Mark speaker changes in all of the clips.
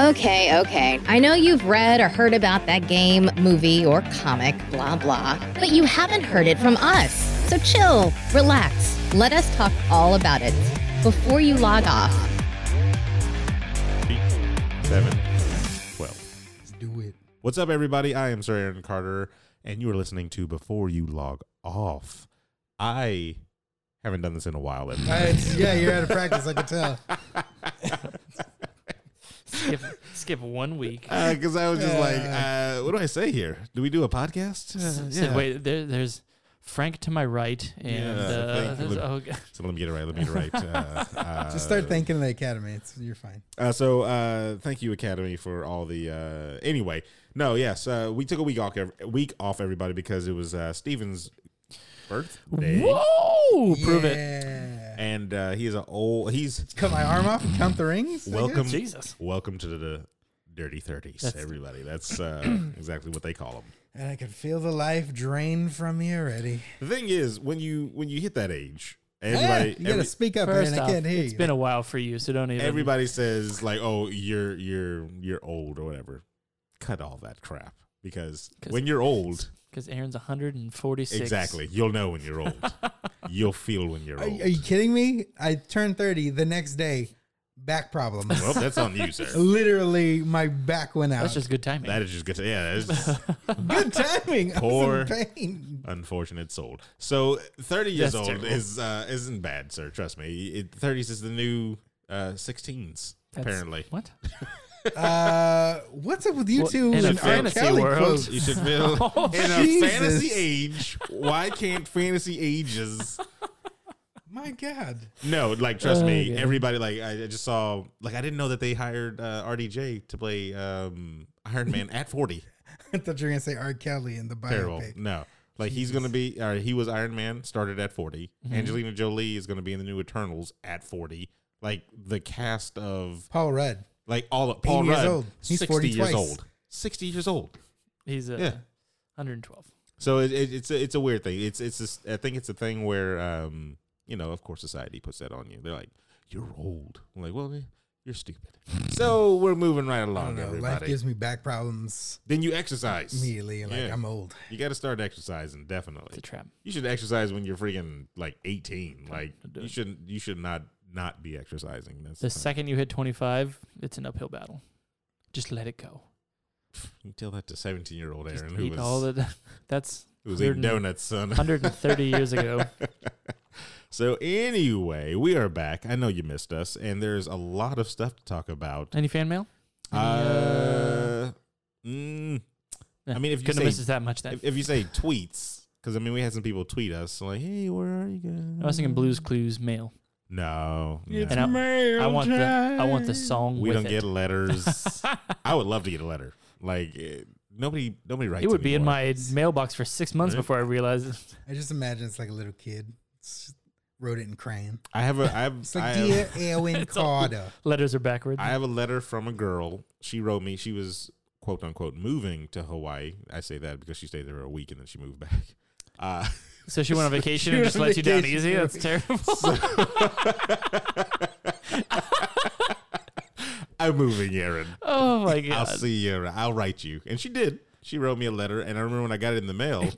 Speaker 1: Okay, okay. I know you've read or heard about that game, movie, or comic, blah, blah, but you haven't heard it from us. So chill, relax, let us talk all about it before you log off.
Speaker 2: Eight, seven, twelve.
Speaker 3: Let's do it.
Speaker 2: What's up, everybody? I am Sir Aaron Carter, and you are listening to Before You Log Off. I haven't done this in a while. everybody.
Speaker 3: Uh, it's- yeah, you're out of practice. I can tell.
Speaker 4: skip, skip one week.
Speaker 2: Because I was just like, uh, what do I say here? Do we do a podcast? Uh,
Speaker 4: Said, Wait, there, there's Frank to my right, and
Speaker 2: Yeah,
Speaker 4: uh,
Speaker 2: thank
Speaker 4: there's-
Speaker 2: you.
Speaker 4: oh, g-
Speaker 2: So let me get it right. Let me get it right. Uh, uh,
Speaker 3: Just start thanking the academy. It's, you're fine.
Speaker 2: Uh, so uh, thank you, Academy, for all the. Uh, anyway, no, yes, uh, we took a week off, week off everybody because it was uh, Steven's birthday,
Speaker 4: whoa, prove it.
Speaker 3: yeah.
Speaker 2: and uh, he is an old. He's
Speaker 3: Cut my arm off and count the rings. I
Speaker 2: welcome,
Speaker 3: guess?
Speaker 4: Jesus.
Speaker 2: welcome to the dirty thirties,
Speaker 4: That's-
Speaker 2: everybody. That's uh, exactly what they call them.
Speaker 3: And I can feel the life drain from me already.
Speaker 2: The thing is, when you when you hit that age,
Speaker 3: Ah,
Speaker 2: everybody
Speaker 3: you gotta
Speaker 2: every-
Speaker 3: speak up,
Speaker 4: First
Speaker 3: Aaron. I
Speaker 4: off,
Speaker 3: can't hear
Speaker 4: it's
Speaker 3: you.
Speaker 4: been a while for you, so don't even.
Speaker 2: everybody says like, "Oh, you're you're you're old" or whatever. Cut all that crap because
Speaker 4: 'Cause-
Speaker 2: when you're old.
Speaker 4: because Aaron's 146.
Speaker 2: Exactly. You'll know when you're old. You'll feel when you're
Speaker 3: are, are
Speaker 2: old.
Speaker 3: you kidding me? I turned 30 the next day. Back problems.
Speaker 2: well, that's on you, sir.
Speaker 3: Literally, my back went out.
Speaker 4: That's just good timing.
Speaker 2: That is just good. To, yeah, that's
Speaker 3: good timing.
Speaker 2: Poor-
Speaker 3: I was in pain.
Speaker 2: unfortunate soul. So, thirty years
Speaker 4: That's
Speaker 2: old
Speaker 4: terrible.
Speaker 2: is uh, isn't bad, sir. Trust me. It, Thirties is the new uh, sixteens,
Speaker 4: That's-
Speaker 2: apparently.
Speaker 4: What?
Speaker 3: Uh, what's up with you
Speaker 4: Well,
Speaker 3: two
Speaker 4: in a
Speaker 3: and R.
Speaker 4: fantasy
Speaker 3: Kelly
Speaker 4: world,
Speaker 3: quotes?
Speaker 2: You should feel in a
Speaker 3: Jesus.
Speaker 2: fantasy age. Why can't fantasy ages?
Speaker 3: My God.
Speaker 2: No, like trust
Speaker 4: Oh,
Speaker 2: me,
Speaker 4: God.
Speaker 2: everybody. Like I I just saw. Like I didn't know that they hired uh, RDJ to play um, Iron Man at forty.
Speaker 3: I thought you were gonna say R. Kelly in the biopic.
Speaker 2: terrible. No. Like he's gonna be, or he was Iron Man, started at 40
Speaker 3: Mm-hmm.
Speaker 2: Angelina Jolie is gonna be in the new Eternals at forty. Like the cast of,
Speaker 3: Paul Rudd.
Speaker 2: like all of Paul
Speaker 3: years
Speaker 2: Rudd,
Speaker 3: old. He's
Speaker 2: sixty
Speaker 3: 40
Speaker 2: years
Speaker 3: twice.
Speaker 2: old, sixty years old.
Speaker 4: He's uh,
Speaker 2: Yeah.
Speaker 4: 112.
Speaker 2: So it, it, it's a, it's a weird thing. It's it's this, I think it's a thing where, um, you know, of course, society puts that on you. They're like, you're old. I'm like, well, eh, you're stupid. so we're moving right
Speaker 3: I
Speaker 2: along,
Speaker 3: don't know. Life
Speaker 2: everybody.
Speaker 3: gives me back problems
Speaker 2: then you exercise.
Speaker 3: immediately. Like
Speaker 2: Yeah.
Speaker 3: I'm old.
Speaker 2: You got to start exercising,
Speaker 4: It's
Speaker 2: definitely.
Speaker 4: a trap.
Speaker 2: You should exercise when you're freaking like 18. Like
Speaker 4: I do.
Speaker 2: you shouldn't. You should not not be exercising. That's
Speaker 4: The second you hit 25, it's an uphill battle. Just let it go.
Speaker 2: you tell that to 17 year old
Speaker 4: Just
Speaker 2: Aaron who
Speaker 4: eat all
Speaker 2: was
Speaker 4: the. That's
Speaker 2: who was eating
Speaker 4: weird and-
Speaker 2: donuts, son.
Speaker 4: 130 years ago.
Speaker 2: So anyway, we are back. I know you missed us, and there's a lot of stuff to talk about.
Speaker 4: Any fan mail? Any,
Speaker 2: Uh, mm,
Speaker 4: eh,
Speaker 2: I mean, if you say
Speaker 4: couldn't have missed us that much then.
Speaker 2: if, if you say tweets, because I mean, we had some people tweet us so like, "Hey, where are you guys?"
Speaker 4: I was thinking Blues Clues mail.
Speaker 2: No, no.
Speaker 4: And I, I want the I want the song.
Speaker 2: we
Speaker 4: with
Speaker 2: don't
Speaker 4: it.
Speaker 2: get letters. I would love to get a letter. Like eh, nobody, nobody writes.
Speaker 4: It would be in
Speaker 2: anymore.
Speaker 4: my mailbox for six months
Speaker 2: Right.
Speaker 4: before I realized.
Speaker 3: I just imagine it's like a little kid s- wrote it in crayon.
Speaker 2: I have a. I have.
Speaker 3: It's
Speaker 2: I
Speaker 3: like,
Speaker 2: have-
Speaker 3: dear Erwin Carter.
Speaker 4: Letters are backwards.
Speaker 2: I have a letter from a girl. She wrote me. She was quote unquote moving to Hawaii. I say that because she stayed there a week and then she moved back. Uh,
Speaker 4: so she went on vacation
Speaker 3: She
Speaker 4: and
Speaker 3: went
Speaker 4: just
Speaker 3: on
Speaker 4: let you down
Speaker 3: vacation.
Speaker 4: easy. That's terrible.
Speaker 2: I'm moving, Aaron.
Speaker 4: oh my god!
Speaker 2: I'll see you. I'll write you. And she did. She wrote me a letter, and I remember when I got it in the mail,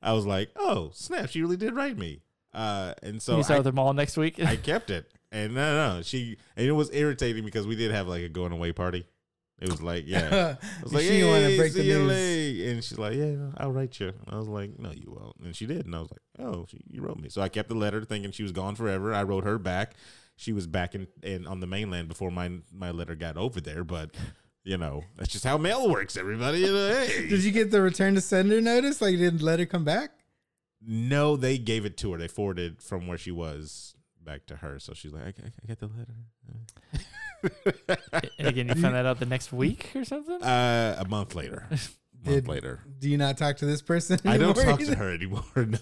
Speaker 2: I was like, "Oh snap! She really did write me." Uh, and so
Speaker 4: you saw
Speaker 2: I,
Speaker 4: the mall next week.
Speaker 2: I kept it. And no, no, she and it was irritating because we did have like a going away party. It was like, yeah, I was like,
Speaker 3: she
Speaker 2: hey,
Speaker 3: didn't wanna break the
Speaker 2: see you
Speaker 3: news.
Speaker 2: late. and she's like, yeah, I'll write you. And I was like, no, you won't. And she did, and I was like, oh, she, you wrote me. So I kept the letter, thinking she was gone forever. I wrote her back. She was back in, in on the mainland before my my letter got over there, but. You know, that's just how mail works, everybody. You know, hey.
Speaker 3: Did you get the return to sender notice? Like you didn't let her come back?
Speaker 2: No, they gave it to her. They forwarded from where she was back to her. So she's like, I, I, I got the letter.
Speaker 4: and again, you found that out the next week or something.
Speaker 2: Uh, a month later. month
Speaker 3: Did-
Speaker 2: later.
Speaker 3: Do you not talk to this person?
Speaker 2: I don't
Speaker 3: anymore
Speaker 2: talk to
Speaker 3: either?
Speaker 2: her anymore. No.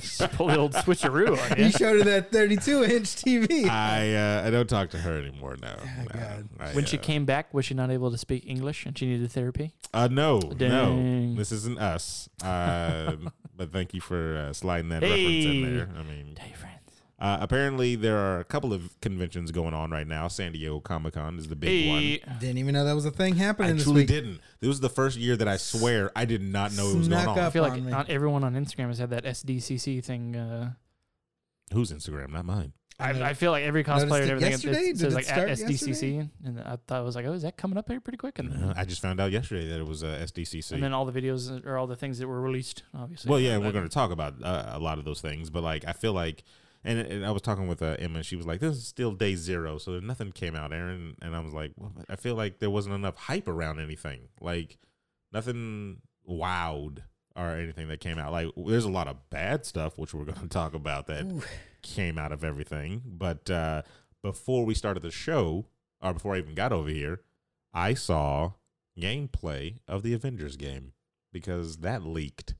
Speaker 4: Just pull the old switcheroo on
Speaker 3: You
Speaker 4: you.
Speaker 3: showed her that 32 inch TV.
Speaker 2: I uh, I don't talk to her anymore. No. No.
Speaker 3: Oh, God.
Speaker 2: I,
Speaker 4: When she
Speaker 2: uh,
Speaker 4: came back, was she not able to speak English and she needed therapy?
Speaker 2: uh, no, no,
Speaker 4: Dang.
Speaker 2: this isn't us. Um, but thank you for uh, sliding that reference in
Speaker 4: Hey.
Speaker 2: there. I mean,
Speaker 4: Tell your friends.
Speaker 2: Uh, apparently, there are a couple of conventions going on right now. San Diego Comic Con is the big one.
Speaker 4: Hey,
Speaker 3: Didn't even know that was a thing happening
Speaker 2: I
Speaker 3: this
Speaker 2: truly
Speaker 3: week.
Speaker 2: didn't. This was the first year that I swear I did not know it was going
Speaker 3: Snuck
Speaker 2: on.
Speaker 4: I
Speaker 3: up.
Speaker 4: feel like
Speaker 3: on me.
Speaker 4: not everyone on Instagram has had that SDCC thing. Uh,
Speaker 2: Who's Instagram? Not mine.
Speaker 4: I,
Speaker 3: know.
Speaker 4: I feel like every
Speaker 3: Noticed
Speaker 4: cosplayer and
Speaker 3: it
Speaker 4: everything it-
Speaker 3: yesterday?
Speaker 4: it
Speaker 3: Did
Speaker 4: says
Speaker 3: it
Speaker 4: like at
Speaker 3: start
Speaker 4: SDCC,
Speaker 3: yesterday?
Speaker 4: and I thought I was like, oh, is that coming up here pretty quick? And,
Speaker 2: Uh, I just found out yesterday that it was uh, SDCC.
Speaker 4: and then all the videos or all the things that were released, obviously.
Speaker 2: Well, yeah, and
Speaker 4: But
Speaker 2: we're going to talk about uh, a lot of those things, but like I feel like, and, and I was talking with uh, Emma, and she was like, "This is still day zero, so nothing came out, Aaron." And I was like, well, "I feel like there wasn't enough hype around anything, like nothing wowed or anything that came out. Like there's a lot of bad stuff, which we're going to talk about that came out of everything. But uh, before we started the show, or before I even got over here, I saw gameplay of the Avengers game because that leaked.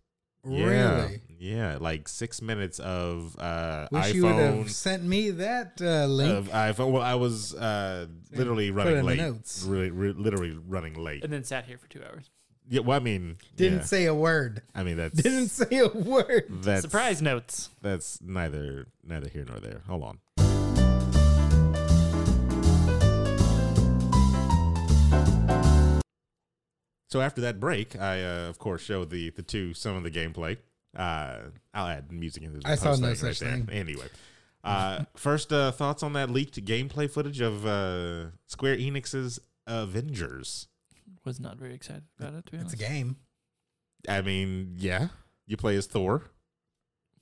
Speaker 2: Yeah.
Speaker 3: Really?
Speaker 2: Yeah, like six minutes of uh,
Speaker 3: Wish you would have
Speaker 2: iPhone.
Speaker 3: sent me that uh, link.
Speaker 2: Of iPhone. Well, I was uh, literally
Speaker 3: Put
Speaker 2: running
Speaker 3: it in the
Speaker 2: late.
Speaker 3: notes.
Speaker 2: Really, re- literally running late.
Speaker 4: and then sat here for two hours.
Speaker 2: Yeah. Well, I mean,
Speaker 3: Didn't
Speaker 2: yeah.
Speaker 3: say a word.
Speaker 2: I mean, that's
Speaker 3: Didn't say a word.
Speaker 2: that's
Speaker 4: Surprise notes.
Speaker 2: That's neither neither here nor there. Hold on. So after that break, I uh, of course showed the the two some of the gameplay. Uh, I'll add music into the
Speaker 3: I saw
Speaker 2: post
Speaker 3: no
Speaker 2: thing
Speaker 3: such thing.
Speaker 2: Anyway, uh, first uh, thoughts on that leaked gameplay footage of uh, Square Enix's Avengers.
Speaker 4: Was not very excited about it. To be
Speaker 3: It's
Speaker 4: honest,
Speaker 3: a game.
Speaker 2: I mean, yeah, you play as Thor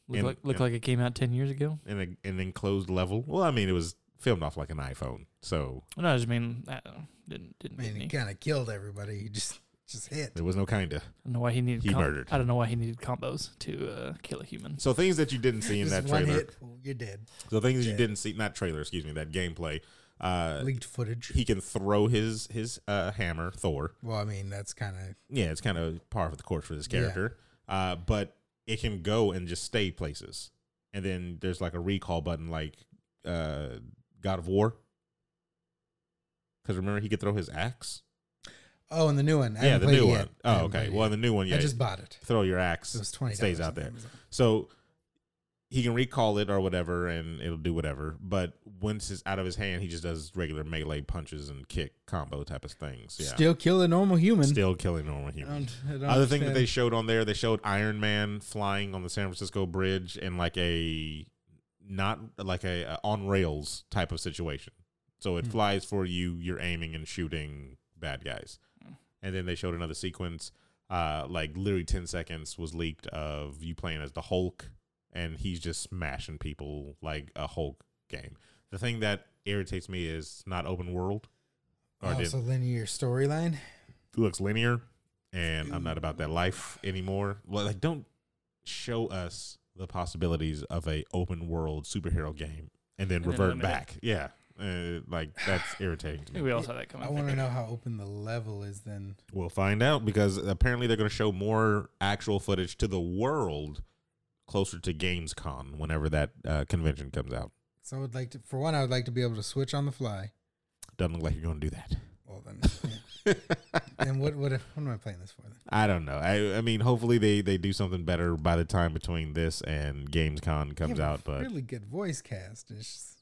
Speaker 4: looked,
Speaker 2: and-
Speaker 4: like, looked
Speaker 2: and-
Speaker 4: like it came out ten years ago.
Speaker 2: in a, an enclosed level. Well, I mean, it was filmed off like an iPhone, so
Speaker 4: No, I just mean I don't know, didn't didn't
Speaker 3: I
Speaker 4: get
Speaker 3: mean,
Speaker 4: me.
Speaker 3: he kind of killed everybody. He just just hit.
Speaker 2: There was no kinda.
Speaker 4: I don't know why he needed.
Speaker 2: He
Speaker 4: com-
Speaker 2: murdered.
Speaker 4: I don't know why he needed combos to uh, kill a human.
Speaker 2: So things that you didn't see in
Speaker 3: Just
Speaker 2: that
Speaker 3: one
Speaker 2: trailer.
Speaker 3: hit, oh, you're dead.
Speaker 2: So things you
Speaker 3: Yeah.
Speaker 2: didn't see, not trailer, excuse me, that gameplay. Uh,
Speaker 3: Leaked footage.
Speaker 2: he can throw his his uh, hammer, Thor.
Speaker 3: Well, I mean, that's kind of
Speaker 2: Yeah, it's kind of par for the course for this
Speaker 3: Yeah.
Speaker 2: character. Uh, but it can go and just stay places, and then there's like a recall button, like uh, God of War. Because remember, he could throw his axe.
Speaker 3: Oh, and the new one. I
Speaker 2: yeah,
Speaker 3: haven't
Speaker 2: the
Speaker 3: played
Speaker 2: new
Speaker 3: it
Speaker 2: one.
Speaker 3: yet. I
Speaker 2: Oh,
Speaker 3: haven't played
Speaker 2: okay.
Speaker 3: it
Speaker 2: Well,
Speaker 3: yet.
Speaker 2: the new one, yeah,
Speaker 3: I just bought it.
Speaker 2: throw your axe.
Speaker 3: It was twenty.
Speaker 2: stays out there. So he can recall it or whatever, and it'll do whatever. But once it's out of his hand, he just does regular melee punches and kick combo type of things. Yeah, still,
Speaker 3: Still kill a normal human.
Speaker 2: killing normal
Speaker 3: I
Speaker 2: humans.
Speaker 3: don't, I don't
Speaker 2: Other thing that they
Speaker 3: understand.
Speaker 2: showed on there, they showed Iron Man flying on the San Francisco Bridge in like a not like a, a on rails type of situation. So it
Speaker 3: Hmm.
Speaker 2: flies for you. You're aiming and shooting bad guys. And then they showed another sequence, uh, like literally ten seconds was leaked of you playing as the Hulk, and he's just smashing people like a Hulk game. The thing that irritates me is it's not open world. Or
Speaker 3: Oh,
Speaker 2: did-
Speaker 3: so linear storyline.
Speaker 2: it looks linear and I'm not about that life anymore. Well, like don't show us the possibilities of a open world superhero game and then
Speaker 4: And then
Speaker 2: revert
Speaker 4: limit it.
Speaker 2: back. Yeah. Uh, like that's irritating to
Speaker 4: I think
Speaker 2: me.
Speaker 4: we all saw that coming.
Speaker 3: I want to know how open the level is. Then
Speaker 2: We'll find out because apparently they're going to show more actual footage to the world closer to GamesCon whenever that uh, convention comes out.
Speaker 3: so I would like to. For one, I would like to be able to switch on the fly.
Speaker 2: Doesn't look like you're going to do that.
Speaker 3: Well then, and what what, what am I playing this for then?
Speaker 2: I don't know. I, I mean, hopefully they, they do something better by the time between this and GamesCon
Speaker 3: You
Speaker 2: comes
Speaker 3: have a
Speaker 2: out. But
Speaker 3: really good voice cast. It's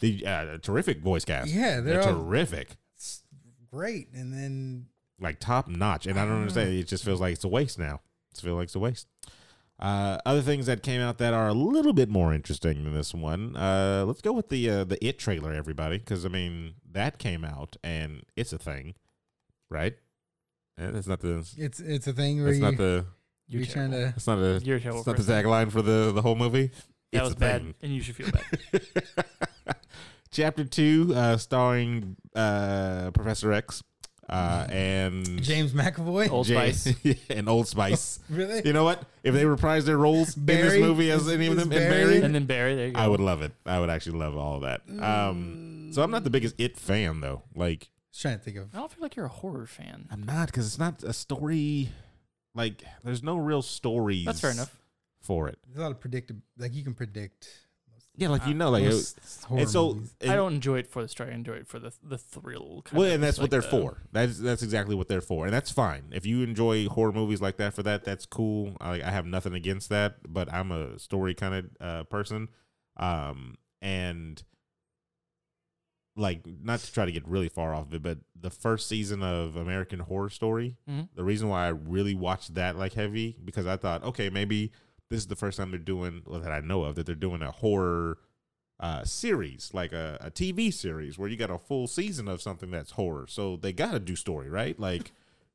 Speaker 2: The uh, terrific voice cast.
Speaker 3: just, yeah,
Speaker 2: They're
Speaker 3: they're all
Speaker 2: terrific.
Speaker 3: s- great. And then
Speaker 2: Like top notch. And I don't understand. It just feels like it's a waste now. It feels like it's a waste. Uh, other things that came out that are a little bit more interesting than this one. Uh, let's go with the uh, the It trailer, everybody, because I mean that came out and it's a thing, right? Eh, That's not the.
Speaker 3: it's it's a thing where
Speaker 2: That's
Speaker 3: you,
Speaker 2: not the.
Speaker 4: You're,
Speaker 3: you're trying to.
Speaker 2: That's not a.
Speaker 4: You're terrible.
Speaker 2: It's not the
Speaker 4: person.
Speaker 2: tagline for the the whole movie.
Speaker 4: That
Speaker 2: It's
Speaker 4: was
Speaker 2: a
Speaker 4: bad,
Speaker 2: thing.
Speaker 4: and you should feel bad.
Speaker 2: Chapter two, uh, starring uh, Professor X uh, and
Speaker 3: James McAvoy.
Speaker 4: Mm-hmm. Old
Speaker 2: Ja-
Speaker 4: Spice.
Speaker 2: and Old Spice.
Speaker 3: Really?
Speaker 2: You know what? Oh. If they reprised their roles in this
Speaker 3: Barry?
Speaker 2: movie as
Speaker 3: Is-
Speaker 2: any of
Speaker 3: is
Speaker 2: them, and
Speaker 3: Barry-
Speaker 2: Barry,
Speaker 4: and then Barry, there you go.
Speaker 2: I would love it. I would actually love all that.
Speaker 3: Mm.
Speaker 2: Um, so I'm not the biggest It fan though. Like
Speaker 3: Just trying to think of.
Speaker 4: I don't feel like you're a horror fan.
Speaker 2: I'm not because it's not a story. Like there's no real stories.
Speaker 4: That's fair enough.
Speaker 2: for it. Uh,
Speaker 3: There's a lot of predictable. Like you can predict.
Speaker 2: Yeah, like you know, like it,
Speaker 3: most horror
Speaker 2: and so
Speaker 3: movies.
Speaker 2: and-
Speaker 4: I don't enjoy it for the story. I enjoy it for the the thrill. Kind
Speaker 2: well,
Speaker 4: of,
Speaker 2: and that's what
Speaker 4: like
Speaker 2: they're
Speaker 4: the-
Speaker 2: for. That's that's exactly what they're for, and that's fine. If you enjoy horror movies like that for that, that's cool. I, I have nothing against that, but I'm a story kind of uh, person. Um, and like not to try to get really far off of it, but the first season of American Horror Story,
Speaker 4: Mhm.
Speaker 2: the reason why I really watched that like heavy because I thought, okay, maybe this is the first time they're doing well, that I know of that they're doing a horror uh, series, like a, a TV series where you got a full season of something that's horror. So they got to do story, right? Like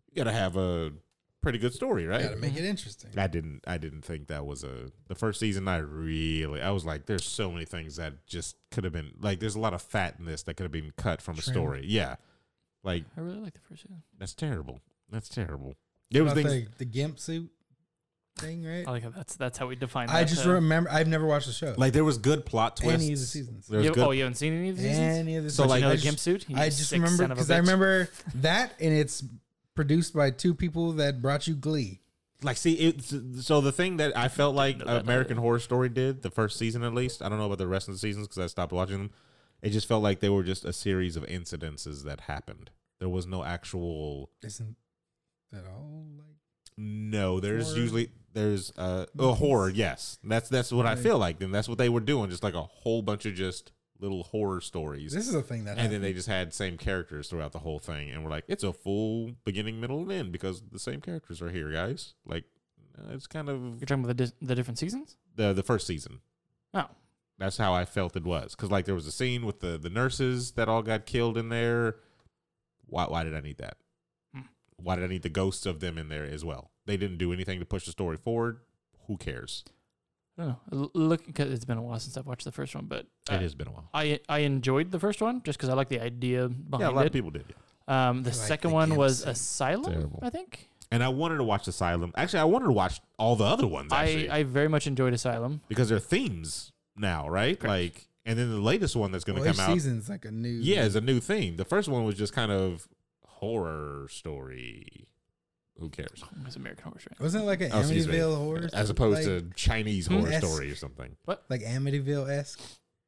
Speaker 2: you got to have a pretty good story, right?
Speaker 3: Gotta make it interesting.
Speaker 2: I didn't I didn't think that was a the first season I really I was like there's so many things that just could have been like there's a lot of fat in this that could have been cut from a
Speaker 3: Trim.
Speaker 2: story. Yeah. Like
Speaker 4: I really like the first season.
Speaker 2: that's terrible. That's terrible. There was
Speaker 3: About
Speaker 2: things
Speaker 3: the, the gimp suit thing, right?
Speaker 4: I like how that's that's how we define.
Speaker 3: I
Speaker 4: that,
Speaker 3: just
Speaker 4: uh,
Speaker 3: remember. I've never watched the show.
Speaker 2: like there was good plot
Speaker 3: any
Speaker 2: twists.
Speaker 3: of the seasons.
Speaker 2: There was
Speaker 4: you-
Speaker 2: good
Speaker 4: oh, you haven't seen any of these? seasons?
Speaker 3: Any of the
Speaker 2: So,
Speaker 3: seasons.
Speaker 2: like-
Speaker 4: you know
Speaker 3: I
Speaker 4: the
Speaker 3: just-
Speaker 4: gimp suit? You
Speaker 3: I just
Speaker 4: sick
Speaker 3: remember
Speaker 4: son of a
Speaker 3: because I
Speaker 4: bitch.
Speaker 3: remember that, and it's produced by two people that brought you Glee.
Speaker 2: like see it's so the thing that I felt like
Speaker 4: know that
Speaker 2: American Horror Story did the first season at least. I don't know about the rest of the seasons because I stopped watching them. It just felt like they were just a series of incidences that happened. There was no actual
Speaker 3: Isn't that all? Like
Speaker 2: No, there's
Speaker 3: Horror?
Speaker 2: usually there's uh, a horror. Yes, that's that's what I feel like. Then that's what they were doing, just like a whole bunch of just little horror stories,
Speaker 3: this is a thing that.
Speaker 2: and then
Speaker 3: happened.
Speaker 2: they just had same characters throughout the whole thing, and we're like, it's a full beginning, middle, and end because the same characters are here, guys. Like, uh, it's kind of
Speaker 4: You're talking about the, dis- the different seasons?
Speaker 2: the the first season.
Speaker 4: Oh,
Speaker 2: That's how I felt it was. Because, like, there was a scene with the, the nurses that all got killed in there. Why, why did I need that?
Speaker 4: Hmm.
Speaker 2: Why did I need the ghosts of them in there as well? They didn't do anything to push the story forward. Who cares?
Speaker 4: I don't know. L- Look, because it's been a while since I've watched the first one, but uh,
Speaker 2: it has been a while.
Speaker 4: I I enjoyed the first one just because I like the idea behind
Speaker 2: Yeah, a lot
Speaker 4: it.
Speaker 2: of people did. yeah.
Speaker 4: Um, the
Speaker 3: I like
Speaker 4: second
Speaker 3: the
Speaker 4: one
Speaker 3: gimp
Speaker 4: was
Speaker 3: suit.
Speaker 4: Asylum,
Speaker 2: Terrible.
Speaker 4: I think.
Speaker 2: And I wanted to watch Asylum. Actually, I wanted to watch all the other ones,
Speaker 4: I,
Speaker 2: actually.
Speaker 4: I very much enjoyed Asylum.
Speaker 2: because they're themes now, right?
Speaker 4: Correct.
Speaker 2: Like, and then the latest one that's going to
Speaker 3: Well, each
Speaker 2: come out.
Speaker 3: season's like a new.
Speaker 2: Yeah, it's a new theme. The first one was just kind of horror story. Who cares?
Speaker 4: It was American Horror Story.
Speaker 3: Wasn't it like an
Speaker 2: Oh, excuse me.
Speaker 3: Amityville horror?
Speaker 2: as opposed
Speaker 3: like,
Speaker 2: to Chinese
Speaker 4: Hmm.
Speaker 2: horror
Speaker 3: Yes.
Speaker 2: story or something.
Speaker 3: like Amityville esque.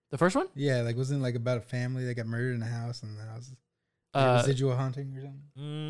Speaker 4: The first one?
Speaker 3: Yeah, like wasn't it like about a family that got murdered in a house and the house like
Speaker 4: Uh,
Speaker 3: residual haunting or something.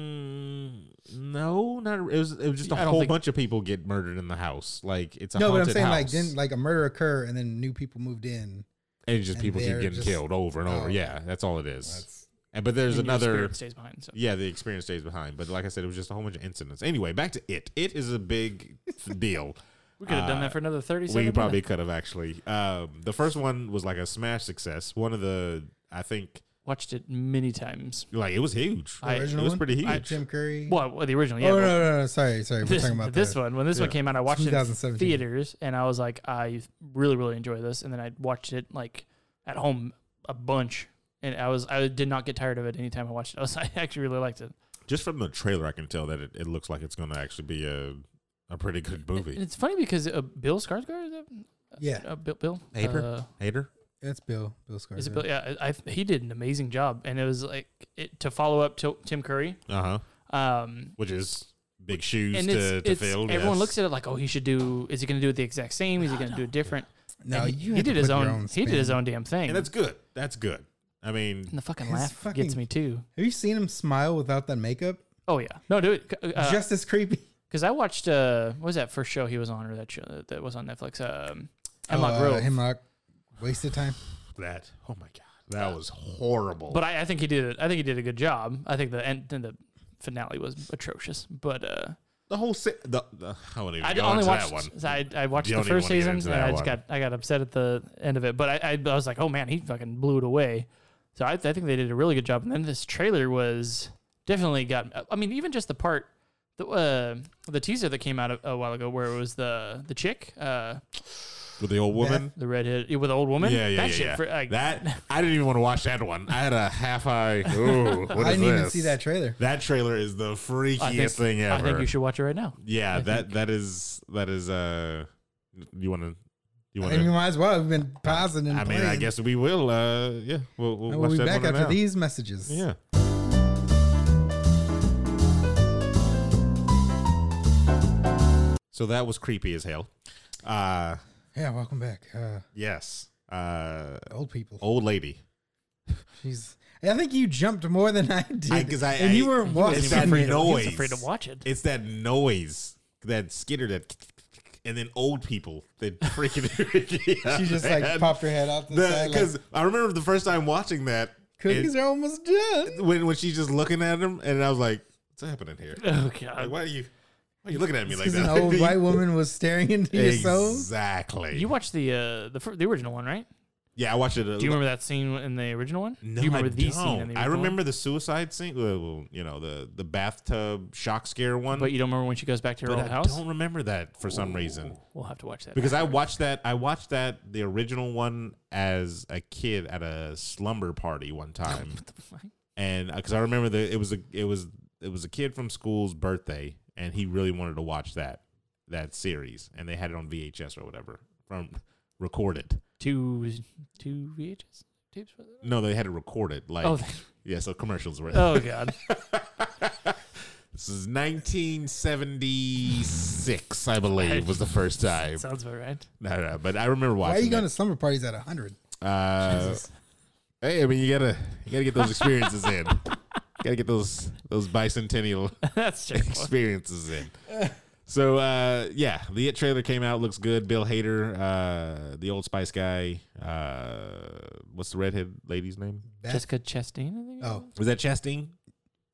Speaker 2: Mm, no, not it was. It was just a
Speaker 4: I don't
Speaker 2: whole
Speaker 4: think-
Speaker 2: bunch of people get murdered in the house. Like it's a
Speaker 3: No, but I'm
Speaker 2: haunted
Speaker 3: saying like
Speaker 2: house.
Speaker 3: didn't like a murder occur and then new people moved in.
Speaker 2: and it's just
Speaker 3: and
Speaker 2: people keep
Speaker 3: they're
Speaker 2: getting
Speaker 3: just-
Speaker 2: killed over and over.
Speaker 3: Oh.
Speaker 2: Yeah, that's all it is.
Speaker 3: That's
Speaker 2: And, but there's
Speaker 4: and your
Speaker 2: another.
Speaker 4: spirit stays behind. So.
Speaker 2: Yeah, the experience stays behind. But like I said, it was just a whole bunch of incidents. Anyway, back to it. It is a big deal.
Speaker 4: We could have done
Speaker 2: Uh,
Speaker 4: that for another 30 seconds.
Speaker 2: We probably could have actually. Um, the first one was like a smash success. One of the, I think,
Speaker 4: watched it many times.
Speaker 2: like it was huge.
Speaker 4: I-
Speaker 2: it
Speaker 3: original
Speaker 2: was
Speaker 3: one?
Speaker 2: pretty huge.
Speaker 3: Like Jim Curry.
Speaker 4: Well, well the original,
Speaker 3: Oh
Speaker 4: yeah.
Speaker 3: no,
Speaker 4: but
Speaker 3: no, no, no, sorry, sorry. We're
Speaker 4: this,
Speaker 3: talking about
Speaker 4: this
Speaker 3: the-
Speaker 4: one. When this one
Speaker 2: Yeah.
Speaker 4: came out, I watched it in
Speaker 3: 2017.
Speaker 4: theaters, and I was like, I really, really enjoy this. And then I watched it like at home a bunch, and I was I did not get tired of it anytime I watched it. I, was, I actually really liked it.
Speaker 2: just from the trailer, I can tell that it, it looks like it's going to actually be a a pretty good
Speaker 4: And
Speaker 2: movie.
Speaker 4: It's funny because uh, Bill Skarsgård, is that-
Speaker 3: Yeah,
Speaker 4: uh, Bill, Bill,
Speaker 2: Hader?
Speaker 4: uh,
Speaker 2: Hater,
Speaker 3: that's Bill. Bill Skarsgård.
Speaker 4: is it Bill? Yeah, I, I- he did an amazing job, and it was like it, to follow up to Tim Curry.
Speaker 2: uh huh,
Speaker 4: Um,
Speaker 2: which is big shoes
Speaker 4: and
Speaker 2: to,
Speaker 4: it's,
Speaker 2: to
Speaker 4: it's
Speaker 2: fill.
Speaker 4: everyone
Speaker 2: yes.
Speaker 4: looks at it like, oh, he should do. Is he going to do it the exact same? Is he
Speaker 2: No,
Speaker 4: going to do
Speaker 2: no.
Speaker 4: it different?
Speaker 3: No,
Speaker 4: And he-
Speaker 3: you
Speaker 4: he
Speaker 3: had to
Speaker 4: did his
Speaker 3: put
Speaker 4: own.
Speaker 3: your
Speaker 4: He did his
Speaker 3: spin.
Speaker 4: own damn thing.
Speaker 2: and that's good. That's good. I mean,
Speaker 4: and the fucking
Speaker 3: His
Speaker 4: laugh gets
Speaker 3: fucking-
Speaker 4: me too.
Speaker 3: Have you seen him smile without that makeup?
Speaker 4: Oh yeah, no, do it. Because
Speaker 3: Just as creepy.
Speaker 4: I watched uh, what was that first show he was on, or that show that- that was on Netflix? Um, Hemlock
Speaker 3: Oh, uh,
Speaker 4: Grove.
Speaker 3: Hemlock. Wasted time.
Speaker 2: that. Oh my god, that was horrible.
Speaker 4: But I, I think he did it. I think he did a good job. I think the end, then the finale was atrocious. But uh,
Speaker 2: the whole se- the, the I won't even
Speaker 4: I
Speaker 2: go
Speaker 4: only
Speaker 2: into
Speaker 4: watched.
Speaker 2: that one.
Speaker 4: so I, I watched
Speaker 2: You
Speaker 4: the
Speaker 2: don't even
Speaker 4: first
Speaker 2: wanna get
Speaker 4: season,
Speaker 2: into
Speaker 4: and
Speaker 2: that
Speaker 4: I
Speaker 2: one.
Speaker 4: just got I got upset at the end of it. But I, I, I was like, oh man, he fucking blew it away. So I, I think they did a really good job. And then this trailer was definitely got. I mean, even just the part, the uh, the teaser that came out a, a while ago, where it was the the chick, uh,
Speaker 2: With the old woman.
Speaker 4: the redhead with the old woman.
Speaker 2: Yeah, yeah,
Speaker 4: that
Speaker 2: yeah.
Speaker 4: shit
Speaker 2: yeah.
Speaker 4: For, like,
Speaker 2: that I didn't even want to watch that one. I had a half eye. Ooh, what
Speaker 3: I
Speaker 2: is
Speaker 3: didn't even
Speaker 2: this?
Speaker 3: see that trailer.
Speaker 2: That trailer is the freakiest
Speaker 4: I think,
Speaker 2: thing ever.
Speaker 4: I think you should watch it right now.
Speaker 2: Yeah,
Speaker 4: I
Speaker 2: that
Speaker 4: think-
Speaker 2: that is that is uh you want to you want
Speaker 3: And you
Speaker 2: to
Speaker 3: might as well have been pausing and
Speaker 2: I mean, I
Speaker 3: playing.
Speaker 2: guess we will uh yeah, we'll, we'll
Speaker 3: And
Speaker 2: watch
Speaker 3: we'll be
Speaker 2: that
Speaker 3: back
Speaker 2: one right
Speaker 3: after
Speaker 2: now.
Speaker 3: these messages.
Speaker 2: Yeah. So that was creepy as hell. Uh
Speaker 3: Yeah, welcome back. Uh,
Speaker 2: yes. Uh
Speaker 3: old people.
Speaker 2: old lady.
Speaker 3: Jeez. I think you jumped more than I did.
Speaker 2: I- 'cause I-
Speaker 3: and you
Speaker 2: I-
Speaker 3: were
Speaker 2: he
Speaker 3: walking.
Speaker 2: It's that
Speaker 4: afraid to, he was
Speaker 2: noise.
Speaker 4: afraid to watch it.
Speaker 2: It's that noise, that skitter that and then old people that freaking.
Speaker 3: She just like popped her head out the, side. like,
Speaker 2: because I remember the first time watching that
Speaker 3: cookies are almost done.
Speaker 2: and when when she's just looking at him, and I was like, "What's happening here?
Speaker 4: Oh
Speaker 2: Like,
Speaker 4: god.
Speaker 2: why are you? Why are you looking at me like
Speaker 3: Because
Speaker 2: that?"
Speaker 3: an old white woman was staring into your soul.
Speaker 2: exactly.
Speaker 4: You watched the uh the fir- the original one, right?
Speaker 2: yeah, I watched it. A,
Speaker 4: Do you remember that scene in the original one?
Speaker 2: No,
Speaker 4: Do you remember
Speaker 2: I
Speaker 4: the
Speaker 2: don't.
Speaker 4: scene in the original
Speaker 2: I
Speaker 4: one?
Speaker 2: remember the suicide scene. Well, well, you know the the bathtub shock scare one.
Speaker 4: But you don't remember when she goes back to her
Speaker 2: but
Speaker 4: old
Speaker 2: I
Speaker 4: house?
Speaker 2: don't remember that for some reason.
Speaker 4: We'll have to watch that.
Speaker 2: because I watched that. I watched that the original one as a kid at a slumber party one time, and because I remember that it was a it was it was a kid from school's birthday, and he really wanted to watch that that series, and they had it on VHS or whatever from recorded.
Speaker 4: two two VHS tapes for that?
Speaker 2: No, they had it recorded. Like
Speaker 4: Oh,
Speaker 2: yeah, so commercials were.
Speaker 4: oh god.
Speaker 2: This is 1976, I believe, was the first time.
Speaker 4: Sounds about right.
Speaker 2: No, no, but I remember
Speaker 3: Why are
Speaker 2: watching.
Speaker 3: you going to
Speaker 2: it.
Speaker 3: slumber parties at hundred?
Speaker 2: Uh, Hey, I mean, you gotta you gotta get those experiences in. gotta get those those bicentennial
Speaker 4: That's terrible.
Speaker 2: experiences in. So uh, yeah, the It trailer came out. Looks good. Bill Hader, uh, the Old Spice guy. Uh, what's the redhead lady's name?
Speaker 4: Jessica Chastain, I think. it
Speaker 3: Oh,
Speaker 4: was?
Speaker 2: Was that Chastain?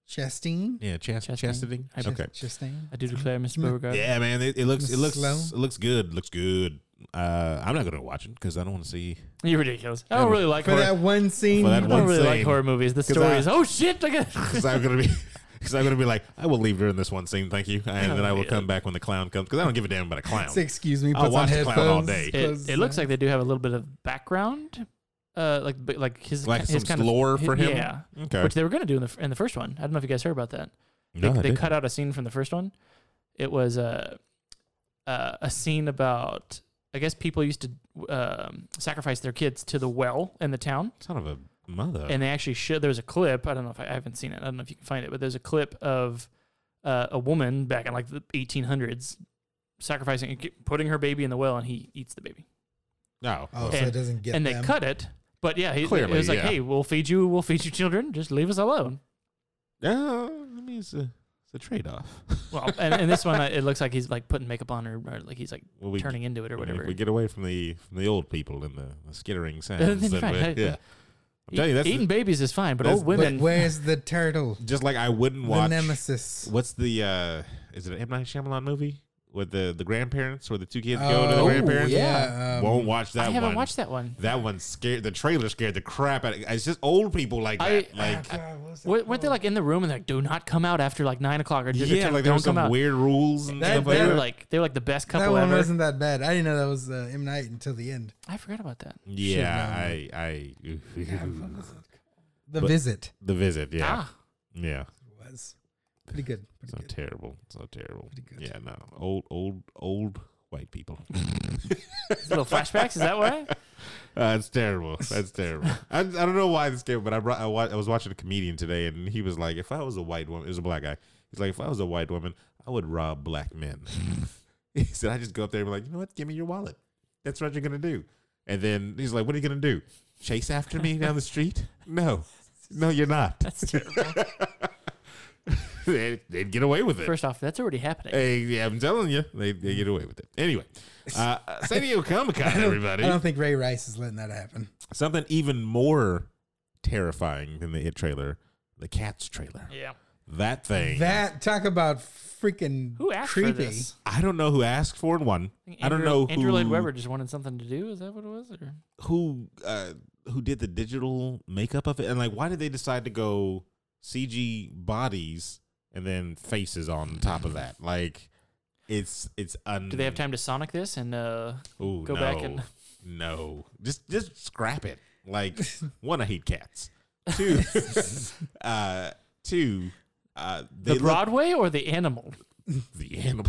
Speaker 3: Chastain.
Speaker 2: Yeah, Chast- Chastain.
Speaker 4: Chastain. I-
Speaker 2: Okay.
Speaker 3: Chastain.
Speaker 4: I do declare, Mr.
Speaker 2: Mm-hmm.
Speaker 4: Beauregard.
Speaker 2: Yeah, man. It, it looks it
Speaker 3: Miss
Speaker 2: looks
Speaker 3: Sloan?
Speaker 2: it looks good. Looks good. Uh, I'm not gonna watch it because I don't want to see
Speaker 4: You're ridiculous. I don't really like
Speaker 3: For
Speaker 4: horror.
Speaker 3: that one scene,
Speaker 2: For that
Speaker 4: I
Speaker 2: one
Speaker 4: don't really like
Speaker 2: scene.
Speaker 4: horror movies. The
Speaker 2: 'Cause
Speaker 4: story
Speaker 2: I-
Speaker 4: is oh shit. I got-
Speaker 2: because I'm gonna be because I'm gonna be like I will leave during this one scene, thank you, and then I will
Speaker 4: yeah.
Speaker 2: come back when the clown comes because I don't give a damn about a clown.
Speaker 3: excuse me,
Speaker 2: I'll
Speaker 3: puts on
Speaker 2: watch the
Speaker 3: headphones.
Speaker 2: clown all day. It-
Speaker 4: it, it looks
Speaker 2: uh,
Speaker 4: like they do have a little bit of background, uh, like but like his
Speaker 2: Like
Speaker 4: his
Speaker 2: some
Speaker 4: kind
Speaker 2: lore
Speaker 4: of,
Speaker 2: for him?
Speaker 4: Yeah,
Speaker 2: Okay,
Speaker 4: which they were gonna do in the in the first one. I don't know if you guys heard about that. They,
Speaker 2: No, I
Speaker 4: they
Speaker 2: didn't.
Speaker 4: cut out a scene from the first one. It was uh, uh, a scene about I guess people used to um, sacrifice their kids to the well in the town,
Speaker 2: son of a mother.
Speaker 4: and they actually should. There was a clip. I don't know if I, I haven't seen it. I don't know if you can find it, but there's a clip of uh, a woman back in like the 1800s sacrificing, putting her baby in the well, and he eats the baby.
Speaker 2: no,
Speaker 3: Oh,
Speaker 2: well,
Speaker 3: so
Speaker 4: And-
Speaker 3: it doesn't get
Speaker 4: and they
Speaker 3: them.
Speaker 4: cut it. But yeah, he,
Speaker 2: Clearly,
Speaker 4: it was like,
Speaker 2: yeah.
Speaker 4: hey, we'll feed you, we'll feed you children. Just leave us alone.
Speaker 2: yeah, I mean it's a it's a trade off.
Speaker 4: Well, and, and this one, uh, it looks like he's like putting makeup on or, or like he's like
Speaker 2: Well, we-
Speaker 4: turning into it or whatever.
Speaker 2: we get away from the from the old people and the, the skittering
Speaker 4: Then
Speaker 2: sounds. and
Speaker 4: fine.
Speaker 2: we- yeah, I'm
Speaker 4: Eat-
Speaker 2: telling you that's
Speaker 4: eating babies is fine, but
Speaker 2: that's-
Speaker 4: old
Speaker 3: But
Speaker 4: women.
Speaker 3: where's the turtle?
Speaker 2: just like I wouldn't
Speaker 3: The
Speaker 2: watch.
Speaker 3: nemesis.
Speaker 2: What's the uh is it an M Night Shyamalan movie? With the, the grandparents, where the two kids go to the
Speaker 3: Oh,
Speaker 2: grandparents,
Speaker 3: yeah, um,
Speaker 2: won't watch that
Speaker 4: I
Speaker 2: one.
Speaker 4: haven't watched that one.
Speaker 2: That one scared the trailer scared the crap out of it's just old people like
Speaker 4: I-
Speaker 2: that. like
Speaker 4: W- weren't they like in the room and they're like, do not come out after like nine o'clock or just
Speaker 2: yeah, like there were
Speaker 4: don't
Speaker 2: some
Speaker 4: come out.
Speaker 2: weird rules and
Speaker 4: They're-
Speaker 2: stuff like
Speaker 4: they're
Speaker 2: that.
Speaker 4: like they're like the best
Speaker 3: that
Speaker 4: couple
Speaker 3: one
Speaker 4: ever.
Speaker 3: wasn't that bad. I didn't know that was uh, M Night until the end.
Speaker 4: I forgot about that.
Speaker 2: yeah, I I
Speaker 3: The
Speaker 2: But-
Speaker 3: visit
Speaker 2: the visit, yeah.
Speaker 4: Ah,
Speaker 2: Yeah.
Speaker 3: was pretty good. Pretty
Speaker 2: So
Speaker 3: good.
Speaker 2: terrible. So terrible.
Speaker 3: Pretty good.
Speaker 2: Yeah, no. Old old old white people.
Speaker 4: little flashbacks. Is that why?
Speaker 2: Uh, it's terrible. That's terrible. I, I don't know why this came, but I brought I, wa- I was watching a comedian today, and he was like, "If I was a white woman, it was a black guy. He's like, if I was a white woman, I would rob black men." he said, "I just go up there and be like, you know what? Give me your wallet. That's what you're gonna do." And then he's like, "What are you gonna do? Chase after me down the street? No, no, you're not."
Speaker 4: That's terrible.
Speaker 2: they'd, they'd get away with it.
Speaker 4: First off, that's already happening.
Speaker 2: Hey, yeah, I'm telling you, they, they get away with it. Anyway, uh, San Diego Comic Con, everybody.
Speaker 3: I don't think Ray Rice is letting that happen.
Speaker 2: Something even more terrifying than the It trailer, the Cats trailer.
Speaker 4: Yeah.
Speaker 2: That thing.
Speaker 3: That talk about freaking
Speaker 4: Who asked
Speaker 3: creepy.
Speaker 4: for this?
Speaker 2: I don't know who asked for it. One,
Speaker 4: think
Speaker 2: I don't
Speaker 4: Andrew-
Speaker 2: know who
Speaker 4: Andrew Lloyd Webber just wanted something to do. Is that what it was? Or?
Speaker 2: who uh, who did the digital makeup of it, and like why did they decide to go CG bodies and then faces on top of that? Like, it's it's un.
Speaker 4: Do they have time to Sonic this and uh,
Speaker 2: Ooh,
Speaker 4: go
Speaker 2: no,
Speaker 4: back and-
Speaker 2: no, just just scrap it. Like one, I hate cats. Two, uh, two, uh, they
Speaker 4: the
Speaker 2: look-
Speaker 4: Broadway or the animal?
Speaker 2: the animal.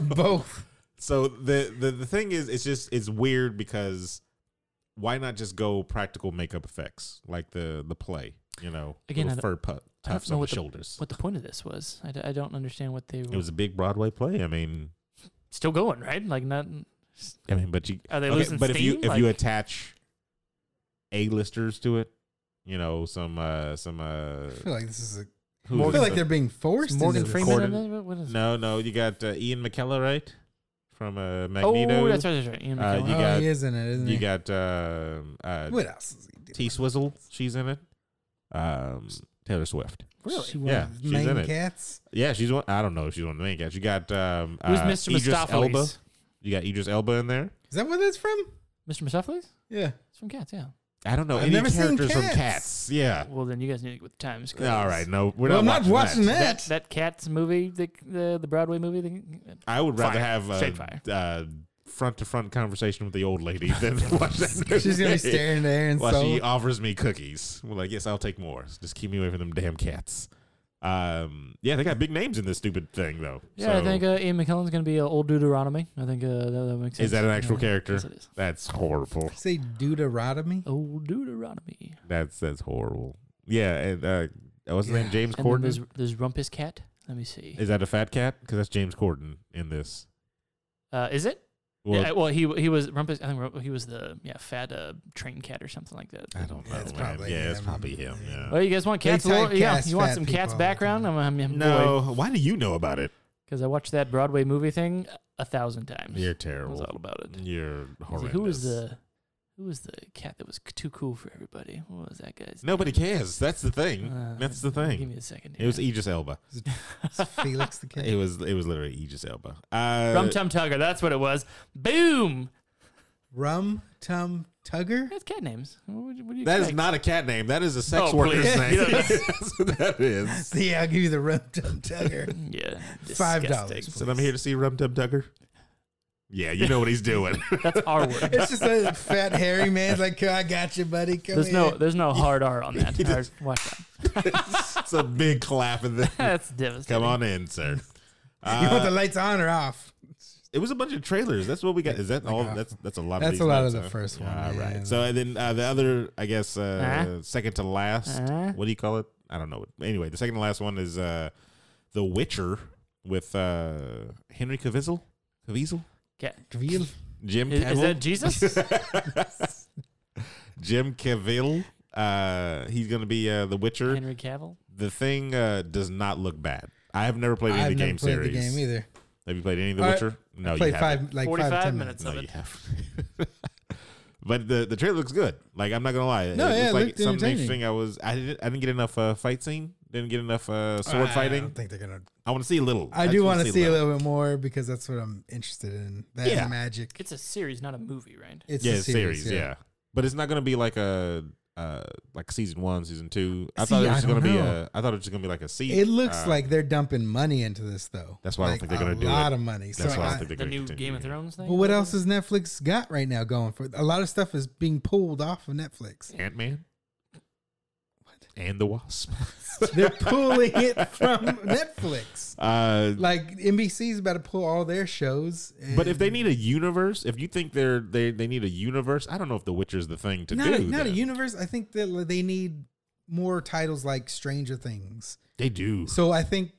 Speaker 3: Both.
Speaker 2: so the, the the thing is, it's just it's weird because why not just go practical makeup effects like the the play? You know,
Speaker 4: Again,
Speaker 2: little
Speaker 4: I don't-
Speaker 2: fur pu-
Speaker 4: I don't
Speaker 2: tufts
Speaker 4: know
Speaker 2: on the
Speaker 4: what the-
Speaker 2: shoulders.
Speaker 4: What the point of this was? I, d- I don't understand what they were.
Speaker 2: It was a big Broadway play. I mean,
Speaker 4: still going right. Like not.
Speaker 2: I mean, but you
Speaker 4: Are they
Speaker 2: Okay,
Speaker 4: losing
Speaker 2: but if you
Speaker 4: steam?
Speaker 2: if you
Speaker 4: Like-
Speaker 2: attach a listers to it, you know, some uh some uh
Speaker 3: I feel like this is a.
Speaker 2: who
Speaker 3: I
Speaker 2: is
Speaker 3: feel
Speaker 2: it?
Speaker 3: like they're being forced.
Speaker 4: Morgan
Speaker 3: into this.
Speaker 4: Freeman.
Speaker 2: recorded?
Speaker 4: and then- What is
Speaker 2: No, no, you got uh, Ian McKellar, right? from uh, Magneto.
Speaker 4: Oh, that's right. That's right. Ian
Speaker 2: Uh,
Speaker 4: McKellen.
Speaker 2: you
Speaker 3: oh,
Speaker 2: got-
Speaker 3: he is in it, isn't
Speaker 2: You
Speaker 3: he?
Speaker 2: got um, uh,
Speaker 3: what else? Is he doing?
Speaker 2: T Swizzle. She's in it. Um, Taylor Swift.
Speaker 4: Really?
Speaker 3: She one
Speaker 2: Yeah,
Speaker 3: of the
Speaker 2: she's
Speaker 3: main
Speaker 2: in it.
Speaker 3: cats.
Speaker 2: Yeah, she's one. I don't know if she's one of the main cats. You got um,
Speaker 4: Who's
Speaker 2: uh,
Speaker 4: Mr.
Speaker 2: Idris Elba.
Speaker 4: Mistopheles?
Speaker 2: You got Idris Elba in there.
Speaker 3: Is that where that's from?
Speaker 4: Mr. Mistopheles?
Speaker 3: Yeah.
Speaker 4: It's from Cats. Yeah.
Speaker 2: I don't know
Speaker 3: I've
Speaker 2: any
Speaker 3: never seen
Speaker 2: characters from
Speaker 3: Cats.
Speaker 2: Cats. Yeah.
Speaker 4: Well, then you guys need to get with the times. 'cause
Speaker 2: All right. No, we're
Speaker 3: Well, I'm
Speaker 2: not.
Speaker 3: not watching that.
Speaker 4: That that Cats movie, the the, the Broadway movie. The,
Speaker 2: I would rather
Speaker 4: Fire.
Speaker 2: have
Speaker 4: Straight fire.
Speaker 2: a uh, front-to-front conversation with the old lady than watch that.
Speaker 3: She's gonna
Speaker 2: movie.
Speaker 3: be staring there and
Speaker 2: While
Speaker 3: so
Speaker 2: she offers me cookies. We're like, yes, I'll take more. Just keep me away from them damn cats. Um, yeah, they got big names in this stupid thing, though.
Speaker 4: yeah, I
Speaker 2: So,
Speaker 4: think uh, Ian McKellen's going to be uh, old Deuteronomy. I think uh, that, that makes sense.
Speaker 2: Is that an
Speaker 4: Yeah,
Speaker 2: actual character?
Speaker 4: Yes, it is.
Speaker 2: That's horrible.
Speaker 3: say deuteronomy.
Speaker 4: Old Deuteronomy.
Speaker 2: That's that's horrible. Yeah, and uh, what's his
Speaker 3: Yeah.
Speaker 2: name? James
Speaker 4: And then
Speaker 2: Corden.
Speaker 4: there's, there's Rumpus Cat. Let me see.
Speaker 2: Is that a fat cat? Because that's James Corden in this.
Speaker 4: Uh, is it?
Speaker 2: Well,
Speaker 4: yeah, well, he he was Rumpus. I think Rump- he was the yeah fat uh, train cat or something like that.
Speaker 2: I don't know.
Speaker 3: That's
Speaker 2: man.
Speaker 3: probably
Speaker 2: yeah, it's
Speaker 3: him.
Speaker 2: probably him. Yeah.
Speaker 4: Well, you guys want cats?
Speaker 3: They
Speaker 4: Well, yeah,
Speaker 3: typecast
Speaker 4: you want
Speaker 3: fat
Speaker 4: some cats
Speaker 3: people all the
Speaker 4: background? I'm,
Speaker 3: time.
Speaker 4: I'm, I'm
Speaker 2: No, why do you know about it?
Speaker 4: because I watched that Broadway movie thing a thousand times.
Speaker 2: You're
Speaker 4: I was
Speaker 2: terrible.
Speaker 4: all about it.
Speaker 2: You're
Speaker 4: I was
Speaker 2: horrendous.
Speaker 4: like, who was the who was the cat that was c- too cool for everybody? What was that guy's?
Speaker 2: Nobody cares. That's the thing.
Speaker 4: Uh,
Speaker 2: That's the thing.
Speaker 4: Give me a second.
Speaker 2: It was E-
Speaker 4: here.
Speaker 2: Aegis Elba.
Speaker 3: It's Felix the cat.
Speaker 2: It was it was literally Aegis Elba. Uh,
Speaker 4: Rum Tum Tugger. That's what it was. Boom.
Speaker 3: Rum Tum Tugger.
Speaker 4: That's cat names. What, would you- what do you
Speaker 2: that is
Speaker 4: expect?
Speaker 2: not a cat name. That is a sex
Speaker 4: Oh,
Speaker 2: worker's
Speaker 4: please.
Speaker 2: name.
Speaker 4: You know,
Speaker 2: That's what that is.
Speaker 3: Yeah, I'll give you the Rum Tum Tugger.
Speaker 4: Yeah.
Speaker 3: Five
Speaker 4: disgusting.
Speaker 3: dollars.
Speaker 2: Said I'm here to see Rum Dub Tugger. Yeah, you know what he's doing.
Speaker 4: That's our word.
Speaker 3: it's just a fat hairy man's like, I got you, buddy. Come
Speaker 4: There's
Speaker 3: here.
Speaker 4: no there's no hard R on that. Hard- Watch out.
Speaker 2: it's a big clap in there.
Speaker 4: That's devastating.
Speaker 2: Come on in, sir.
Speaker 3: You want the
Speaker 2: Uh,
Speaker 3: lights on or off?
Speaker 2: it was a bunch of trailers. That's what we got. Is that all? That's that's a lot. of
Speaker 3: That's
Speaker 2: these
Speaker 3: a lot
Speaker 2: notes,
Speaker 3: of the
Speaker 2: huh?
Speaker 3: first one,
Speaker 2: All right.
Speaker 3: man.
Speaker 2: So and then uh, the other, I guess, uh,
Speaker 4: Uh-huh.
Speaker 2: second to last.
Speaker 4: Uh-huh.
Speaker 2: What do you call it? I don't know. Anyway, the second to last one is uh, The Witcher with uh, Henry Cavill. Cavill.
Speaker 4: Cat.
Speaker 3: Real.
Speaker 2: Jim
Speaker 4: Is,
Speaker 2: Cavill.
Speaker 4: is that Jesus?
Speaker 2: Jim Cavill. Uh, he's gonna be uh, The Witcher.
Speaker 4: Henry Cavill.
Speaker 2: The thing uh, does not look bad. I have never played any of
Speaker 3: I've
Speaker 2: the
Speaker 3: never
Speaker 2: game
Speaker 3: played
Speaker 2: series.
Speaker 3: the game either.
Speaker 2: Have you played any of The
Speaker 3: All right.
Speaker 2: Witcher? No, you
Speaker 3: played
Speaker 2: haven't.
Speaker 3: five, like
Speaker 4: Forty
Speaker 3: five,
Speaker 4: five
Speaker 3: ten
Speaker 4: minutes
Speaker 2: No,
Speaker 4: of
Speaker 2: you
Speaker 4: it.
Speaker 2: have. but the the trailer looks good. Like I'm not gonna lie,
Speaker 3: No,
Speaker 2: it
Speaker 3: yeah, it
Speaker 2: looks like
Speaker 3: looked
Speaker 2: something
Speaker 3: entertaining.
Speaker 2: interesting. I was I didn't I didn't get enough uh, fight scene. Didn't get enough uh,
Speaker 3: I
Speaker 2: sword
Speaker 3: don't
Speaker 2: fighting.
Speaker 3: think they're gonna.
Speaker 2: I want to see a little.
Speaker 3: I,
Speaker 2: just
Speaker 3: do
Speaker 2: wanna
Speaker 3: want to see a little bit more because that's what I'm interested in. That
Speaker 2: Yeah.
Speaker 3: magic.
Speaker 4: It's a series, not a movie, right?
Speaker 3: It's
Speaker 2: yeah,
Speaker 3: a
Speaker 2: series. yeah. but it's not gonna be like a uh, like season one, season two. I thought
Speaker 3: See,
Speaker 2: it
Speaker 3: I
Speaker 2: was
Speaker 3: don't
Speaker 2: gonna be
Speaker 3: know.
Speaker 2: a. I thought it was just gonna be like a Uh, season.
Speaker 3: It looks like they're dumping money into this though.
Speaker 2: That's why I don't think
Speaker 3: Like,
Speaker 2: they're gonna do
Speaker 3: a lot
Speaker 2: it.
Speaker 3: of money. So
Speaker 2: That's why I
Speaker 3: I-
Speaker 2: don't think they're
Speaker 4: The
Speaker 2: gonna
Speaker 4: new
Speaker 2: continue
Speaker 4: Game of
Speaker 2: it.
Speaker 4: Thrones thing.
Speaker 3: well, what else has Netflix got right now going for? A lot of stuff is being pulled off of Netflix.
Speaker 2: Ant Man. And the Wasp.
Speaker 3: They're pulling it from Netflix.
Speaker 2: Uh,
Speaker 3: Like NBC's about to pull all their shows.
Speaker 2: But if they
Speaker 3: and-
Speaker 2: need a universe, if you think they're they, they need a universe, I don't know if The Witcher's the thing to
Speaker 3: not
Speaker 2: do.
Speaker 3: a, not a
Speaker 2: then.
Speaker 3: universe, I think that they need more titles like Stranger Things.
Speaker 2: They do.
Speaker 3: So I think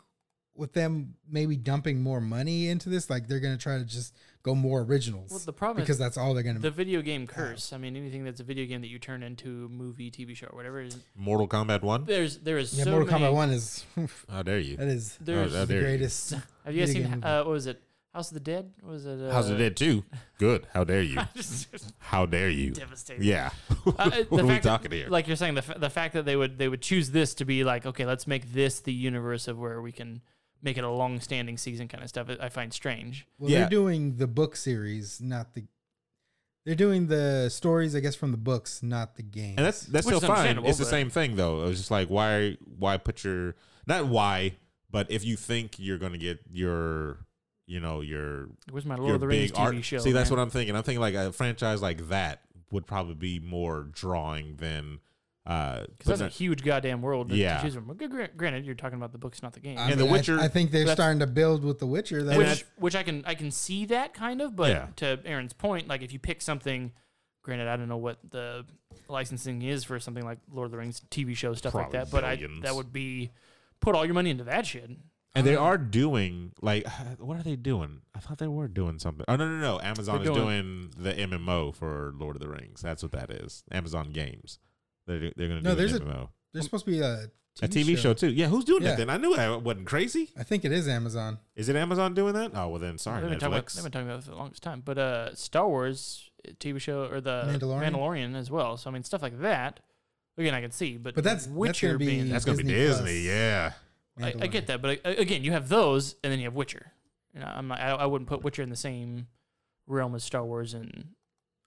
Speaker 3: with them maybe dumping more money into this, like they're gonna try to just go more originals.
Speaker 4: Well, the problem is
Speaker 3: because that's all they're gonna.
Speaker 4: the video game curse. I mean, anything that's a video game that you turn into a movie, TV show, or whatever. Is,
Speaker 2: Mortal Kombat One.
Speaker 4: there's there is
Speaker 3: yeah,
Speaker 4: so
Speaker 3: Mortal
Speaker 4: many.
Speaker 3: Kombat One is
Speaker 2: How dare you?
Speaker 3: that is
Speaker 4: There's
Speaker 2: how
Speaker 3: the
Speaker 2: dare you.
Speaker 3: greatest.
Speaker 4: Have you guys
Speaker 3: video
Speaker 4: seen
Speaker 3: game movie.
Speaker 4: uh, what was it? House of the Dead? What was it? Uh,
Speaker 2: How's it Dead Two? Good. How dare you?
Speaker 4: Just
Speaker 2: How dare you?
Speaker 4: devastating.
Speaker 2: Yeah.
Speaker 4: Uh, the
Speaker 2: what are we
Speaker 4: fact that-
Speaker 2: talking here?
Speaker 4: Like you're saying, the, fa- the fact that they would they would choose this to be like, okay, let's make this the universe of where we can make it a long-standing season kind of stuff. I I find strange.
Speaker 3: Well,
Speaker 2: Yeah.
Speaker 3: they're doing the book series, not the. They're doing the stories, I guess, from the books, not the game.
Speaker 2: and that's that's
Speaker 4: Which
Speaker 2: still
Speaker 4: is
Speaker 2: fine.
Speaker 4: understandable,
Speaker 2: It's the
Speaker 4: but-
Speaker 2: same thing though. It was just like why why put your not why, but if you think you're gonna get your you know your
Speaker 4: Where's my Lord
Speaker 2: your
Speaker 4: of the Rings
Speaker 2: big
Speaker 4: TV
Speaker 2: art.
Speaker 4: show?
Speaker 2: See, that's
Speaker 4: man?
Speaker 2: what I'm thinking. I'm thinking like a franchise like that would probably be more drawing than. Uh,
Speaker 4: Because
Speaker 2: putting
Speaker 4: that's a huge goddamn world to,
Speaker 2: Yeah.
Speaker 4: to choose from. Well, gr- Granted, you're talking about the books, not the game.
Speaker 3: I
Speaker 2: and The
Speaker 3: mean, I-
Speaker 2: Witcher-
Speaker 3: I, think they're
Speaker 4: that's-
Speaker 3: starting to build with The Witcher. That
Speaker 2: And
Speaker 4: which
Speaker 2: that-
Speaker 4: which I can I can see that kind of, but
Speaker 2: Yeah.
Speaker 4: to Aaron's point, like if you pick something, granted I don't know what the licensing is for something like Lord of the Rings TV show stuff
Speaker 2: Probably
Speaker 4: like that, but I
Speaker 2: billions.
Speaker 4: that would be put all your money into that shit.
Speaker 2: And they are doing like what are they doing? I thought they were doing something. Oh no no no! Amazon
Speaker 4: They're
Speaker 2: is
Speaker 4: doing-
Speaker 2: doing the MMO for Lord of the Rings. That's what that is. Amazon Games. They're they're gonna
Speaker 3: No,
Speaker 2: do
Speaker 3: there's
Speaker 2: an
Speaker 3: a-
Speaker 2: MMO.
Speaker 3: there's supposed to be a
Speaker 2: a TV show. too. Yeah, who's doing
Speaker 3: Yeah.
Speaker 2: that then? I knew I wasn't crazy.
Speaker 3: I think it is Amazon.
Speaker 2: Is it Amazon doing that? Oh well, then sorry,
Speaker 4: they've, been talking about,
Speaker 2: Netflix.
Speaker 4: they've been talking about it for the longest time. But uh, Star Wars uh, TV show or the
Speaker 3: Mandalorian?
Speaker 4: Mandalorian, as well. So I mean, stuff like that. Again, I can see, but
Speaker 3: But that's- that's
Speaker 4: Witcher
Speaker 3: gonna be-
Speaker 4: being.
Speaker 2: That's gonna be
Speaker 3: Disney Plus.
Speaker 2: Disney. Yeah,
Speaker 4: I, I
Speaker 3: Mandalorian.
Speaker 4: get that, but uh, again, you have those, and then you have Witcher. You know, I'm not, I, I wouldn't put Witcher in the same realm as Star Wars and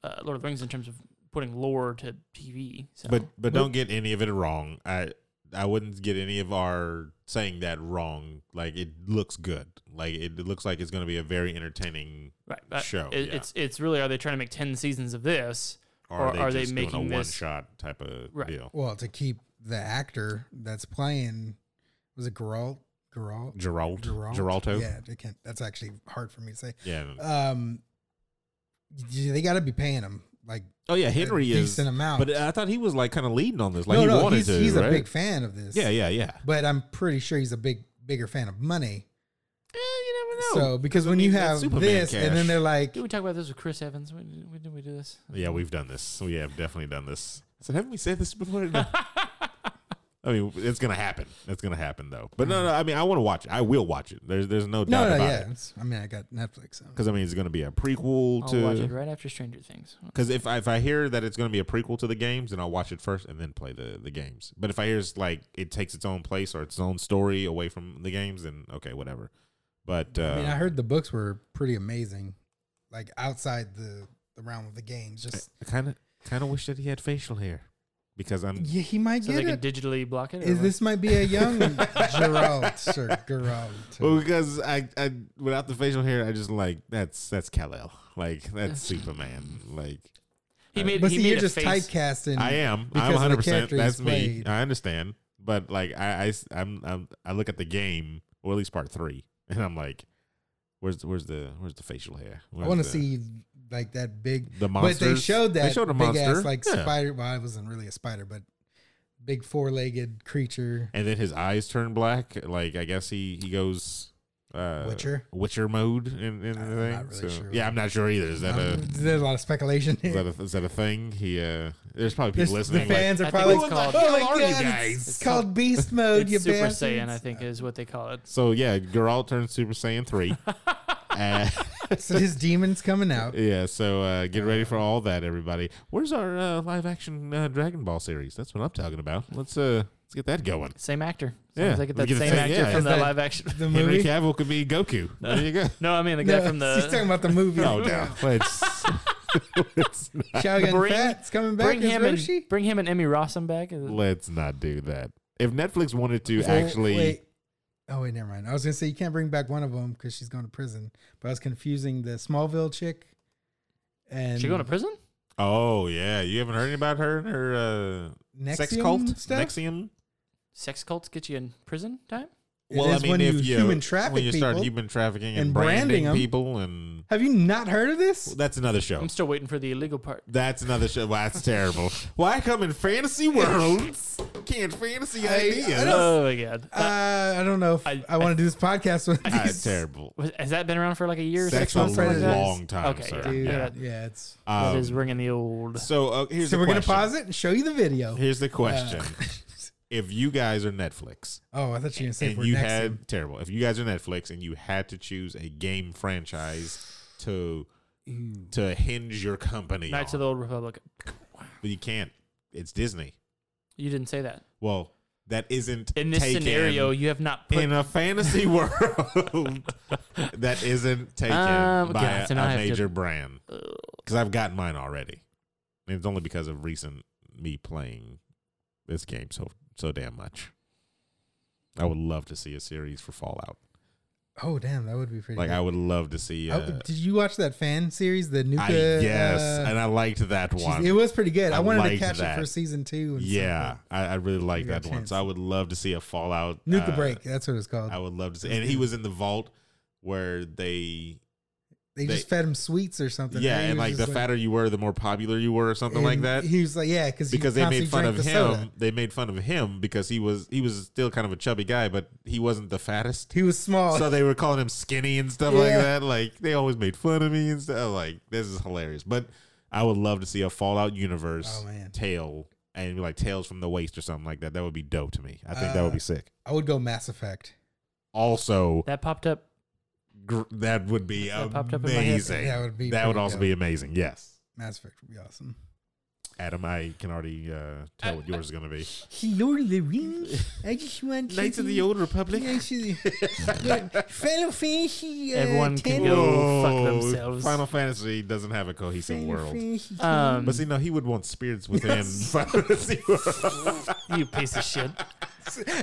Speaker 4: uh, Lord of the Rings in terms of putting lore to TV. So.
Speaker 2: but but don't get any of it wrong. I I wouldn't get any of our saying that wrong. Like it looks good. Like it, it looks like it's gonna be a very entertaining.
Speaker 4: right, uh,
Speaker 2: show,
Speaker 4: it-
Speaker 2: yeah.
Speaker 4: It's it's really are they trying to make ten seasons of this?
Speaker 2: Or
Speaker 4: Or are they
Speaker 2: just
Speaker 4: making
Speaker 2: doing a one
Speaker 4: this-
Speaker 2: shot type of
Speaker 4: Right.
Speaker 2: deal?
Speaker 3: Well, to keep the actor that's playing, was it Geralt? Geralt?
Speaker 2: Geralt,
Speaker 3: Geralt?
Speaker 2: Geralto. Yeah.
Speaker 3: Yeah, I can't, that's actually hard for me to say. Um, y- they got to be paying him like
Speaker 2: Oh yeah, Henry
Speaker 3: a
Speaker 2: is.
Speaker 3: decent amount.
Speaker 2: But I thought he was like kind of leading on this. Like
Speaker 3: no,
Speaker 2: he
Speaker 3: no,
Speaker 2: wanted
Speaker 3: he's,
Speaker 2: to.
Speaker 3: he's
Speaker 2: right?
Speaker 3: a big fan of this.
Speaker 2: Yeah, yeah, yeah.
Speaker 3: But I'm pretty sure he's a big bigger fan of money.
Speaker 2: Eh, you
Speaker 3: so because when
Speaker 2: I mean,
Speaker 3: you
Speaker 2: that's
Speaker 3: have
Speaker 2: Superman
Speaker 3: this,
Speaker 2: cash.
Speaker 3: and then they're like,
Speaker 4: Did we talk about this with Chris Evans? When, when did we do this?
Speaker 2: Yeah, we've done this. We have definitely done this. So haven't we said this before? No. I mean, it's gonna happen. It's gonna happen though. But no, no. I mean, I want to watch it. I will watch it. There's, there's no doubt
Speaker 3: no, no,
Speaker 2: about
Speaker 3: yeah.
Speaker 2: it.
Speaker 3: it's- I mean, I got Netflix. So.
Speaker 2: Because I mean, it's gonna be a prequel
Speaker 4: I'll watch it
Speaker 2: to.
Speaker 4: right after Stranger Things.
Speaker 2: Because if I, if I hear that it's gonna be a prequel to the games, then I'll watch it first and then play the the games. But if I hear it's like it takes its own place or its own story away from the games, then okay, whatever. But uh,
Speaker 3: I mean, I heard the books were pretty amazing, like outside the, the realm of the games. Just
Speaker 2: I kind of kind of wish that he had facial hair because I'm
Speaker 3: yeah, he might
Speaker 4: So they
Speaker 3: get
Speaker 4: can
Speaker 3: it.
Speaker 4: digitally block it. or
Speaker 3: Is
Speaker 4: what?
Speaker 3: this might be a young Geralt or Geralt?
Speaker 2: Well, because I, I without the facial hair, I just like that's that's Kal-El, like that's Superman, like
Speaker 4: He made.
Speaker 3: but
Speaker 4: he
Speaker 3: see,
Speaker 4: made
Speaker 3: you're
Speaker 4: a
Speaker 3: just
Speaker 4: face.
Speaker 3: typecasting.
Speaker 2: I am,
Speaker 3: because of
Speaker 2: I'm 100.
Speaker 3: the
Speaker 2: percent
Speaker 3: character he's
Speaker 2: That's me.
Speaker 3: played.
Speaker 2: I understand, but like I, am I'm I look at the game, or at least part three, and I'm like, where's the, where's the where's the facial hair?
Speaker 3: I want to
Speaker 2: Where's the-
Speaker 3: see like that big.
Speaker 2: the
Speaker 3: But
Speaker 2: monsters.
Speaker 3: they showed that
Speaker 2: they showed a
Speaker 3: big
Speaker 2: monster,
Speaker 3: ass like
Speaker 2: yeah.
Speaker 3: spider. Well, it wasn't really a spider, but big four legged creature.
Speaker 2: and then his eyes turn black. Like I guess he he goes. Uh,
Speaker 3: Witcher?
Speaker 2: Witcher mode, and, and
Speaker 3: I'm
Speaker 2: thing.
Speaker 3: not really
Speaker 2: So-
Speaker 3: sure.
Speaker 2: Yeah, I'm not sure either. Is that a
Speaker 3: Um, there's a lot of speculation.
Speaker 2: Is that a, is that a thing? He uh, there's probably
Speaker 3: There's-
Speaker 2: people
Speaker 3: the
Speaker 2: listening.
Speaker 3: fans
Speaker 4: I
Speaker 3: are
Speaker 4: think
Speaker 3: probably
Speaker 4: it's
Speaker 3: like,
Speaker 4: called-
Speaker 3: "Oh my
Speaker 2: How
Speaker 3: god,
Speaker 2: are you
Speaker 3: it's-
Speaker 2: guys?"
Speaker 3: it's, called Beast Mode,
Speaker 4: It's
Speaker 3: you
Speaker 4: Super
Speaker 3: bastards!"
Speaker 4: Saiyan, I think, is what they call it.
Speaker 2: so yeah, Geralt turns Super Saiyan three. Uh,
Speaker 3: So his demons coming out.
Speaker 2: yeah, so uh, get ready for all that, everybody. Where's our uh, live action uh, Dragon Ball series? That's what I'm talking about. Let's uh, let's get that going.
Speaker 4: Same actor. As
Speaker 2: Yeah,
Speaker 4: long as they get
Speaker 2: we
Speaker 4: that
Speaker 2: get
Speaker 4: same
Speaker 2: the same-
Speaker 4: actor
Speaker 2: yeah.
Speaker 4: from the
Speaker 3: Is that-
Speaker 4: live action.
Speaker 3: The
Speaker 2: Henry
Speaker 3: movie.
Speaker 2: Cavill could be Goku. There you go.
Speaker 4: No, I mean the guy
Speaker 3: No,
Speaker 4: from
Speaker 3: he's talking
Speaker 4: the.
Speaker 3: about the movie.
Speaker 2: No, Oh, no, it's, let's
Speaker 3: Shogun
Speaker 4: Bring-
Speaker 3: Fat's coming back
Speaker 4: Bring
Speaker 3: as
Speaker 4: him
Speaker 3: Roshi.
Speaker 4: and bring him and Emmy Rossum back.
Speaker 2: let's not do that. If Netflix wanted to
Speaker 3: Oh,
Speaker 2: actually,
Speaker 3: wait. Oh wait, never mind. I was gonna say you can't bring back one of them because she's going to prison, but I was confusing the Smallville chick. And
Speaker 4: She going to prison?
Speaker 2: oh yeah, you haven't heard about her and her uh,
Speaker 3: Nexium
Speaker 2: sex cult
Speaker 3: stuff.
Speaker 2: Nexium.
Speaker 4: Sex cults get you in prison time.
Speaker 3: It is when you human traffic
Speaker 2: when you start
Speaker 3: people
Speaker 2: human trafficking and,
Speaker 3: and branding
Speaker 2: branding,
Speaker 3: 'em.
Speaker 2: people, and
Speaker 3: Have you not heard of
Speaker 2: Well,
Speaker 3: this?
Speaker 2: that's another show.
Speaker 4: I'm still waiting for the illegal part.
Speaker 2: That's another show. Well, that's terrible. Why I come in fantasy worlds? Can't fantasy ideas.
Speaker 4: Oh my god.
Speaker 3: Uh, I don't know if I,
Speaker 4: I-
Speaker 3: want to do this podcast with
Speaker 2: Ah,
Speaker 3: these.
Speaker 2: terrible.
Speaker 4: Was- Has that been around for like a year? or
Speaker 2: That's
Speaker 4: six
Speaker 2: a
Speaker 4: months, something like that?
Speaker 2: long time,
Speaker 4: Okay,
Speaker 2: sir.
Speaker 4: yeah.
Speaker 3: Dude,
Speaker 2: Yeah.
Speaker 3: yeah. it's.
Speaker 2: Um,
Speaker 4: that is ringing the old.
Speaker 2: so uh, here's
Speaker 3: So
Speaker 2: the
Speaker 3: we're gonna
Speaker 2: question.
Speaker 3: pause it Uh, and show you the video.
Speaker 2: Here's the question: If you guys are Netflix
Speaker 3: Oh, I thought you were gonna say
Speaker 2: and
Speaker 3: for
Speaker 2: you
Speaker 3: next.
Speaker 2: had
Speaker 3: year.
Speaker 2: terrible, if you guys are Netflix and you had to choose a game franchise to to hinge your company,
Speaker 4: Knights
Speaker 2: on,
Speaker 4: of the Old Republic.
Speaker 2: but you can't. It's Disney.
Speaker 4: You didn't say that.
Speaker 2: Well, that isn't
Speaker 4: In this
Speaker 2: taken
Speaker 4: scenario, you have not put.
Speaker 2: in a fantasy world that isn't taken
Speaker 4: Um,
Speaker 2: by
Speaker 4: God, so
Speaker 2: a,
Speaker 4: now I have to-
Speaker 2: major brand. Because I've gotten mine already. And it's only because of recent me playing this game so so damn much. I would love to see a series for Fallout.
Speaker 3: Oh damn, that would be pretty.
Speaker 2: Like
Speaker 3: good.
Speaker 2: I would love to see.
Speaker 3: I-
Speaker 2: Uh,
Speaker 3: did you watch that fan series, the Nuka?
Speaker 2: I yes,
Speaker 3: uh,
Speaker 2: and I liked that
Speaker 3: she's-
Speaker 2: one.
Speaker 3: it was pretty good. I,
Speaker 2: I
Speaker 3: wanted to
Speaker 2: liked
Speaker 3: catch
Speaker 2: that.
Speaker 3: it for season two. and stuff,
Speaker 2: yeah,
Speaker 3: but-
Speaker 2: I, I really like
Speaker 3: You got
Speaker 2: that
Speaker 3: a
Speaker 2: one.
Speaker 3: chance.
Speaker 2: So I would love to see a Fallout
Speaker 3: Nuka
Speaker 2: uh,
Speaker 3: Break. That's what it's called.
Speaker 2: I would love to see, and he was in the vault where they
Speaker 3: they,
Speaker 2: they-
Speaker 3: just fed him sweets or something.
Speaker 2: yeah,
Speaker 3: right? He
Speaker 2: and
Speaker 3: was
Speaker 2: like
Speaker 3: just
Speaker 2: the fatter you were, the more popular you were, or something like
Speaker 3: and
Speaker 2: that.
Speaker 3: He was like, yeah, because
Speaker 2: because they made fun of him, they made fun of him because he was he was still kind of a chubby guy, but he wasn't the fattest.
Speaker 3: He was small. Oh,
Speaker 2: So they were calling him skinny and stuff like
Speaker 3: Yeah.
Speaker 2: that. Like they always made fun of me and stuff. Like this is hilarious. But I would love to see a Fallout universe
Speaker 3: Oh, man.
Speaker 2: tale and it'd be like Tales from the Waste or something like that. That would be dope to me. I think that would
Speaker 3: Uh,
Speaker 2: be sick.
Speaker 3: I would go Mass Effect.
Speaker 2: Also,
Speaker 4: That popped up.
Speaker 2: gr- that would be
Speaker 4: That popped up in my head.
Speaker 2: amazing.
Speaker 3: That would be
Speaker 2: That would
Speaker 3: pretty
Speaker 2: also
Speaker 3: dope.
Speaker 2: be amazing. Yes,
Speaker 3: Mass Effect would be awesome.
Speaker 2: Adam, I can already uh, tell what yours is gonna be.
Speaker 3: Lord of the Rings. I just want
Speaker 2: Knights of the Old Republic.
Speaker 3: Final Fantasy.
Speaker 4: Everyone can 10. go fuck themselves.
Speaker 2: Final Fantasy doesn't have a cohesive world.
Speaker 4: Um,
Speaker 2: But see, no, he would want spirits within Final Fantasy world.
Speaker 4: you piece of shit.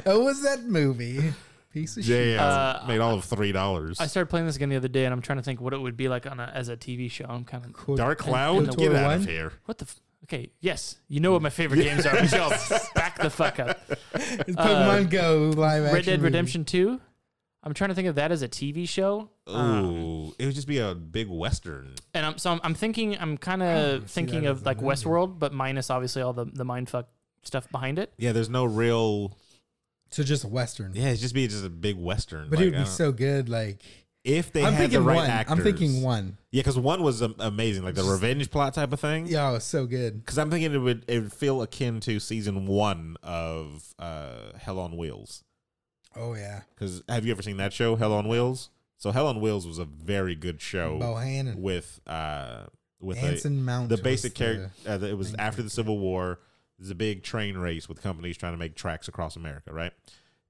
Speaker 3: oh, was that movie? Piece of shit.
Speaker 2: JS
Speaker 4: Uh,
Speaker 2: made all of three dollars.
Speaker 4: I started playing this again the other day, and I'm trying to think what it would be like on a, as a TV show. I'm kind of
Speaker 3: Cool.
Speaker 2: Dark
Speaker 4: and
Speaker 2: Cloud,
Speaker 4: the
Speaker 2: get
Speaker 3: Tour
Speaker 2: out of
Speaker 3: One?
Speaker 2: here.
Speaker 4: what the. F- okay, yes, you know what my favorite games are. Michelle, back the fuck up.
Speaker 3: It's
Speaker 2: uh,
Speaker 3: Pokemon Go live action.
Speaker 4: Red Dead
Speaker 3: movie.
Speaker 4: Redemption Two. I'm trying to think of that as a TV show.
Speaker 3: Uh,
Speaker 4: Um,
Speaker 2: Ooh, it would just be a big western.
Speaker 4: and I'm so I'm, I'm thinking I'm kind
Speaker 3: see
Speaker 4: of thinking
Speaker 3: that
Speaker 4: of
Speaker 3: as
Speaker 4: like
Speaker 3: an idea.
Speaker 4: Westworld, but minus obviously all the the mindfuck stuff behind it.
Speaker 2: Yeah, there's no real.
Speaker 3: So just a western.
Speaker 2: Yeah, it'd just be just a big western. Like,
Speaker 3: But
Speaker 2: uh,
Speaker 3: it would
Speaker 2: I
Speaker 3: be
Speaker 2: don't-
Speaker 3: so good. Like
Speaker 2: if they
Speaker 3: I'm
Speaker 2: had the
Speaker 3: thinking
Speaker 2: right
Speaker 3: one.
Speaker 2: actors.
Speaker 3: I'm thinking one.
Speaker 2: Yeah, because one was um, amazing, like the revenge plot type of thing.
Speaker 3: Yeah, it was so good.
Speaker 2: Because I'm thinking it would it would feel akin to season one of uh, Hell on Wheels.
Speaker 3: Oh yeah,
Speaker 2: Because have you ever seen that show, Hell on Wheels? So Hell on Wheels was a very good show
Speaker 3: Bohannon.
Speaker 2: with uh with a-
Speaker 3: Anson Mount.
Speaker 2: the
Speaker 3: was
Speaker 2: basic character. Uh, it was
Speaker 3: main
Speaker 2: after the Civil War. There's a big train race with companies trying to make tracks across America, right?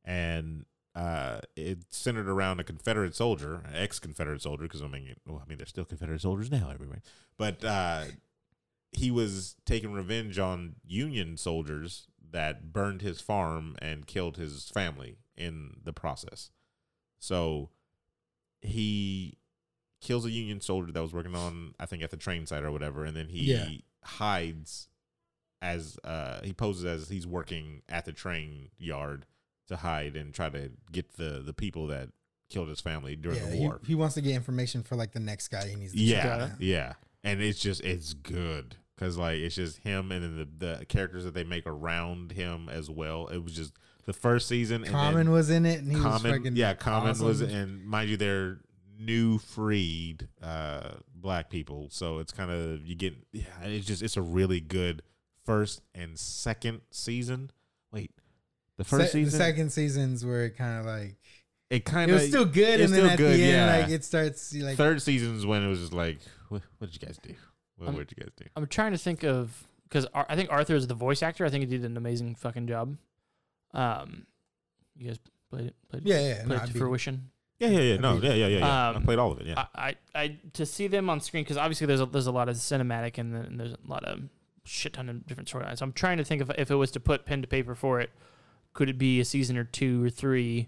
Speaker 2: And uh, it centered around a Confederate soldier, an ex-Confederate soldier, because I mean, well, I mean, there's still Confederate soldiers now everywhere. But uh, he was taking revenge on Union soldiers that burned his farm and killed his family in the process. So he kills a Union soldier that was working on, I think, at the train site or whatever, and then he
Speaker 3: Yeah.
Speaker 2: hides as uh, he poses as he's working at the train yard to hide and try to get the the people that killed his family during
Speaker 3: Yeah,
Speaker 2: the
Speaker 3: he,
Speaker 2: war.
Speaker 3: he wants to get information for like the next guy he needs. To check
Speaker 2: Yeah,
Speaker 3: out.
Speaker 2: yeah, and it's just it's good because like it's just him and then the, the characters that they make around him as well. It was just the first season. and
Speaker 3: Common
Speaker 2: then
Speaker 3: was in it, and he
Speaker 2: Common,
Speaker 3: was fucking
Speaker 2: yeah, Common was,
Speaker 3: awesome.
Speaker 2: and mind you, they're new freed uh black people, so it's kind of you get. Yeah, it's just it's a really good first and second season. Wait, the first
Speaker 3: Se-
Speaker 2: season,
Speaker 3: The second season's where it kind of like
Speaker 2: it kind
Speaker 3: it
Speaker 2: of
Speaker 3: was still good,
Speaker 2: it's
Speaker 3: and then
Speaker 2: still
Speaker 3: at
Speaker 2: good,
Speaker 3: the end,
Speaker 2: yeah.
Speaker 3: like it starts like
Speaker 2: third season's when it was just like, what, what did you guys do? What
Speaker 4: Um,
Speaker 2: what did you guys do?
Speaker 4: I'm trying to think of because Ar- I think Arthur is the voice actor. I think he did an amazing fucking job. Um, you guys played it, played
Speaker 3: yeah,
Speaker 4: it,
Speaker 3: yeah, no,
Speaker 4: played it
Speaker 3: I'd
Speaker 4: to
Speaker 3: be-
Speaker 4: fruition.
Speaker 2: Yeah, yeah, yeah. No,
Speaker 3: mean,
Speaker 2: yeah, yeah, yeah. yeah. I
Speaker 4: um,
Speaker 2: played all of it. Yeah.
Speaker 4: I, I, I to see them on screen because obviously there's a, there's a lot of cinematic and, then there's a lot of shit ton of different storylines. I'm trying to think of if it was to put pen to paper for it, could it be a season or two or three,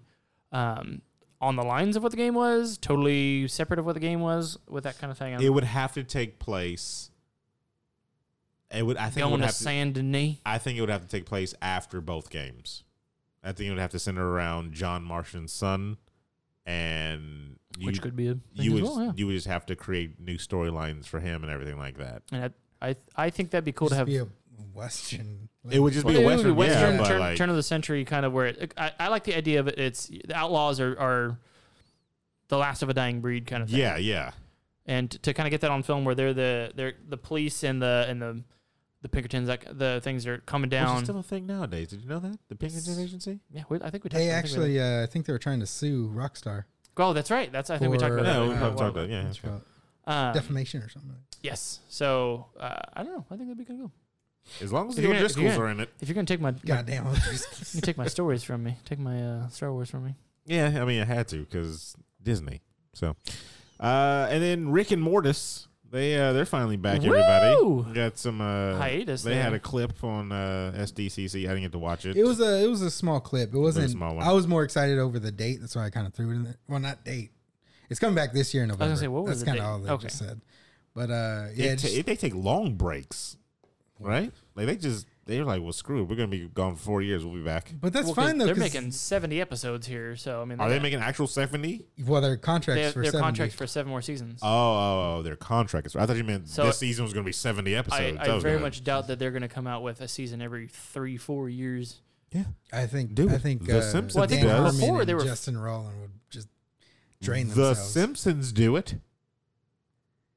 Speaker 4: um, on the lines of what the game was, totally separate of what the game was, with that kind of thing. I'm
Speaker 2: it would have to take place. It would. I think. It
Speaker 4: going
Speaker 2: would
Speaker 4: to
Speaker 2: have to,
Speaker 4: Saint Denis.
Speaker 2: I think it would have to take place after both games. I think it would have to center around John Martian's son, and you,
Speaker 4: which could be a thing
Speaker 2: you
Speaker 4: as
Speaker 2: would
Speaker 4: well, yeah.
Speaker 2: you would just have to create new storylines for him and everything like that.
Speaker 4: and I, I, I think that'd be cool to
Speaker 3: just
Speaker 4: have.
Speaker 3: be a western.
Speaker 2: It would just be
Speaker 4: It
Speaker 2: a
Speaker 4: would
Speaker 2: western,
Speaker 3: Western
Speaker 2: yeah, but
Speaker 4: turn,
Speaker 2: like,
Speaker 4: turn of the century kind of where it, I, I like the idea of it. It's the outlaws are, are the last of a dying breed kind of thing.
Speaker 2: yeah, yeah,
Speaker 4: and to kind of get that on film where they're the they're the police and the and the the Pinkertons like the things that are coming
Speaker 2: which
Speaker 4: down.
Speaker 2: is still a thing nowadays. Did you know that the Pinkerton Agency?
Speaker 4: yeah, we, I think we talked.
Speaker 3: They
Speaker 4: I think we talked-
Speaker 3: actually, uh, I think they were trying to sue Rockstar.
Speaker 4: oh, that's right. That's I think we talked
Speaker 3: for,
Speaker 4: about
Speaker 2: Yeah,
Speaker 4: that.
Speaker 2: we
Speaker 4: a
Speaker 3: uh,
Speaker 2: probably
Speaker 4: while
Speaker 2: talked about it. Yeah,
Speaker 3: That's
Speaker 2: okay.
Speaker 3: about
Speaker 4: ago. Um,
Speaker 3: defamation or something.
Speaker 4: Yes. So uh, I don't know. I think that'd be kind of cool.
Speaker 2: As long as
Speaker 4: If
Speaker 2: the
Speaker 4: you're gonna- if you're
Speaker 2: O'Driscolls
Speaker 4: gonna-
Speaker 2: are in it.
Speaker 4: If you're gonna take my, my-
Speaker 3: Goddamn.
Speaker 4: you take my stories from me. Take my uh, Star Wars from me.
Speaker 2: Yeah, I mean, I had to because Disney. So, uh, and then Rick and Mortis, they uh, they're finally back.
Speaker 4: Woo!
Speaker 2: Everybody got some uh,
Speaker 4: Hiatus
Speaker 2: They
Speaker 4: there.
Speaker 2: had a clip on uh, SDCC. I didn't get to watch it.
Speaker 3: It was a it was a small clip. It wasn't.
Speaker 2: small one.
Speaker 3: I was more excited over the date. That's why I kind of threw it in there. Well, not date. It's coming back this year in November.
Speaker 4: gonna say, what
Speaker 3: That's
Speaker 4: was the
Speaker 3: kind of
Speaker 4: date?
Speaker 3: all they
Speaker 4: Okay.
Speaker 3: just said. But uh,
Speaker 2: It
Speaker 3: yeah,
Speaker 2: ta-
Speaker 3: just-
Speaker 2: it- they take long breaks, right? Like they just they're like, well, screw it. We're gonna be gone for four years. We'll be back.
Speaker 3: but that's
Speaker 4: Well, 'cause
Speaker 3: fine though.
Speaker 4: They're
Speaker 3: 'cause-
Speaker 4: making 70 episodes here, so I mean,
Speaker 2: Are they
Speaker 4: got-
Speaker 2: making actual seventy?
Speaker 3: well, their
Speaker 4: they
Speaker 3: contracts
Speaker 4: have-
Speaker 3: for
Speaker 4: their
Speaker 3: 70.
Speaker 4: contracts for seven more seasons?
Speaker 2: Oh, oh, oh, their contract is. I thought you meant
Speaker 4: So-
Speaker 2: this season was gonna be seventy
Speaker 4: I,
Speaker 2: episodes. That
Speaker 4: I
Speaker 2: was
Speaker 4: very
Speaker 2: good.
Speaker 4: much doubt that they're going to come out with a season every three, four years.
Speaker 2: yeah.
Speaker 3: I think.
Speaker 2: Dude,
Speaker 3: I think.
Speaker 2: The
Speaker 3: uh,
Speaker 2: Simpsons
Speaker 4: Well, I think
Speaker 3: Dan
Speaker 4: before
Speaker 3: Harmon and
Speaker 4: they were-
Speaker 3: Justin Rollin would just drain
Speaker 2: the
Speaker 3: themselves.
Speaker 2: Simpsons do it.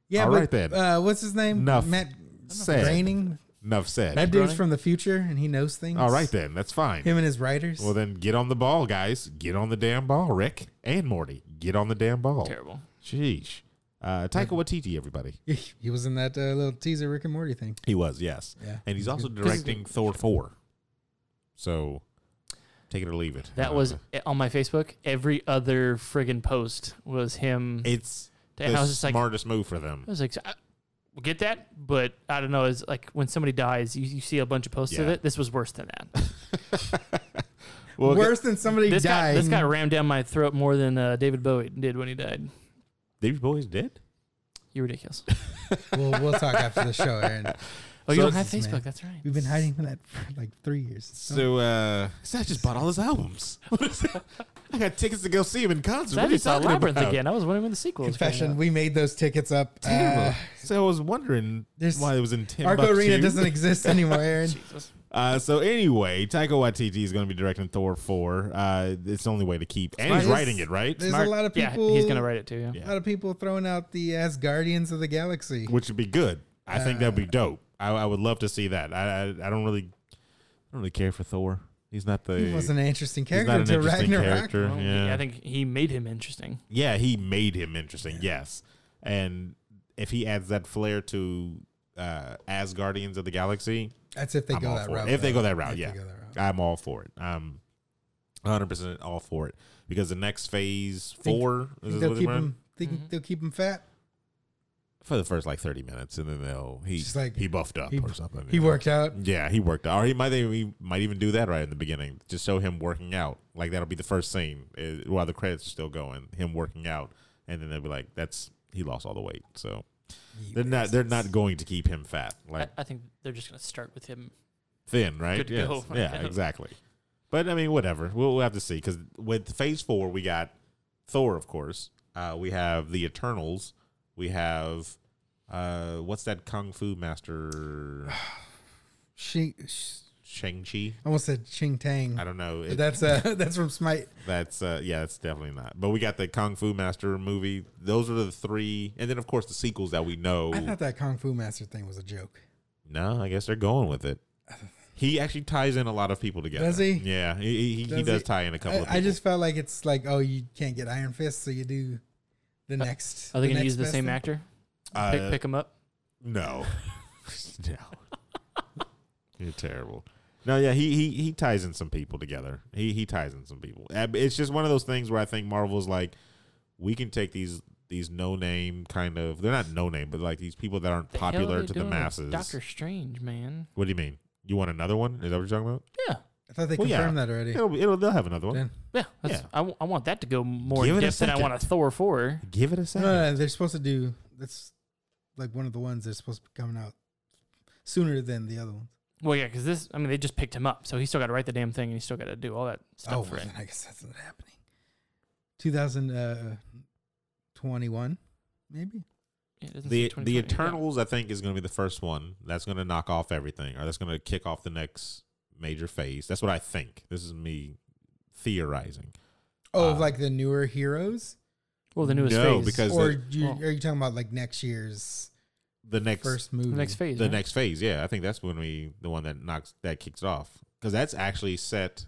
Speaker 3: Yeah,
Speaker 2: All
Speaker 3: but,
Speaker 2: right then.
Speaker 3: Uh, what's his name?
Speaker 2: Enough
Speaker 3: Matt
Speaker 2: said.
Speaker 3: Groening.
Speaker 2: Enough said.
Speaker 3: That dude's
Speaker 4: Brony?
Speaker 3: from the future and he knows things.
Speaker 2: All right, then. That's fine.
Speaker 3: Him and his writers.
Speaker 2: Well, then get on the ball, guys. Get on the damn ball, Rick and Morty. Get on the damn ball.
Speaker 4: Terrible.
Speaker 2: Sheesh. Uh, Taika Waititi, everybody.
Speaker 3: he was in that uh, little teaser Rick and Morty thing.
Speaker 2: He was, yes.
Speaker 3: Yeah.
Speaker 2: And he's also
Speaker 3: Good.
Speaker 2: directing Thor 4. So take it or leave it.
Speaker 4: That
Speaker 2: Uh,
Speaker 4: was eh, on my Facebook. Every other friggin' post was him.
Speaker 2: It's
Speaker 4: and
Speaker 2: the
Speaker 4: I was just like, I
Speaker 2: smartest move for them.
Speaker 4: was like, I we'll get that, but I don't know. It's like when somebody dies, you, you see a bunch of posts of
Speaker 2: Yeah.
Speaker 4: it. This was worse than that.
Speaker 2: Well,
Speaker 3: Worse than somebody
Speaker 4: this guy,
Speaker 3: dying.
Speaker 4: this guy rammed down my throat more than uh, David Bowie did when he died.
Speaker 2: David Bowie's dead?
Speaker 4: You're ridiculous.
Speaker 3: we'll, we'll talk after the show, Aaron.
Speaker 4: Oh, you
Speaker 2: So
Speaker 4: don't have
Speaker 3: this is
Speaker 4: Facebook.
Speaker 3: mad.
Speaker 4: That's right.
Speaker 3: We've been hiding from that for like three years.
Speaker 2: So, uh, I just bought all his albums. I got tickets to go see him in concert.
Speaker 4: So I
Speaker 2: What are you
Speaker 4: just saw
Speaker 2: talking
Speaker 4: Labyrinth
Speaker 2: about?
Speaker 4: again. I was wondering when the sequel was coming
Speaker 3: Confession,
Speaker 4: out.
Speaker 3: we made those tickets up. Uh,
Speaker 2: Terrible. so I was wondering
Speaker 3: there's-
Speaker 2: why it was in Timbuktu.
Speaker 3: Arco Arena doesn't exist anymore, Aaron.
Speaker 4: Jesus.
Speaker 2: Uh, so anyway, Taika Waititi is going to be directing Thor four. Uh, it's the only way to keep, and he's
Speaker 3: Smart.
Speaker 2: writing it right,
Speaker 3: There's
Speaker 4: Mark-
Speaker 3: a lot of
Speaker 4: yeah,
Speaker 3: people.
Speaker 4: he's going to write it too. Yeah.
Speaker 2: Yeah.
Speaker 3: A lot of people throwing out the as Guardians of the Galaxy.
Speaker 2: which would be good. I think that'd be
Speaker 3: Uh,
Speaker 2: dope. I, I would love to see that. I, I I don't really, I don't really care for Thor. He's not the
Speaker 3: He was an interesting
Speaker 2: he's
Speaker 3: character until Ragnarok.
Speaker 2: character.
Speaker 4: Well,
Speaker 2: yeah,
Speaker 4: I think he made him interesting.
Speaker 2: yeah, he made him interesting. Yes, and if he adds that flair to uh, as Guardians of the Galaxy,
Speaker 3: That's if they
Speaker 2: I'm
Speaker 3: go
Speaker 2: all
Speaker 3: that
Speaker 2: for it.
Speaker 3: route.
Speaker 2: If they
Speaker 3: though.
Speaker 2: go that route,
Speaker 3: If
Speaker 2: yeah.
Speaker 3: they go that route.
Speaker 2: I'm all for it. I'm 100 percent all for it because the next phase
Speaker 3: Think-
Speaker 2: four is
Speaker 3: Think
Speaker 2: this
Speaker 3: they'll
Speaker 2: what
Speaker 3: keep
Speaker 2: they're on?
Speaker 3: him. Think
Speaker 4: Mhm.
Speaker 3: they'll keep him fat.
Speaker 2: for the first like 30 minutes, and then they'll he
Speaker 3: Just like-
Speaker 2: he buffed up
Speaker 3: he-
Speaker 2: or something.
Speaker 3: He
Speaker 2: you know?
Speaker 3: worked out.
Speaker 2: Yeah, he worked out. Or he might even, he might even do that right in the beginning. Just show him working out. Like that'll be the first scene eh, while the credits are still going. Him working out, and then they'll be like, "That's he lost all the weight." So they're not they're not going to keep him fat. Like
Speaker 4: I, I think they're just going to start with him.
Speaker 2: thin, right?
Speaker 4: Good to
Speaker 2: Yes.
Speaker 4: go.
Speaker 2: Yeah, exactly. But I mean, whatever. We'll, we'll have to see because with Phase Four, we got Thor, of course. Uh, we have the Eternals. We have uh, what's that kung fu master
Speaker 3: She, sh
Speaker 2: Shang Chi?
Speaker 3: I almost said Ching Tang.
Speaker 2: I don't know.
Speaker 3: But
Speaker 2: It-
Speaker 3: that's uh, that's from Smite.
Speaker 2: that's uh, yeah, it's definitely not. But we got the kung fu master movie. Those are the three, and then of course the sequels that we know.
Speaker 3: I thought that Kung Fu Master thing was a joke.
Speaker 2: No, I guess they're going with it. He actually ties in a lot of people together.
Speaker 3: Does he?
Speaker 2: Yeah, he, he, he
Speaker 3: Does
Speaker 2: does
Speaker 3: he?
Speaker 2: tie in a couple
Speaker 3: I,
Speaker 2: of people.
Speaker 3: I just felt like it's like, oh, you can't get Iron Fist, so you do the next.
Speaker 4: Are
Speaker 3: the
Speaker 4: they going to
Speaker 3: next
Speaker 4: use the
Speaker 3: best
Speaker 4: same
Speaker 3: thing.
Speaker 4: actor?
Speaker 2: Uh,
Speaker 4: Pick, pick him up.
Speaker 2: No. no. You're terrible. No, yeah, he, he he ties in some people together. He he ties in some people. Uh, It's just one of those things where I think Marvel's like, we can take these these no name kind of they're not no name, but like these people that aren't
Speaker 4: The hell are
Speaker 2: popular
Speaker 4: they
Speaker 2: to the
Speaker 4: doing with
Speaker 2: masses.
Speaker 4: Doctor Strange, man.
Speaker 2: What do you mean? You want another one? Is that what you're talking about?
Speaker 4: Yeah,
Speaker 3: I thought they
Speaker 2: Well, yeah.
Speaker 3: confirmed that already.
Speaker 2: It'll, it'll they'll have another one.
Speaker 3: Then-
Speaker 4: yeah. That's,
Speaker 2: Yeah.
Speaker 4: I, w- I want that to go more
Speaker 2: Give
Speaker 4: in
Speaker 2: it a
Speaker 4: depth than I want a
Speaker 2: second.
Speaker 4: Thor four.
Speaker 2: Give it a
Speaker 3: No,
Speaker 2: second.
Speaker 3: no, no, they're supposed to do. That's like one of the ones they're supposed to be coming out sooner than the other ones.
Speaker 4: Well, yeah, because this. I mean, they just picked him up, so he's still got to write the damn thing, and he's still got to do all that stuff
Speaker 3: oh,
Speaker 4: for
Speaker 3: well,
Speaker 4: it.
Speaker 3: then I guess that's not happening. 2021, maybe.
Speaker 4: Yeah, it doesn't
Speaker 2: the
Speaker 4: say
Speaker 2: the
Speaker 4: 2020.
Speaker 2: Eternals, I think, is going to be the first one that's going to knock off everything, or that's going to kick off the next major phase. That's what I think. This is me theorizing.
Speaker 3: Oh,
Speaker 2: Uh,
Speaker 3: like the newer heroes,
Speaker 4: Yeah. Well, the newest
Speaker 2: No,
Speaker 4: phase.
Speaker 2: because- Is
Speaker 3: or
Speaker 2: it-
Speaker 3: you,
Speaker 4: well-
Speaker 3: are you talking about like next year's
Speaker 2: The next,
Speaker 3: first movie?
Speaker 4: the next phase.
Speaker 2: the
Speaker 4: right?
Speaker 2: next phase, yeah, I think that's going to be the one that knocks that kicks it off because that's actually set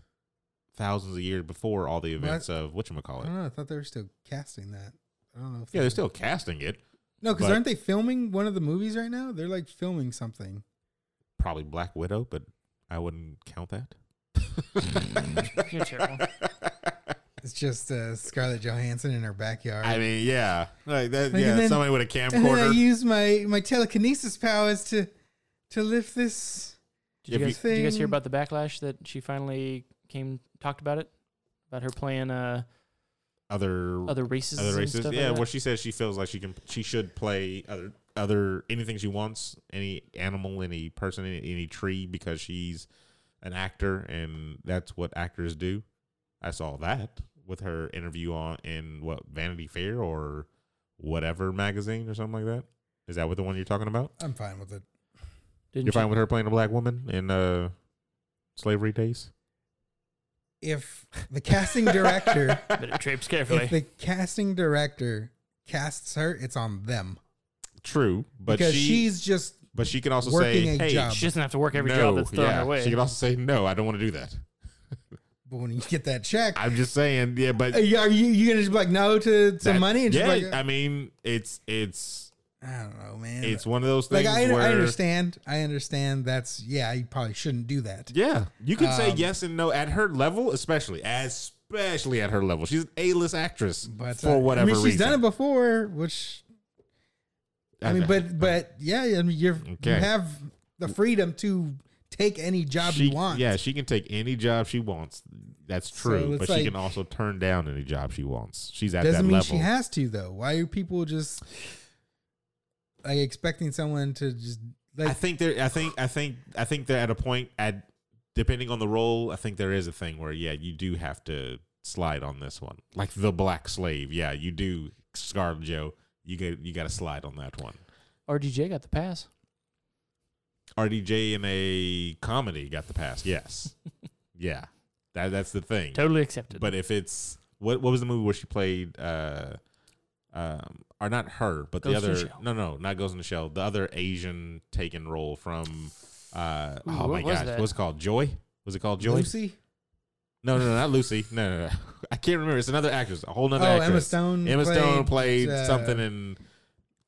Speaker 2: thousands of years before all the events of what you
Speaker 3: I
Speaker 2: call it.
Speaker 3: don't know. I thought they were still casting that. I don't know. If
Speaker 2: Yeah, they're still casting it.
Speaker 3: no, because
Speaker 2: but-
Speaker 3: aren't they filming one of the movies right now? They're like filming something.
Speaker 2: Probably Black Widow, but I wouldn't count that.
Speaker 4: You're terrible.
Speaker 3: It's just uh, Scarlett Johansson in her backyard.
Speaker 2: I mean, yeah, like that.
Speaker 3: Like,
Speaker 2: yeah,
Speaker 3: and then-
Speaker 2: somebody with a
Speaker 3: and then I
Speaker 2: camcorder.
Speaker 3: use my my telekinesis powers to to lift this.
Speaker 4: Did you,
Speaker 2: If
Speaker 4: guys, did you guys hear
Speaker 3: thing-
Speaker 4: about the backlash that she finally came talked about it? About her playing uh,
Speaker 2: other
Speaker 4: other races.
Speaker 2: other
Speaker 4: and
Speaker 2: races.
Speaker 4: stuff like
Speaker 2: Yeah,
Speaker 4: that?
Speaker 2: well, she says she feels like she can, she should play other, other anything she wants, any animal, any person, any, any tree, because she's an actor, and that's what actors do. I saw that with her interview on in what Vanity Fair or whatever magazine or something like that. Is that what the one you're talking about?
Speaker 3: I'm fine with it.
Speaker 4: Didn't
Speaker 2: You're
Speaker 4: she-
Speaker 2: fine with her playing a black woman in uh, slavery days?
Speaker 3: If the casting director,
Speaker 4: Better traipse carefully.
Speaker 3: if the casting director casts her, it's on them
Speaker 2: True, but
Speaker 3: because
Speaker 2: she,
Speaker 3: she's just
Speaker 2: But she can also say,
Speaker 3: Working a
Speaker 2: "Hey,
Speaker 3: job.
Speaker 4: She doesn't have to work every
Speaker 2: no,
Speaker 4: job that's thrown
Speaker 2: yeah.
Speaker 4: her way.
Speaker 2: She can also say, "No, I don't want to do that."
Speaker 3: But when you get that check,
Speaker 2: I'm just saying, yeah, but
Speaker 3: are you, are you you gonna just be like no to some
Speaker 2: that-
Speaker 3: money? And
Speaker 2: yeah,
Speaker 3: just like, uh,
Speaker 2: I mean, it's it's
Speaker 3: I don't know, man.
Speaker 2: it's one of those
Speaker 3: like
Speaker 2: things
Speaker 3: I,
Speaker 2: where
Speaker 3: I understand. I understand. That's yeah. You probably shouldn't do that.
Speaker 2: Yeah, you can say
Speaker 3: Um,
Speaker 2: yes and no at her level, especially especially at her level. She's an A-list actress
Speaker 3: But uh,
Speaker 2: for whatever
Speaker 3: I mean, she's
Speaker 2: reason.
Speaker 3: done it before, which I mean, but but yeah, I mean, you're, you
Speaker 2: Okay.
Speaker 3: have the freedom to take any job
Speaker 2: she,
Speaker 3: you want.
Speaker 2: yeah, she can take any job she wants. That's true,
Speaker 3: it's
Speaker 2: but
Speaker 3: like-
Speaker 2: she can also turn down any job she wants. She's at that
Speaker 3: doesn't mean
Speaker 2: level.
Speaker 3: she has to though. Why are people just like expecting someone to just like?
Speaker 2: I think there. I think. I think. I think they're at a point at depending on the role. I think there is a thing where yeah, you do have to slide on this one, like the black slave. Yeah, you do, Scarlet Joe. You get. You got to slide on that one.
Speaker 4: RDJ got the pass.
Speaker 2: RDJ in a comedy got the pass. Yes. yeah. That that's the thing.
Speaker 4: Totally accepted.
Speaker 2: But if it's what what was the movie where she played uh um or not her, but the
Speaker 4: Ghost in
Speaker 2: other
Speaker 4: the Shell.
Speaker 2: no no, not Ghost in the Shell, the other Asian taken role from uh oh
Speaker 4: Ooh,
Speaker 2: my
Speaker 4: what was
Speaker 2: gosh,
Speaker 4: that?
Speaker 2: what's it called? Joy? Was it called Joy?
Speaker 3: Lucy?
Speaker 2: No, no, no, not Lucy. No, no, no. I can't remember. It's another actress, a whole nother
Speaker 3: Oh,
Speaker 2: actress.
Speaker 3: Emma Stone.
Speaker 2: Emma Stone played
Speaker 3: uh,
Speaker 2: something in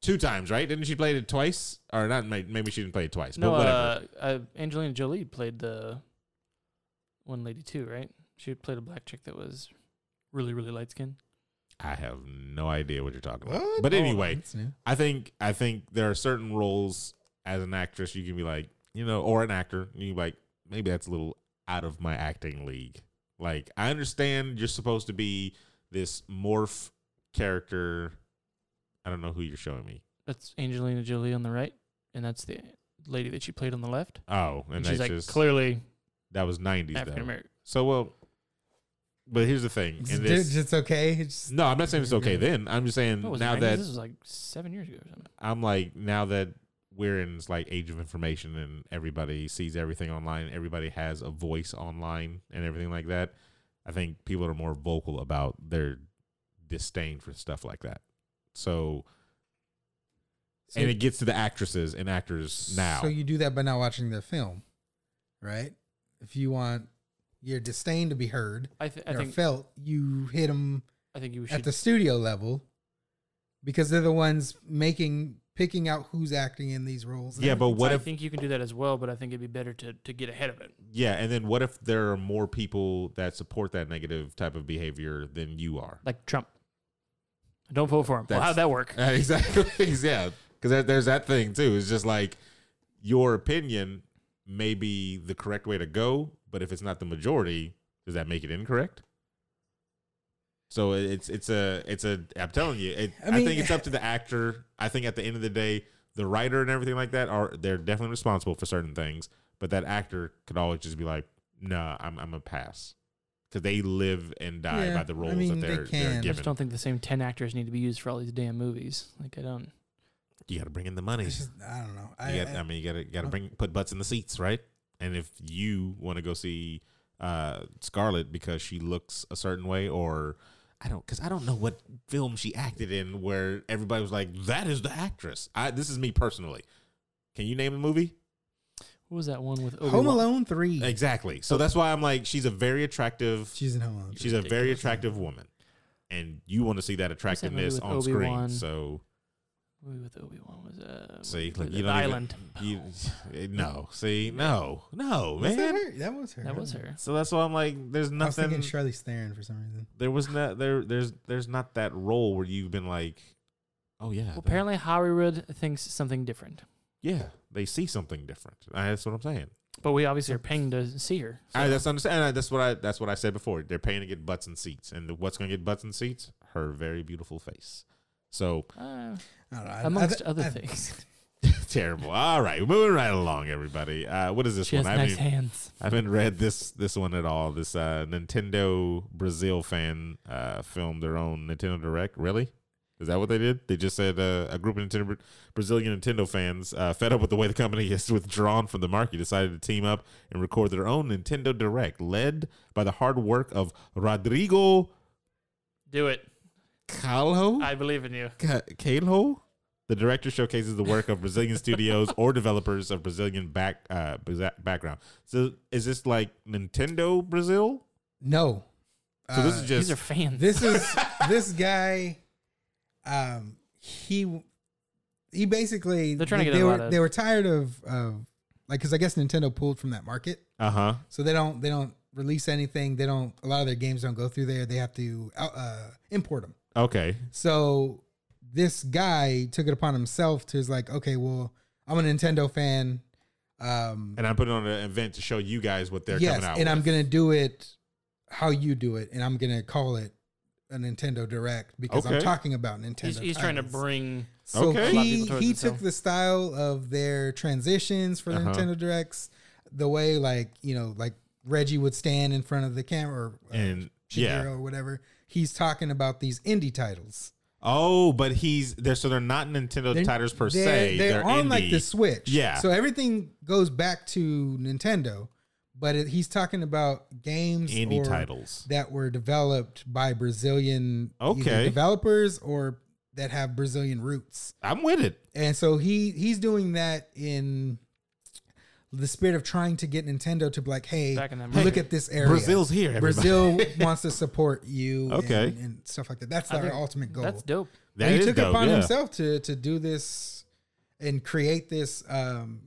Speaker 2: two times, right? Didn't she play it twice? Or not may- maybe she didn't play it twice,
Speaker 4: no,
Speaker 2: but whatever.
Speaker 4: uh, uh, Angelina Jolie played the one lady too, right? She played a black chick that was really, really light skinned.
Speaker 2: I have no idea what you're talking
Speaker 3: What?
Speaker 2: about. But
Speaker 4: Oh,
Speaker 2: anyway,
Speaker 3: That's new.
Speaker 2: I think I think there are certain roles as an actress you can be like, you know, or an actor, you can be like, maybe that's a little out of my acting league. Like I understand you're supposed to be this morph character. I don't know who you're showing me.
Speaker 4: That's Angelina Jolie on the right, and that's the lady that she played on the left.
Speaker 2: Oh, and,
Speaker 4: And,
Speaker 2: that's
Speaker 4: she's like
Speaker 2: just
Speaker 4: clearly
Speaker 2: that was nineties
Speaker 4: African
Speaker 2: though.
Speaker 4: American.
Speaker 2: So well but here's the thing.
Speaker 3: It's,
Speaker 2: And
Speaker 3: it's,
Speaker 2: this,
Speaker 3: it's okay. It's
Speaker 2: no, I'm not saying it's okay then. I'm just saying
Speaker 4: What was
Speaker 2: now
Speaker 4: it? 90s?
Speaker 2: that
Speaker 4: this was like seven years ago or something.
Speaker 2: I'm like now that we're in this like age of information and everybody sees everything online, everybody has a voice online and everything like that. I think people are more vocal about their disdain for stuff like that. So,
Speaker 3: so-
Speaker 2: and it gets to the actresses and actors now.
Speaker 3: So you do that by not watching their film, right? If you want your disdain to be heard
Speaker 4: I, th- I
Speaker 3: or
Speaker 4: think
Speaker 3: felt, you hit them
Speaker 4: I think you
Speaker 3: at
Speaker 4: should.
Speaker 3: the studio level because they're the ones making picking out who's acting in these roles. and
Speaker 2: yeah, but
Speaker 3: everything.
Speaker 2: what
Speaker 4: I
Speaker 2: if
Speaker 4: think you can do that as well, but I think it'd be better to to get ahead of it.
Speaker 2: yeah, and then what if there are more people that support that negative type of behavior than you are?
Speaker 4: Like Trump. Don't vote for him. Well,
Speaker 2: That's-
Speaker 4: how'd that work?
Speaker 2: Uh, exactly. yeah, because there's that thing too. It's just like your opinion may be the correct way to go, but if it's not the majority, does that make it incorrect? So it's it's a it's a. I'm telling you, it,
Speaker 3: I
Speaker 2: I,
Speaker 3: mean-
Speaker 2: think it's up to the actor. I think at the end of the day, the writer and everything like that are they're definitely responsible for certain things, but that actor could always just be like, "Nah, I'm I'm a pass," because they live and die
Speaker 3: Yeah,
Speaker 2: by the
Speaker 3: I
Speaker 2: roles
Speaker 3: mean,
Speaker 2: that
Speaker 3: they
Speaker 2: they're,
Speaker 3: can. I
Speaker 2: they're
Speaker 3: just
Speaker 4: I just
Speaker 2: given.
Speaker 4: don't think the same ten actors need to be used for all these damn movies. Like I don't.
Speaker 2: You got to bring in the money.
Speaker 3: It's just- I don't know. I,
Speaker 2: You got,
Speaker 3: I-
Speaker 2: I mean, you gotta gotta
Speaker 3: uh,
Speaker 2: bring put butts in the seats, right? And if you want to go see uh, Scarlett because she looks a certain way, or I don't, because I don't know what film she acted in where everybody was like, "That is the actress." I this is me personally. Can you name a movie?
Speaker 4: What was that one with
Speaker 3: Home
Speaker 4: Obi-Wan?
Speaker 3: Alone three.
Speaker 2: Exactly. So that's why I'm like, she's a very attractive.
Speaker 3: She's in Home Alone.
Speaker 2: She's a very attractive woman, and you want to see that attractiveness
Speaker 4: with
Speaker 2: on screen.
Speaker 4: Obi-Wan?
Speaker 2: So
Speaker 4: Movie with Obi Wan was uh,
Speaker 2: see,
Speaker 4: what
Speaker 2: like,
Speaker 4: was
Speaker 2: you
Speaker 4: it?
Speaker 2: don't
Speaker 4: Island.
Speaker 2: Even, you, no, see, no, no, man.
Speaker 3: Was that her? That was her.
Speaker 4: that was her.
Speaker 2: So that's why I'm like, there's
Speaker 3: I was thinking
Speaker 2: nothing.
Speaker 3: Charlize Theron for some reason.
Speaker 2: there was not there. There's there's not that role where you've been like, oh yeah.
Speaker 4: Well,
Speaker 2: that-
Speaker 4: apparently Hollywood thinks something different,
Speaker 2: yeah, they see something different. I, that's what I'm saying.
Speaker 4: but we obviously are paying to see her. uh,
Speaker 2: I, that's understand. I- That's what I. That's what I said before. They're paying to get butts and seats, and what's going to get butts and seats? Her very beautiful face. So
Speaker 3: I
Speaker 4: Uh,
Speaker 3: don't know. I- I
Speaker 4: amongst
Speaker 3: th-
Speaker 4: other
Speaker 3: I-
Speaker 4: things,
Speaker 2: terrible. All right, we're moving right along, everybody. Uh, what is this
Speaker 4: she has
Speaker 2: one? I
Speaker 4: nice
Speaker 2: haven't-
Speaker 4: hands.
Speaker 2: I haven't read this this one at all. This uh, Nintendo Brazil fan uh, filmed their own Nintendo Direct. Really? Is that what they did? They just said uh, a group of Nintendo, Brazilian Nintendo fans, uh, fed up with the way the company has withdrawn from the market, decided to team up and record their own Nintendo Direct, led by the hard work of Rodrigo
Speaker 4: Do it.
Speaker 2: Calho.
Speaker 4: I believe in you.
Speaker 2: Ca- Calho, The director showcases the work of Brazilian studios or developers of Brazilian back uh, baza- background. So is this like Nintendo Brazil?
Speaker 3: No.
Speaker 2: So this is just
Speaker 4: These are fans.
Speaker 3: This is this guy. Um, he he basically
Speaker 4: They're trying to
Speaker 3: they,
Speaker 4: get a
Speaker 3: were
Speaker 4: lot of-
Speaker 3: they were tired of of like because I guess Nintendo pulled from that market,
Speaker 2: uh huh.
Speaker 3: so they don't they don't release anything. They don't a lot of their games don't go through there. They have to out- uh, import them.
Speaker 2: Okay.
Speaker 3: So this guy took it upon himself to is like, okay, well, I'm a Nintendo fan. Um,
Speaker 2: And I put it on an event to show you guys what they're
Speaker 3: yes,
Speaker 2: coming out.
Speaker 3: and I'm
Speaker 2: with.
Speaker 3: gonna do it how you do it, and I'm gonna call it a Nintendo Direct because I'm
Speaker 2: Okay.
Speaker 3: talking about Nintendo.
Speaker 4: he's, he's trying to
Speaker 3: titles.
Speaker 4: bring.
Speaker 3: So
Speaker 2: Okay. A
Speaker 4: lot of
Speaker 3: he,
Speaker 4: people towards
Speaker 3: he
Speaker 4: themselves.
Speaker 3: took the style of their transitions for the
Speaker 2: Uh-huh.
Speaker 3: Nintendo Directs, the way like you know like Reggie would stand in front of the camera or uh,
Speaker 2: And
Speaker 3: Shigeru
Speaker 2: yeah.
Speaker 3: or whatever. He's talking about these indie titles.
Speaker 2: Oh, but he's there. So they're not Nintendo
Speaker 3: They're-
Speaker 2: titles per
Speaker 3: they're,
Speaker 2: se.
Speaker 3: They're, on like
Speaker 2: indie.
Speaker 3: the Switch.
Speaker 2: Yeah.
Speaker 3: So everything goes back to Nintendo, but it, he's talking about games
Speaker 2: indie
Speaker 3: or-
Speaker 2: titles.
Speaker 3: that were developed by Brazilian either
Speaker 2: Okay.
Speaker 3: developers or that have Brazilian roots.
Speaker 2: I'm with it.
Speaker 3: And so he he's doing that in the spirit of trying to get Nintendo to be like, hey,
Speaker 4: Back in that
Speaker 3: look
Speaker 4: market.
Speaker 3: at this area.
Speaker 2: Brazil's here. everybody.
Speaker 3: Brazil wants to support you.
Speaker 2: Okay.
Speaker 3: and, and stuff like that. That's
Speaker 4: I
Speaker 3: their
Speaker 4: think
Speaker 3: ultimate goal.
Speaker 4: That's dope.
Speaker 2: That
Speaker 3: And he
Speaker 2: is
Speaker 3: took it
Speaker 2: dope,
Speaker 3: upon
Speaker 2: yeah.
Speaker 3: himself to to do this and create this um,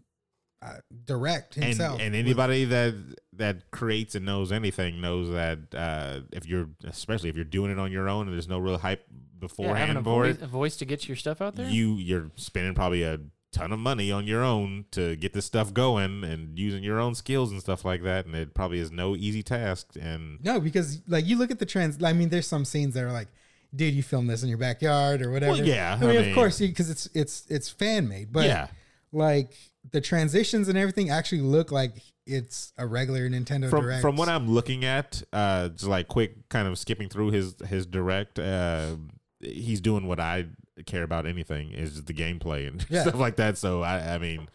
Speaker 3: uh, direct
Speaker 2: And,
Speaker 3: himself.
Speaker 2: and
Speaker 3: with-
Speaker 2: anybody that that creates and knows anything knows that uh, if you're especially if you're doing it on your own and there's no real hype
Speaker 4: Yeah, having
Speaker 2: beforehand for
Speaker 4: a voice,
Speaker 2: it,
Speaker 4: a voice to get your stuff out there.
Speaker 2: you you're spending probably a ton of money on your own to get this stuff going and using your own skills and stuff like that. And it probably is no easy task. And
Speaker 3: No, because like you look at the trends. I mean, there's some scenes that are like, "Dude, you filmed this in your backyard or whatever."
Speaker 2: yeah,
Speaker 3: I mean,
Speaker 2: I
Speaker 3: of
Speaker 2: mean-
Speaker 3: course, because it's it's it's fan made, but
Speaker 2: yeah,
Speaker 3: like the transitions and everything actually look like it's a regular Nintendo
Speaker 2: from
Speaker 3: Direct.
Speaker 2: from what I'm looking at, uh, just like quick kind of skipping through his his direct, uh, he's doing what I care about. Anything is the gameplay and
Speaker 3: Yeah.
Speaker 2: stuff like that. So I, I mean,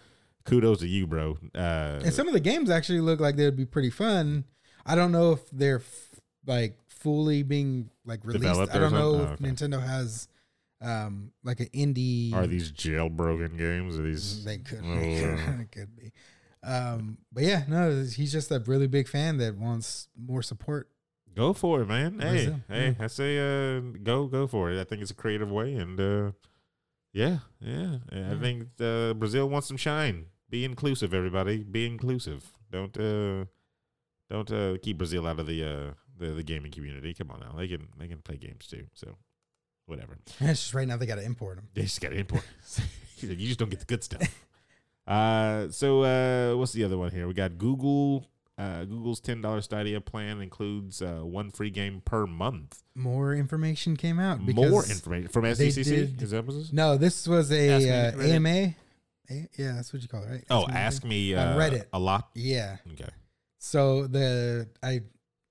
Speaker 2: kudos to you, bro. Uh,
Speaker 3: and some of the games actually look like they would be pretty fun. I don't know if they're f- like fully being like released.
Speaker 2: Developed
Speaker 3: I
Speaker 2: or
Speaker 3: don't know
Speaker 2: something?
Speaker 3: if
Speaker 2: Oh, okay.
Speaker 3: Nintendo has um like an indie. Mm,
Speaker 2: are these jailbroken games? Are these?
Speaker 3: They could be.
Speaker 2: Oh.
Speaker 3: it could be. Um, but yeah, no, he's just a really big fan that wants more support.
Speaker 2: Go for it, man. Hey,
Speaker 3: Brazil,
Speaker 2: hey, I say, uh, go, go for it. I think it's a creative way, and uh, yeah, yeah. I think uh, Brazil wants some shine. Be inclusive, everybody. Be inclusive. Don't uh, don't uh, keep Brazil out of the uh, the, the gaming community. Come on now, they can they can play games too. So whatever.
Speaker 3: It's just right now they got to import them.
Speaker 2: They just got to import. He's like, you just don't get the good stuff. Uh, so uh, what's the other one here? We got Google. Uh, Google's ten dollars Stadia plan includes uh, one free game per month.
Speaker 3: More information came out. Oh, Because,
Speaker 2: More information from SDCC.
Speaker 3: did-
Speaker 2: Is that what it is?
Speaker 3: No, this was a
Speaker 4: Ask me
Speaker 3: uh,
Speaker 4: Reddit.
Speaker 3: AMA. A- yeah, that's what you call it, right?
Speaker 2: Oh,
Speaker 3: me
Speaker 2: ask
Speaker 3: anything?
Speaker 2: me
Speaker 3: On
Speaker 2: uh,
Speaker 3: Reddit.
Speaker 2: a lot.
Speaker 3: Yeah.
Speaker 2: Okay.
Speaker 3: So the I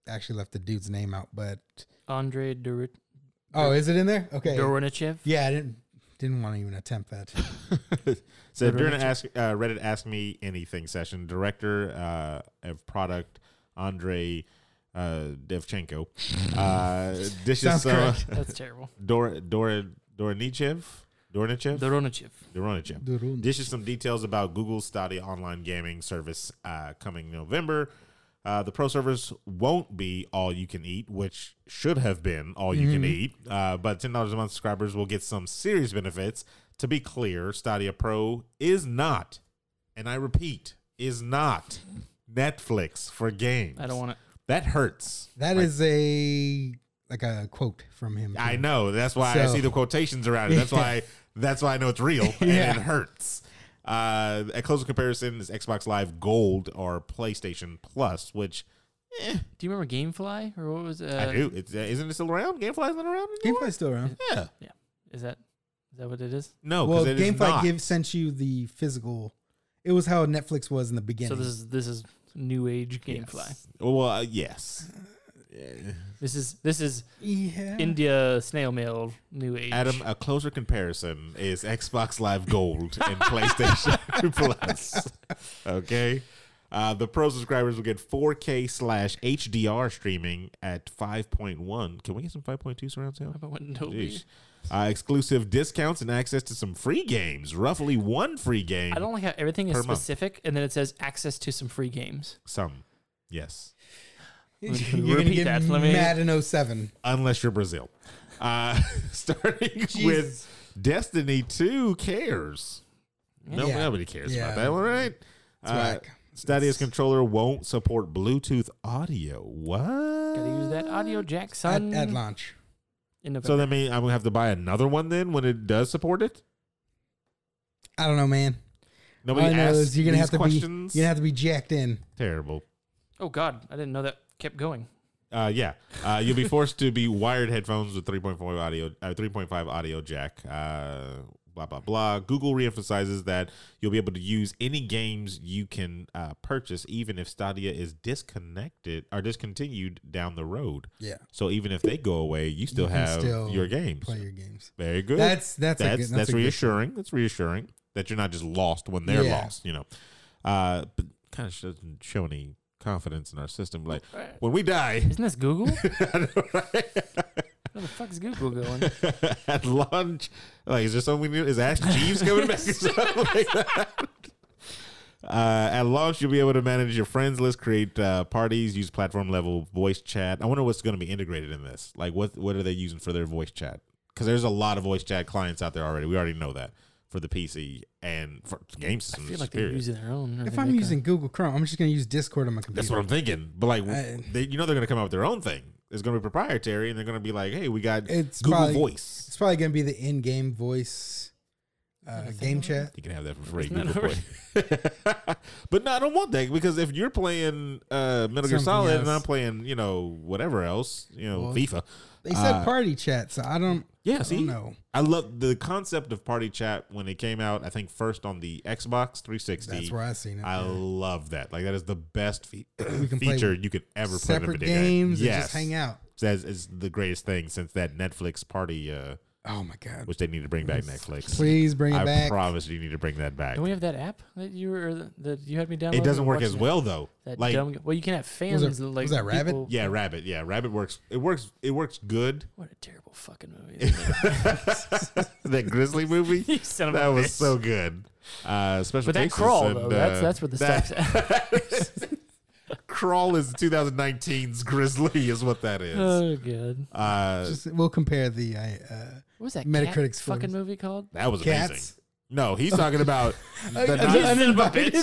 Speaker 3: actually left the dude's name out, but
Speaker 4: Andre Dur-
Speaker 3: oh, is it in there? Okay.
Speaker 4: Durinichev.
Speaker 3: Yeah, I didn't didn't want to even attempt that.
Speaker 2: so
Speaker 4: Reddit
Speaker 2: during an
Speaker 4: mentioned-
Speaker 2: ask uh, Reddit Ask Me Anything session, director uh, of product Andre uh, Devchenko uh, dishes
Speaker 3: Sounds
Speaker 2: some
Speaker 3: correct.
Speaker 4: That's terrible.
Speaker 2: Dor Dor Dornichev Dornichev
Speaker 4: Durinichev.
Speaker 2: Dornichev dishes some details about Google's Stadia online gaming service uh, coming November. Uh, the pro service won't be all you can eat, which should have been all you
Speaker 3: Mm-hmm.
Speaker 2: can eat. Uh, but ten dollars a month subscribers will get some serious benefits. To be clear, Stadia Pro is not, and I repeat, is not Netflix for games.
Speaker 4: I don't want it.
Speaker 2: that hurts.
Speaker 3: That is a like a quote from him.
Speaker 2: I
Speaker 3: too.
Speaker 2: know. That's why I
Speaker 3: So-
Speaker 2: see the quotations around it. That's why. That's why I know it's real and
Speaker 3: Yeah.
Speaker 2: it hurts. Uh, a closer comparison is Xbox Live Gold or PlayStation Plus, which
Speaker 4: Do you remember GameFly or what was? Uh,
Speaker 2: I do. It's, uh, isn't it still around? GameFly's not around anymore.
Speaker 3: Gamefly's still around.
Speaker 2: Yeah.
Speaker 4: Is that is that what it is?
Speaker 2: No.
Speaker 3: well,
Speaker 2: because it is
Speaker 3: GameFly
Speaker 2: not.
Speaker 3: give, sent you the physical. It was how Netflix was in the beginning.
Speaker 4: So this is this is new age GameFly.
Speaker 2: Well, uh, yes.
Speaker 3: Uh,
Speaker 4: This is this is
Speaker 3: yeah.
Speaker 4: India snail mail new age.
Speaker 2: Adam, a closer comparison is Xbox Live Gold and PlayStation Plus. Okay. Uh, the pro subscribers will get 4K slash HDR streaming at 5.1. Can we get some 5.2 surround sound?
Speaker 4: But what no
Speaker 2: Jeez. Uh, exclusive discounts and access to some free games. Roughly one free game.
Speaker 4: I don't like how everything
Speaker 2: Per
Speaker 4: is
Speaker 2: month.
Speaker 4: specific, and then it says access to some free games.
Speaker 2: Some. Yes.
Speaker 3: You're gonna
Speaker 4: Repeat
Speaker 3: get
Speaker 4: that, let me-
Speaker 3: mad in 07.
Speaker 2: Unless you're Brazil. Uh, starting
Speaker 3: Jesus.
Speaker 2: with Destiny 2 cares. No,
Speaker 3: Yeah.
Speaker 2: nobody cares
Speaker 3: Yeah.
Speaker 2: about that one, right?
Speaker 3: It's
Speaker 2: Uh,
Speaker 3: whack.
Speaker 2: Stadia's controller won't support Bluetooth audio. What?
Speaker 4: Gotta use that audio jack,
Speaker 3: At,
Speaker 4: son.
Speaker 3: at launch.
Speaker 4: in November.
Speaker 2: So that means I'm gonna have to buy another one then when it does support it.
Speaker 3: I don't know, man.
Speaker 2: Nobody
Speaker 3: All I know
Speaker 2: asks
Speaker 3: is you're gonna
Speaker 2: these
Speaker 3: have to
Speaker 2: questions.
Speaker 3: be you're gonna have to be jacked in.
Speaker 2: Terrible.
Speaker 4: oh God, I didn't know that kept going.
Speaker 2: Uh, yeah, uh, you'll be forced to be wired headphones with 3.5 audio, uh, 3.5 audio jack. Uh, blah blah blah. Google reemphasizes that you'll be able to use any games you can uh, purchase, even if Stadia is disconnected or discontinued down the road.
Speaker 3: Yeah.
Speaker 2: So even if they go away, you still
Speaker 3: can
Speaker 2: have
Speaker 3: still
Speaker 2: your games.
Speaker 3: Play your games.
Speaker 2: Very good.
Speaker 3: That's
Speaker 2: that's
Speaker 3: that's a good,
Speaker 2: that's,
Speaker 3: that's, a good-
Speaker 2: reassuring. That's reassuring that you're not just lost when they're
Speaker 3: Yeah.
Speaker 2: lost. You know, uh, but kind of doesn't show any confidence in our system. Like when we die,
Speaker 4: Isn't this Google? Where
Speaker 2: I know, right?
Speaker 4: the fuck's Google going?
Speaker 2: at lunch, like is there something new? Is Ash Jeeves coming back or something like that? Uh, at launch, you'll be able to manage your friends list, create uh, parties, use platform level voice chat. I wonder what's going to be integrated in this. Like, what what are they using for their voice chat? Because there's a lot of voice chat clients out there already. We already know that for the PC and for game
Speaker 4: I
Speaker 2: systems.
Speaker 4: feel like they're
Speaker 2: period.
Speaker 4: using their own. or
Speaker 3: If
Speaker 4: they
Speaker 3: I'm
Speaker 4: make a-
Speaker 3: using Google Chrome, I'm just gonna use Discord on my computer.
Speaker 2: That's what I'm thinking. But like,
Speaker 3: I-
Speaker 2: they, you know, they're going to come out with their own thing. It's going to be proprietary, and they're going to be like, "Hey, we got
Speaker 3: It's
Speaker 2: Google
Speaker 3: probably-
Speaker 2: Voice.
Speaker 3: It's probably gonna be the in-game voice uh, game chat.
Speaker 2: You can have that for free.
Speaker 4: Isn't that
Speaker 2: Google Play. but no, I don't want that because if you're playing uh, Metal Gear
Speaker 3: Something
Speaker 2: Solid and I'm
Speaker 3: else.
Speaker 2: playing, you know, whatever else, you know,
Speaker 3: Well,
Speaker 2: FIFA.
Speaker 3: They said
Speaker 2: Uh,
Speaker 3: party chat, so I don't.
Speaker 2: Yeah,
Speaker 3: I
Speaker 2: see,
Speaker 3: don't know.
Speaker 2: I love the concept of party chat when it came out. I think first on the Xbox 360.
Speaker 3: That's where I seen it.
Speaker 2: I love that. Like that is the best fe-
Speaker 3: We can play
Speaker 2: feature you could ever play in a
Speaker 3: Separate
Speaker 2: video game.
Speaker 3: games and just hang out.
Speaker 2: That is the greatest thing since that Netflix party, uh,
Speaker 3: Oh my god!
Speaker 2: which they need to bring back Netflix.
Speaker 3: Please bring it
Speaker 2: I
Speaker 3: back.
Speaker 2: promise you need to bring that back.
Speaker 4: Don't we have that app that you were or that you had me download?
Speaker 2: It doesn't
Speaker 4: and
Speaker 2: work as
Speaker 4: watching
Speaker 2: well though.
Speaker 4: That, that
Speaker 2: like
Speaker 4: dumb, well, you can have fans.
Speaker 3: it-
Speaker 4: that, like
Speaker 3: was that Rabbit?
Speaker 4: people-
Speaker 2: yeah, Rabbit. Yeah, Rabbit works. It works. It works good.
Speaker 4: What a terrible fucking movie.
Speaker 2: that Grizzly movie.
Speaker 4: You son of
Speaker 2: that
Speaker 4: a
Speaker 2: was
Speaker 4: bitch.
Speaker 2: so good. Uh, special
Speaker 4: But that
Speaker 2: Cases
Speaker 4: crawl
Speaker 2: and,
Speaker 4: though,
Speaker 2: uh,
Speaker 4: that's that's where the
Speaker 2: that-
Speaker 4: stuff's
Speaker 2: Crawl is 2019's Grizzly, is what that is.
Speaker 4: Oh god.
Speaker 2: Uh,
Speaker 3: Just, we'll compare the uh, uh,
Speaker 4: What was that
Speaker 3: Metacritic's
Speaker 4: cat fucking
Speaker 3: films.
Speaker 4: movie called?
Speaker 2: that was amazing.
Speaker 3: cats.
Speaker 2: No, he's talking about the,
Speaker 3: I- I-
Speaker 2: not,
Speaker 3: I- Uninvited.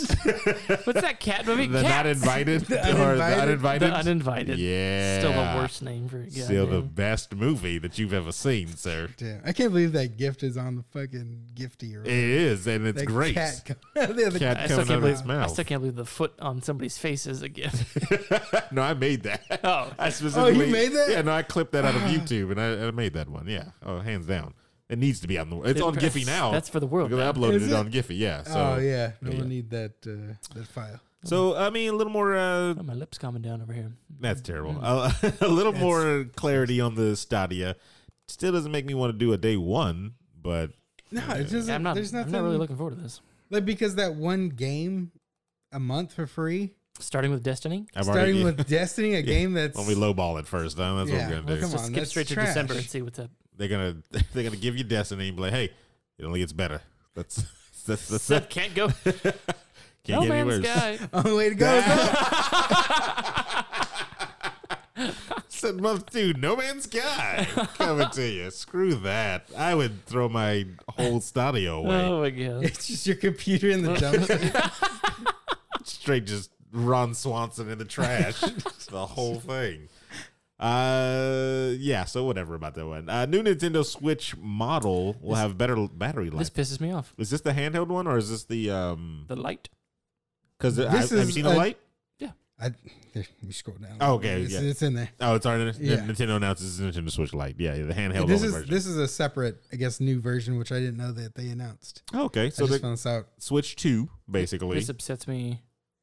Speaker 4: What's that cat movie?
Speaker 2: the not
Speaker 4: Cats.
Speaker 2: invited or the
Speaker 3: Uninvited.
Speaker 2: uninvited.
Speaker 4: The uninvited.
Speaker 2: Yeah,
Speaker 4: Still the worst name for a guy.
Speaker 2: Still the best movie that you've ever seen, sir.
Speaker 3: Damn, I can't believe that gift is on the fucking gifty. Or
Speaker 2: It is, and it's
Speaker 3: that
Speaker 2: great.
Speaker 3: Cat, co- the other
Speaker 2: Cat
Speaker 4: I
Speaker 2: coming out
Speaker 4: still can't
Speaker 2: of
Speaker 4: believe
Speaker 2: his
Speaker 4: I
Speaker 2: mouth.
Speaker 4: still can't believe the foot on somebody's face is a gift.
Speaker 2: no, I made that.
Speaker 4: Oh.
Speaker 2: I specifically.
Speaker 3: made that? Ah.
Speaker 2: Yeah, no, I clipped that out of YouTube and I, I made that one. Yeah, oh, hands down. It needs to be on the. It's on
Speaker 4: That's-
Speaker 2: Giphy now.
Speaker 4: that's for the world
Speaker 2: Because I
Speaker 4: now.
Speaker 2: uploaded
Speaker 3: Is
Speaker 2: it,
Speaker 3: it?
Speaker 2: on Giphy. Yeah. So,
Speaker 3: oh yeah, no
Speaker 2: yeah.
Speaker 3: one need that uh, that file.
Speaker 2: so I mean, a little more. Uh,
Speaker 4: Oh, my lips coming down over here.
Speaker 2: that's
Speaker 4: Mm.
Speaker 2: terrible. Uh, a little more clarity on the Stadia. Still doesn't make me want to do a day one, but
Speaker 3: No, it doesn't.
Speaker 4: Yeah, I'm not.
Speaker 3: there's
Speaker 4: I'm
Speaker 3: nothing.
Speaker 4: not really looking forward to this.
Speaker 3: like because that one game a month for free,
Speaker 4: Starting with Destiny.
Speaker 2: I've
Speaker 3: starting
Speaker 2: already.
Speaker 3: with Destiny, a game that's
Speaker 2: when we lowball it first, then that's
Speaker 3: Yeah,
Speaker 2: what we're
Speaker 3: well,
Speaker 2: gonna do.
Speaker 3: come on.
Speaker 4: Just skip
Speaker 3: that's
Speaker 4: straight to
Speaker 3: trash.
Speaker 4: December and see what's up.
Speaker 2: They're gonna they're gonna give you Destiny and be like, hey, it only gets better. That's that's that's
Speaker 4: Seth can't go.
Speaker 2: Can't
Speaker 4: no
Speaker 2: get any
Speaker 4: man's
Speaker 2: worse.
Speaker 4: sky.
Speaker 3: only way to go. is up.
Speaker 2: Said month two, No Man's Sky coming to you. Screw that. I would throw my whole stadio away.
Speaker 4: Oh my god.
Speaker 3: it's just your computer in the dumpster.
Speaker 2: Straight just Ron Swanson in the trash. the whole thing. Uh yeah, so whatever about that one. Uh new Nintendo Switch model will have better l- battery life.
Speaker 4: This pisses me off.
Speaker 2: is this the handheld one or is this the um
Speaker 4: The light.
Speaker 2: cuz have
Speaker 3: This
Speaker 2: you
Speaker 3: is
Speaker 2: seen the
Speaker 3: a-
Speaker 2: light?
Speaker 3: I, there, you scroll down.
Speaker 2: Oh, Okay,
Speaker 3: it's,
Speaker 2: yeah.
Speaker 3: it's in there.
Speaker 2: Oh, it's our
Speaker 3: Yeah.
Speaker 2: Nintendo announces Nintendo Switch Lite. Yeah, the handheld
Speaker 3: this
Speaker 2: only
Speaker 3: is
Speaker 2: version.
Speaker 3: this is a separate, I guess, new version which I didn't know that they announced.
Speaker 2: okay, so
Speaker 3: I
Speaker 2: the
Speaker 3: just found this out.
Speaker 2: Switch 2 basically
Speaker 4: This upsets me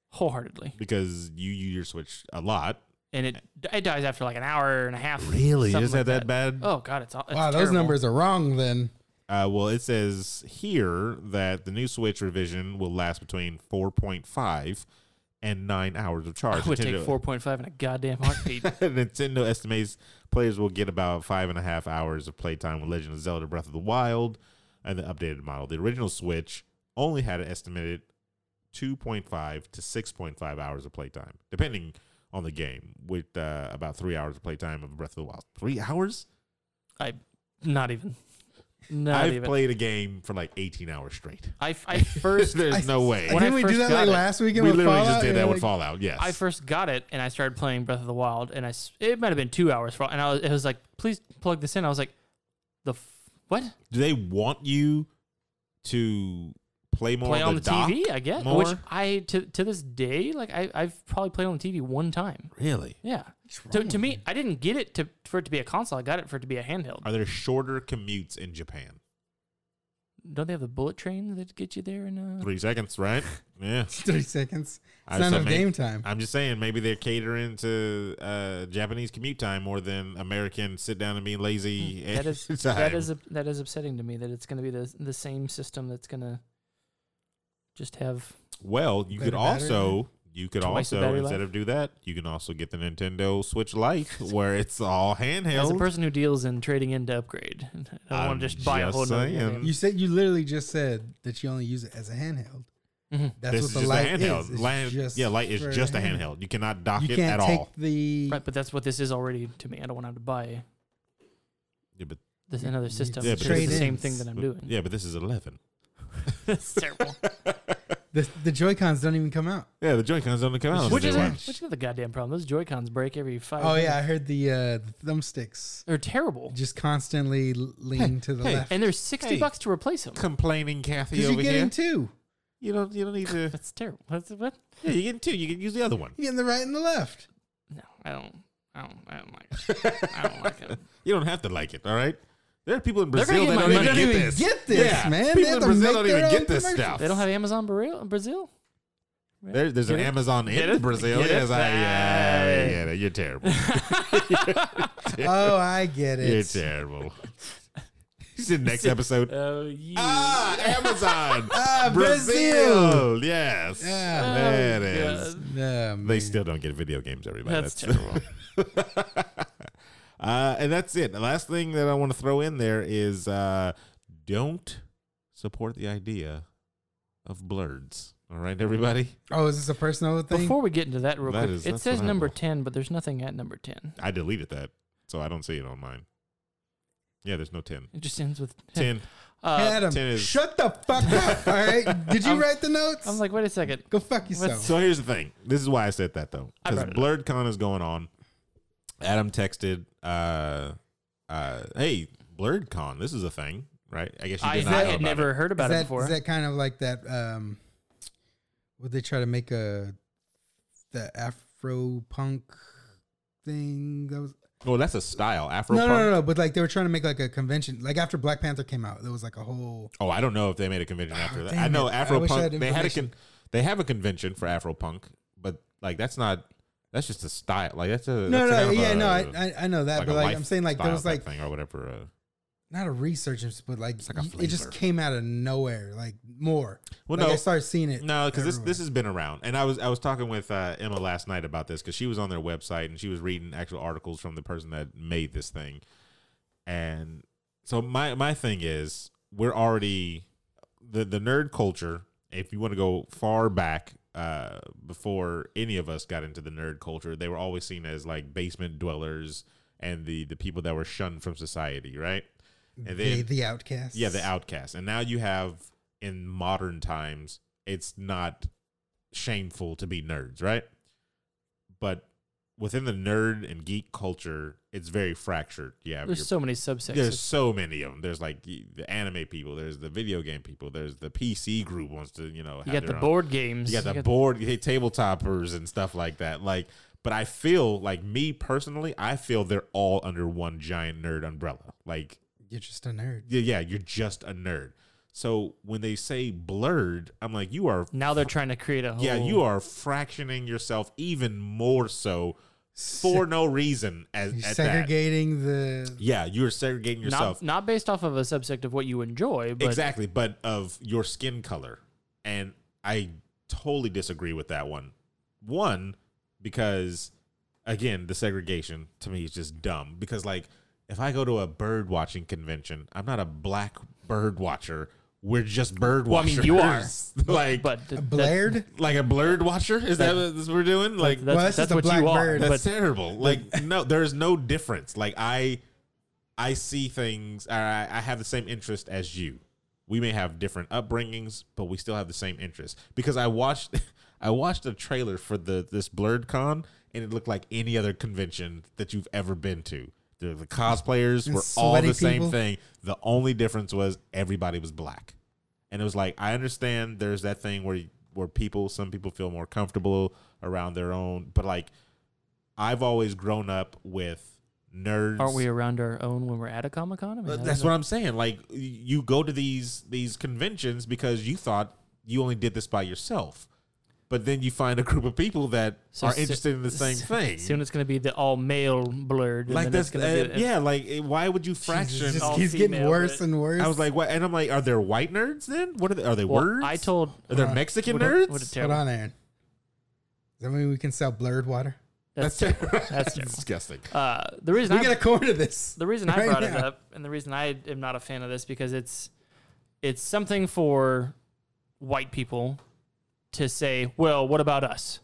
Speaker 4: wholeheartedly,
Speaker 2: because you use your Switch a lot.
Speaker 4: and it it dies after like an hour and a half.
Speaker 2: Is
Speaker 4: something
Speaker 2: that
Speaker 4: like
Speaker 2: that bad?
Speaker 4: Oh god, it's all. It's
Speaker 3: Wow, those
Speaker 4: terrible.
Speaker 3: numbers are wrong. Then
Speaker 2: Uh, well, it says here that the new Switch revision will last between 4.5 and nine hours of charge.
Speaker 4: I would take
Speaker 2: Nintendo-
Speaker 4: 4.5 in a goddamn heartbeat.
Speaker 2: Nintendo estimates players will get about five and a half hours of playtime with Legend of Zelda Breath of the Wild and the updated model. The original Switch only had an estimated 2.5 to 6.5 hours of playtime, depending on the game, with uh, about three hours of playtime of Breath of the Wild. Three hours?
Speaker 4: I, not even. Not
Speaker 2: I've
Speaker 4: even.
Speaker 2: played a game for like 18 hours straight.
Speaker 4: I, f- I first
Speaker 2: There's no way.
Speaker 4: When I
Speaker 3: Didn't we do
Speaker 4: first
Speaker 3: that
Speaker 4: got
Speaker 3: like
Speaker 4: it,
Speaker 3: last
Speaker 2: We
Speaker 3: weekend? with
Speaker 2: literally
Speaker 3: Fallout?
Speaker 2: just did
Speaker 3: Yeah,
Speaker 2: that
Speaker 3: like,
Speaker 2: with Fallout, yes.
Speaker 4: I first got it and I started playing Breath of the Wild and I s- it might have been two hours for and I was it was like please plug this in I was like the f- what
Speaker 2: Do they want you to play more
Speaker 4: play on the,
Speaker 2: dock?
Speaker 4: TV I guess
Speaker 2: more?
Speaker 4: which I to to this day like I I've probably played on the TV one time
Speaker 2: Really?
Speaker 4: yeah
Speaker 3: what's
Speaker 4: to,
Speaker 3: wrong
Speaker 4: to
Speaker 3: with
Speaker 4: me I didn't get it to for it to be a console I got it for it to be a handheld
Speaker 2: Are there shorter commutes in Japan?
Speaker 4: don't they have the bullet train that get you there in uh
Speaker 2: Three seconds, right? Yeah.
Speaker 3: Thirty seconds.
Speaker 2: I
Speaker 3: It's not
Speaker 2: said
Speaker 3: enough
Speaker 2: maybe-
Speaker 3: game time.
Speaker 2: I'm just saying, maybe they're catering to uh, Japanese commute time more than American sit down and being lazy.
Speaker 4: Hmm. that is
Speaker 2: time.
Speaker 4: that is that is upsetting to me that it's going to be the the same system that's going to just have
Speaker 2: well. You could
Speaker 3: Better battery
Speaker 2: also you could
Speaker 4: Twice the
Speaker 2: also
Speaker 4: battery
Speaker 2: instead
Speaker 4: life?
Speaker 2: of do that, you can also get the Nintendo Switch Lite where it's all
Speaker 4: As a
Speaker 2: handheld.
Speaker 4: person who deals in trading in to upgrade, I don't
Speaker 2: I'm
Speaker 4: want to just buy a
Speaker 2: just
Speaker 4: whole nother
Speaker 2: saying.
Speaker 4: game.
Speaker 3: You said you literally just said that you only use it as a handheld.
Speaker 4: Mhm.
Speaker 3: That's
Speaker 2: this
Speaker 3: what
Speaker 2: is
Speaker 3: the
Speaker 2: just
Speaker 3: light
Speaker 2: a handheld.
Speaker 3: is. It's
Speaker 2: Light-
Speaker 3: just
Speaker 2: yeah, light
Speaker 3: for
Speaker 2: is just a handheld. You cannot dock
Speaker 3: You
Speaker 2: it at
Speaker 3: can't take
Speaker 2: all.
Speaker 3: the
Speaker 4: Right, but that's what this is already to me. I don't want to have to buy
Speaker 2: Yeah, but,
Speaker 4: this another system.
Speaker 2: Yeah,
Speaker 4: it's
Speaker 2: but
Speaker 4: just the
Speaker 2: this
Speaker 4: same
Speaker 3: is-
Speaker 4: thing that I'm
Speaker 2: but-
Speaker 4: doing.
Speaker 2: yeah, but this is eleven.
Speaker 4: That's terrible.
Speaker 3: the, the Joy Cons don't even come out.
Speaker 2: Yeah, the Joy Cons don't come out.
Speaker 4: which
Speaker 2: until
Speaker 4: is
Speaker 2: July.
Speaker 4: which is the goddamn problem. Those Joy Cons break every five.
Speaker 3: Oh yeah, I
Speaker 4: minutes.
Speaker 3: heard the uh, the thumbsticks
Speaker 4: they're terrible,
Speaker 3: just constantly lean to the
Speaker 2: hey,
Speaker 3: left.
Speaker 4: and they're sixty
Speaker 2: Hey.
Speaker 4: bucks to replace them.
Speaker 2: complaining Kathy
Speaker 3: Because
Speaker 2: over
Speaker 3: you're getting
Speaker 2: here.
Speaker 3: two.
Speaker 2: you don't you don't need to
Speaker 4: That's terrible. That's what?
Speaker 2: Yeah, you're getting two. You can use the other one.
Speaker 3: You're getting the right and the left.
Speaker 4: No, I don't. I don't. I don't like. It. I don't like it.
Speaker 2: You don't have to like it, all right? There are people in
Speaker 4: They're gonna
Speaker 2: Brazil that
Speaker 4: get
Speaker 2: don't
Speaker 4: my
Speaker 2: even
Speaker 4: money.
Speaker 2: get
Speaker 4: They don't
Speaker 2: this.
Speaker 3: even get this, man. They
Speaker 2: People
Speaker 3: have
Speaker 2: in
Speaker 3: to
Speaker 2: Brazil
Speaker 3: make
Speaker 2: don't
Speaker 3: their
Speaker 2: even
Speaker 3: own
Speaker 2: get this
Speaker 3: commercials.
Speaker 2: stuff.
Speaker 4: They don't have Amazon Brazil. Brazil. Right?
Speaker 2: There- there's an
Speaker 4: Get it?
Speaker 2: Amazon
Speaker 4: Get
Speaker 2: in
Speaker 4: it?
Speaker 2: Brazil.
Speaker 4: Get it?
Speaker 2: Yes, I, yeah,
Speaker 4: Hey.
Speaker 2: yeah, you're terrible.
Speaker 3: Oh, I get
Speaker 2: You're
Speaker 3: it.
Speaker 2: terrible. He's in next episode.
Speaker 4: Oh yeah.
Speaker 2: Ah, Amazon.
Speaker 3: Ah,
Speaker 2: Brazil. Yes.
Speaker 3: Yeah.
Speaker 2: There it
Speaker 4: Oh,
Speaker 2: is.
Speaker 4: God.
Speaker 2: They
Speaker 3: No, man.
Speaker 2: still don't get video games, everybody.
Speaker 4: That's
Speaker 2: That's, terrible. uh, and that's it. The last thing that I want to throw in there is uh, don't support the idea of blurs. All right, everybody?
Speaker 3: oh, is this a personal thing?
Speaker 4: Before we get into that real
Speaker 2: That
Speaker 4: quick,
Speaker 2: is-
Speaker 4: it
Speaker 2: that's
Speaker 4: says
Speaker 2: what I
Speaker 4: number
Speaker 2: will.
Speaker 4: 10, but there's nothing at number 10.
Speaker 2: I deleted that, so I don't see it on mine. Yeah, there's no 10.
Speaker 4: It just ends with 10.
Speaker 2: 10.
Speaker 4: Uh,
Speaker 3: Adam,
Speaker 2: Ten is-
Speaker 3: shut the fuck up. All right. Did you
Speaker 4: I'm-
Speaker 3: write the notes?
Speaker 4: I'm like, wait a second.
Speaker 3: go fuck yourself.
Speaker 4: What's-
Speaker 2: So here's the thing. This is why I said that, though.
Speaker 4: I
Speaker 2: Because
Speaker 4: brought it up.
Speaker 2: Blurred Con is going on. Adam texted, uh, uh, hey, Blurred Con, this is a thing, right? I guess you
Speaker 4: I
Speaker 2: did
Speaker 4: had
Speaker 2: not know about it.
Speaker 4: never heard about
Speaker 3: is that,
Speaker 4: it before.
Speaker 3: is that kind of like that? Um, would they try to make a the Afro punk thing that was
Speaker 2: Well, Oh, that's a style. Afro
Speaker 3: no, no, no, no, but like they were trying to make like a convention, like after Black Panther came out, there was like a whole
Speaker 2: Oh, I don't know if they made a convention after that. I
Speaker 3: Oh, damn
Speaker 2: know
Speaker 3: it. I
Speaker 2: Afro
Speaker 3: wish I
Speaker 2: Punk.
Speaker 3: had
Speaker 2: they had a con-
Speaker 3: information.
Speaker 2: they have a convention for Afro Punk, but like that's not that's just a style. Like that's a
Speaker 3: no,
Speaker 2: that's
Speaker 3: no,
Speaker 2: kind of
Speaker 3: yeah,
Speaker 2: a-
Speaker 3: no, I, I, I know that,
Speaker 2: a
Speaker 3: but like I'm
Speaker 2: life
Speaker 3: saying, like there
Speaker 2: style
Speaker 3: was
Speaker 2: type
Speaker 3: like
Speaker 2: thing or whatever. Uh,
Speaker 3: not a research, but like,
Speaker 2: like a
Speaker 3: y- it just
Speaker 2: flavor.
Speaker 3: came out of nowhere, like more.
Speaker 2: Well,
Speaker 3: like,
Speaker 2: no.
Speaker 3: I started seeing it.
Speaker 2: No, because this
Speaker 3: everywhere.
Speaker 2: this has been around, and I was I was talking with uh, Emma last night about this because she was on their website and she was reading actual articles from the person that made this thing, and so my my thing is we're already the the nerd culture. If you want to go far back, uh, before any of us got into the nerd culture, they were always seen as like basement dwellers and the the people that were shunned from society, right? And
Speaker 3: the, the outcast.
Speaker 2: yeah, the outcast. And now you have in modern times, it's not shameful to be nerds, right? But within the nerd and geek culture, it's very fractured. You have
Speaker 4: there's
Speaker 2: your-
Speaker 4: so many subsections.
Speaker 2: there's so many of them. There's like the the anime people. There's the video game people. There's the PC group wants to you know.
Speaker 4: you
Speaker 2: have
Speaker 4: got
Speaker 2: their
Speaker 4: the
Speaker 2: own-
Speaker 4: board games.
Speaker 2: you got the board you got tabletoppers and stuff like that. Like, but I feel like me personally, I feel they're all under one giant nerd umbrella. Like
Speaker 3: You're just a nerd.
Speaker 2: yeah, yeah, you're just a nerd. So when they say blurred, I'm like, you are,
Speaker 4: Now they're trying to create a whole.
Speaker 2: yeah, you are fractioning yourself even more so for no reason as
Speaker 3: You're
Speaker 2: at that.
Speaker 3: segregating the.
Speaker 2: Yeah, you are segregating yourself
Speaker 4: Not, not based off of a subsect of what you enjoy, but
Speaker 2: exactly, but of your skin color, and I totally disagree with that one One, because again, the segregation to me is just dumb. Because like, if I go to a bird watching convention, I'm not a black bird watcher. We're just bird
Speaker 4: Well, I
Speaker 2: watchers.
Speaker 4: mean, you
Speaker 2: like,
Speaker 4: But th-
Speaker 3: Blared?
Speaker 2: like a blurred watcher. Is that what this we're doing? Like,
Speaker 4: that- that's,
Speaker 3: Well, this is
Speaker 4: that's
Speaker 3: the
Speaker 4: what
Speaker 3: black
Speaker 4: you are.
Speaker 3: bird.
Speaker 2: that's
Speaker 4: But
Speaker 2: terrible. Like no, there is no difference. Like I, I see things. Or I, I have the same interest as you. We may have different upbringings, but we still have the same interest. Because I watched, I watched a trailer for the this blurred con, and it looked like any other convention that you've ever been to. The, the cosplayers
Speaker 3: And
Speaker 2: were all the
Speaker 3: sweaty
Speaker 2: same
Speaker 3: people.
Speaker 2: thing. The only difference was everybody was black and it was like I understand there's that thing where where people some people feel more comfortable around their own, but like I've always grown up with nerds.
Speaker 4: aren't we around our own when we're at a comic con? I mean, I
Speaker 2: But
Speaker 4: don't
Speaker 2: That's
Speaker 4: know.
Speaker 2: what I'm saying. Like y- you go to these these conventions because you thought you only did this by yourself, but then you find a group of people that
Speaker 4: So
Speaker 2: are
Speaker 4: so-
Speaker 2: interested in the same
Speaker 4: so-
Speaker 2: thing.
Speaker 4: Soon it's going to be the all male blurred. and
Speaker 2: like
Speaker 4: then
Speaker 2: that's
Speaker 4: it's gonna
Speaker 2: uh,
Speaker 4: be,
Speaker 2: yeah. Like eh, why would you
Speaker 3: Jesus,
Speaker 2: fraction?
Speaker 3: it just
Speaker 4: all
Speaker 3: keeps getting
Speaker 4: female,
Speaker 3: worse
Speaker 4: but-
Speaker 3: and worse.
Speaker 2: I was like, what? And I'm like, are there white nerds then? What are they? Are they
Speaker 4: Well,
Speaker 2: words?
Speaker 4: I told.
Speaker 2: Are there Mexican
Speaker 4: what a-
Speaker 2: nerds?
Speaker 4: what a
Speaker 3: hold
Speaker 4: terrible-
Speaker 3: on, Aaron. Does that mean we can sell blurred water?
Speaker 4: That's
Speaker 2: That's
Speaker 4: terrible. That's terrible.
Speaker 2: disgusting.
Speaker 4: Uh, the reason
Speaker 3: We
Speaker 4: I
Speaker 3: got a corner to this.
Speaker 4: the reason I
Speaker 3: Right
Speaker 4: brought it
Speaker 3: now.
Speaker 4: up, and the reason I am not a fan of this, because it's it's something for white people to say, well, what about us?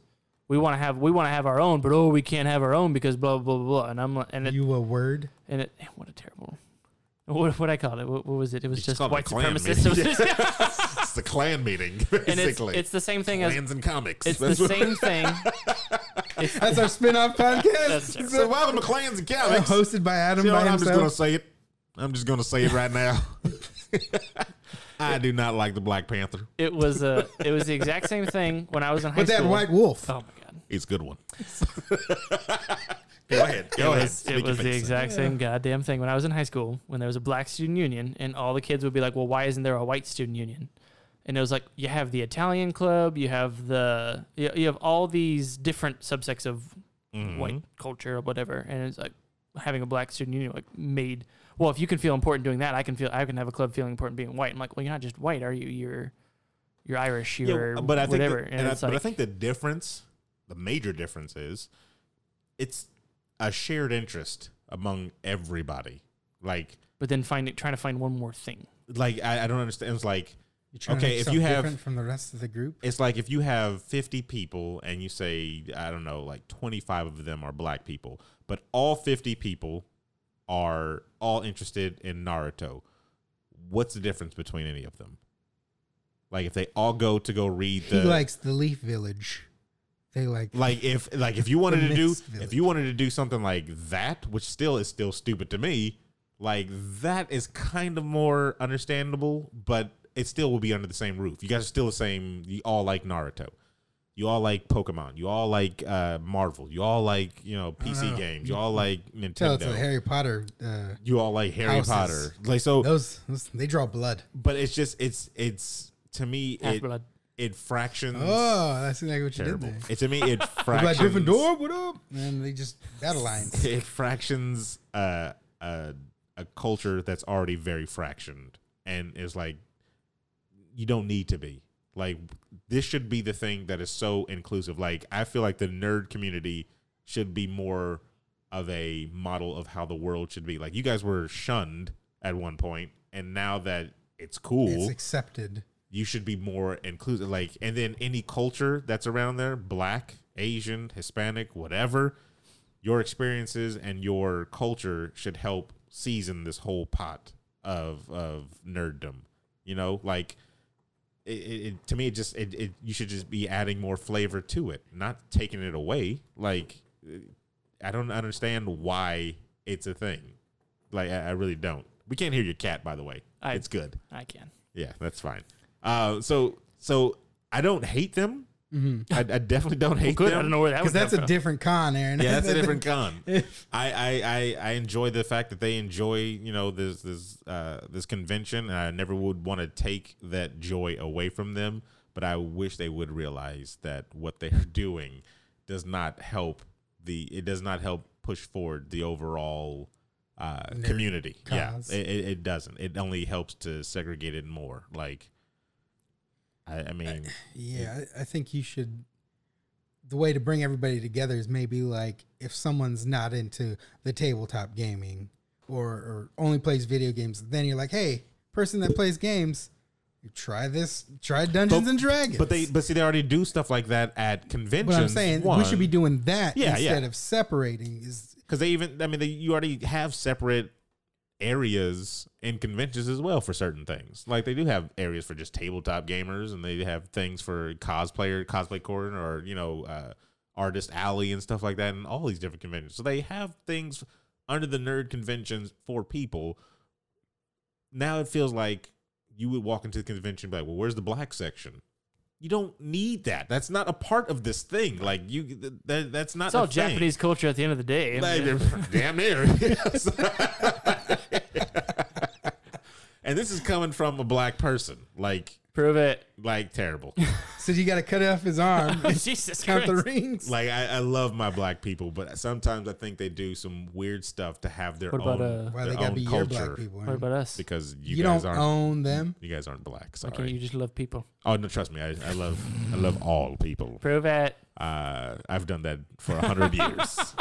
Speaker 4: We want to have we want to have our own, but oh, we can't have our own because blah blah blah. blah. And I'm like- and it,
Speaker 3: You a word?
Speaker 4: and it what a terrible. What what I called it? What, what was it? It was
Speaker 2: You just
Speaker 4: just
Speaker 2: called it
Speaker 4: white
Speaker 2: a clan
Speaker 4: supremacist. It was
Speaker 2: meeting.
Speaker 4: just-
Speaker 2: it's the clan meeting,
Speaker 4: and it's,
Speaker 2: basically.
Speaker 4: it's the same thing as
Speaker 2: clans and comics.
Speaker 4: it's the
Speaker 2: That's what-
Speaker 4: same thing.
Speaker 3: That's our spin-off podcast.
Speaker 4: That's terrible.
Speaker 2: So welcome to clans and
Speaker 3: Uh,
Speaker 2: comics.
Speaker 3: hosted by Adam
Speaker 2: You know
Speaker 3: by
Speaker 2: what, I'm just gonna
Speaker 3: himself.
Speaker 2: say it. I'm just gonna say it right now. I do not like the Black Panther.
Speaker 4: It was uh, it was the exact same thing when I was in high
Speaker 3: But that
Speaker 4: school.
Speaker 3: white wolf.
Speaker 4: oh my god.
Speaker 2: It's a good one. go ahead. Go
Speaker 4: it
Speaker 2: ahead.
Speaker 4: was,
Speaker 2: Speak
Speaker 4: it
Speaker 2: your
Speaker 4: was the
Speaker 2: piece.
Speaker 4: exact same goddamn thing when I was in high school when there was a black student union and all the kids would be like, "Well, why isn't there a white student union?" And it was like you have the Italian club, you have the you you have all these different subsects of
Speaker 2: Mm-hmm.
Speaker 4: white culture or whatever, and it's like having a black student union like made well if you can feel important doing that, I can feel I can have a club feeling important being white. I'm like, well, you're not just white, are you? You're you're Irish, you're
Speaker 2: but I
Speaker 4: whatever.
Speaker 2: Think the-
Speaker 4: and,
Speaker 2: and I-
Speaker 4: it's
Speaker 2: but I
Speaker 4: like-
Speaker 2: think the difference, the major difference is, it's a shared interest among everybody. Like,
Speaker 4: but then finding trying to find one more thing.
Speaker 2: like I, I don't understand. It's like
Speaker 3: You're trying to
Speaker 2: Okay,
Speaker 3: make
Speaker 2: if
Speaker 3: yourself
Speaker 2: you have-
Speaker 3: different from the rest of the group,
Speaker 2: it's like if you have 50 people and you say i don't know like 25 of them are black people but all 50 people are all interested in naruto what's the difference between any of them like if they all go to go read
Speaker 3: he
Speaker 2: the
Speaker 3: likes the Leaf Village. They like
Speaker 2: like if like if you wanted
Speaker 3: The
Speaker 2: to do
Speaker 3: mixed
Speaker 2: if
Speaker 3: village.
Speaker 2: you wanted to do something like that which still is still stupid to me like that is kind of more understandable but it still will be under the same roof you guys are still the same you all like naruto you all like pokemon you all like uh marvel you all like you know pc
Speaker 3: know.
Speaker 2: games you all like
Speaker 3: Uh, tell it's the
Speaker 2: nintendo
Speaker 3: Harry Potter. Uh,
Speaker 2: you all like harry
Speaker 3: Houses.
Speaker 2: potter like so
Speaker 3: those, those they draw blood.
Speaker 2: but it's just it's it's to me it
Speaker 4: Half-Blood.
Speaker 2: it fractions
Speaker 3: Oh, that's like what you
Speaker 2: terrible
Speaker 3: did there.
Speaker 2: it, to me it
Speaker 3: They're Like
Speaker 2: fractions
Speaker 3: Gryffindor, what up? And they just battle lines.
Speaker 2: it fractions uh, a a culture that's already very fractioned and is like you don't need to be like this should be the thing that is so inclusive like i feel like the nerd community should be more of a model of how the world should be like you guys were shunned at one point and now that it's cool
Speaker 3: It's accepted.
Speaker 2: you should be more inclusive. Like, and then any culture that's around there, black, Asian, Hispanic, whatever, your experiences and your culture should help season this whole pot of of nerddom. You know, like it, it, it- to me, it just it, it you should just be adding more flavor to it, not taking it away. Like, uh, I don't understand why it's a thing. Like, I, I really don't. We can't hear your cat, by the way.
Speaker 4: I-
Speaker 2: it's good.
Speaker 4: I can.
Speaker 2: Yeah, that's fine. Uh, so so I don't hate them. I, I definitely don't hate
Speaker 4: Good.
Speaker 2: them.
Speaker 4: I don't know where that was.
Speaker 3: Because that's a
Speaker 4: from.
Speaker 3: different con, Aaron.
Speaker 2: Yeah, that's a different con. I, I, I I enjoy the fact that they enjoy you know this this uh, this convention, and I never would want to take that joy away from them. But I wish they would realize that what they're doing does not help the it does not help push forward the overall uh, community.
Speaker 3: cause.
Speaker 2: Yeah, it, it, it doesn't. It only helps to segregate it more. Like, I, I mean,
Speaker 3: Yeah, I, I think you should the way to bring everybody together is maybe like if someone's not into the tabletop gaming or, or only plays video games, then you're like, hey, person that plays games, try this, try Dungeons and Dragons.
Speaker 2: But they, but see, they already do stuff like that at conventions.
Speaker 3: But I'm saying we should be doing that
Speaker 2: Yeah, yeah.
Speaker 3: instead of separating. Is
Speaker 2: because they even. I mean, they, you already have separate areas in conventions as well for certain things. Like they do have areas for just tabletop gamers, and they have things for cosplayer, cosplay corner, or you know, uh, artist alley and stuff like that, and all these different conventions. So they have things under the nerd conventions for people. Now it feels like you would walk into the convention and be like, well, where's the black section? You don't need that. That's not a part of this thing. Like you, th- that, that's not.
Speaker 4: It's all
Speaker 2: a thing.
Speaker 4: Japanese culture at the end of the day. I
Speaker 2: Like,
Speaker 4: mean,
Speaker 2: they're- damn near. and this is coming from a black person. Like,
Speaker 4: prove it.
Speaker 2: like terrible.
Speaker 3: so you got to cut off his arm, and
Speaker 4: Jesus
Speaker 3: count the
Speaker 4: Christ.
Speaker 3: rings.
Speaker 2: Like, I, I love my black people, but sometimes I think they do some weird stuff to have their
Speaker 4: What
Speaker 2: own,
Speaker 4: about, uh,
Speaker 3: Why
Speaker 2: their
Speaker 3: they got to
Speaker 2: own
Speaker 3: be your
Speaker 2: culture.
Speaker 3: black people?
Speaker 4: What about us?
Speaker 2: Because you,
Speaker 3: you
Speaker 2: guys
Speaker 3: don't
Speaker 2: aren't.
Speaker 3: own them.
Speaker 2: you guys aren't black.
Speaker 4: Why
Speaker 2: Sorry.
Speaker 4: can't you just love people?
Speaker 2: Oh no, trust me. I, I love I love all people.
Speaker 4: Prove it.
Speaker 2: Uh, I've done that for a hundred years.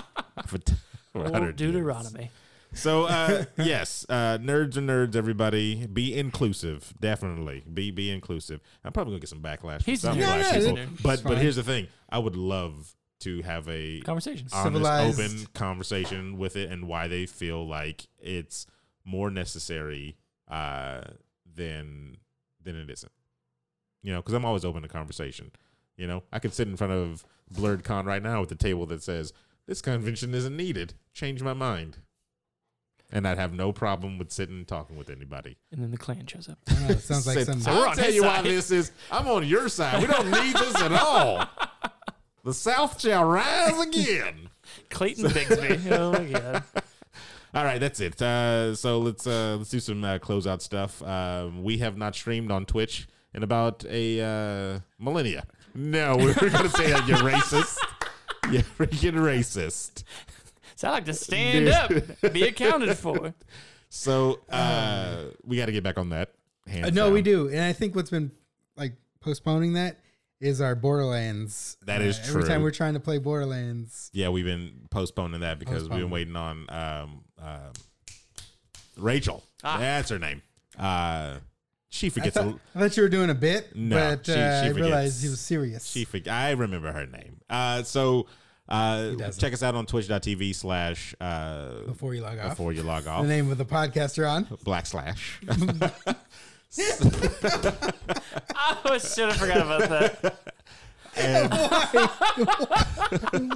Speaker 2: For, t- for a
Speaker 4: Old
Speaker 2: hundred years.
Speaker 4: Deuteronomy.
Speaker 2: So uh, yes, uh, nerds are nerds. Everybody, be inclusive. Definitely, be be inclusive. I'm probably gonna get some backlash from
Speaker 4: He's
Speaker 2: some
Speaker 4: a nerd.
Speaker 2: black
Speaker 4: Yeah,
Speaker 2: people,
Speaker 4: yeah, it's
Speaker 2: but but
Speaker 3: fine.
Speaker 2: here's the thing. I would love to have a
Speaker 4: Conversations.
Speaker 2: honest,
Speaker 3: Civilized.
Speaker 2: open conversation with it and why they feel like it's more necessary uh, than than it isn't. You know, because I'm always open to conversation. You know, I could sit in front of Blurred Con right now with a table that says this convention isn't needed. Change my mind, and I'd have no problem with sitting and talking with anybody.
Speaker 4: And then the clan shows up.
Speaker 3: I don't know, it sounds like
Speaker 2: Said-
Speaker 3: some.
Speaker 2: so
Speaker 4: We're
Speaker 2: I'll
Speaker 4: on
Speaker 2: tell
Speaker 4: his
Speaker 2: you why
Speaker 4: side.
Speaker 2: this is. I'm on your side. We don't need this at all. The South shall rise again.
Speaker 4: Clayton Bigsby. Oh my god.
Speaker 2: All right, that's it. Uh, so let's uh, let's do some uh, closeout stuff. Um, we have not streamed on Twitch in about a uh, millennia. No, we were going to say that you're racist. You're freaking racist.
Speaker 4: So I like to stand up, be accounted for.
Speaker 2: So uh, we got to get back on that. hands
Speaker 3: Uh, no, we
Speaker 2: down.
Speaker 3: do, and I think what's been like postponing that is our Borderlands. Uh,
Speaker 2: That is
Speaker 3: Every time
Speaker 2: true.
Speaker 3: we're trying to play Borderlands,
Speaker 2: Yeah, we've been postponing that because we've been
Speaker 3: Postponing.
Speaker 2: waiting on um, um, Rachel.
Speaker 4: Ah.
Speaker 2: That's her name. Uh, she
Speaker 3: I
Speaker 2: forgets.
Speaker 3: thought,
Speaker 2: a,
Speaker 3: I thought you were doing a bit,
Speaker 2: No,
Speaker 3: but
Speaker 2: she-
Speaker 3: uh,
Speaker 2: she
Speaker 3: I realized
Speaker 2: forgets.
Speaker 3: he was serious.
Speaker 2: She forg I remember her name. Uh, so uh,
Speaker 3: doesn't.
Speaker 2: check us out on twitch.tv slash uh,
Speaker 3: before you log off,
Speaker 2: before you log
Speaker 3: the
Speaker 2: off.
Speaker 3: name of the podcast you're on.
Speaker 2: Black slash.
Speaker 4: I should have forgot about that. I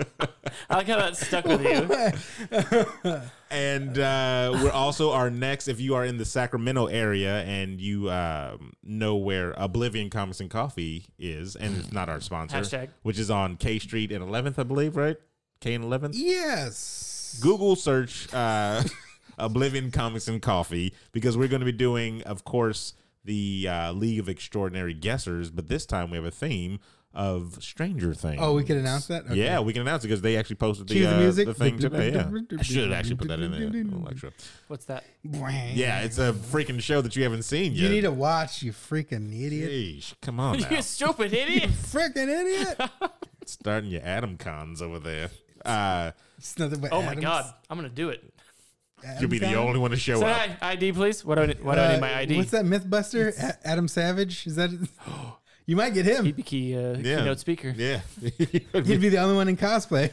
Speaker 4: like how that stuck with you.
Speaker 2: and uh, we're also our next. If you are in the Sacramento area and you um, know where Oblivion Comics and Coffee is, and it's not our sponsor,
Speaker 4: Hashtag.
Speaker 2: which is on K Street and 11th, I believe, right? K and 11th.
Speaker 3: Yes.
Speaker 2: Google search uh, Oblivion Comics and Coffee because we're going to be doing, of course, the uh, League of Extraordinary Guessers, but this time we have a theme of Stranger Things.
Speaker 3: Oh, we can announce that? Okay.
Speaker 2: Yeah, we can announce it because they actually posted the,
Speaker 3: Cue the
Speaker 2: uh,
Speaker 3: music.
Speaker 2: the thing today. Yeah. I should actually put that in there. I'm like, sure.
Speaker 4: What's that?
Speaker 2: Yeah, it's a freaking show that you haven't seen yet.
Speaker 3: You need to watch, you freaking idiot.
Speaker 2: Jeez, come on now.
Speaker 4: You stupid idiot.
Speaker 3: Freaking idiot.
Speaker 2: Starting your Adam cons over there. Uh,
Speaker 3: It's nothing but
Speaker 4: Oh my
Speaker 3: Adam's-
Speaker 4: god. I'm gonna do it.
Speaker 2: you'll be the
Speaker 3: Adam's
Speaker 2: only one to show
Speaker 4: Say
Speaker 2: up.
Speaker 4: hi, ID, please. What do I need, why do
Speaker 3: Island?
Speaker 4: I need
Speaker 3: Uh,
Speaker 4: my ID?
Speaker 3: What's that Mythbuster? A- Adam Savage? Is that You might get him.
Speaker 4: He'd key, uh,
Speaker 2: Yeah.
Speaker 4: keynote speaker.
Speaker 2: Yeah.
Speaker 3: He'd be the only one in cosplay.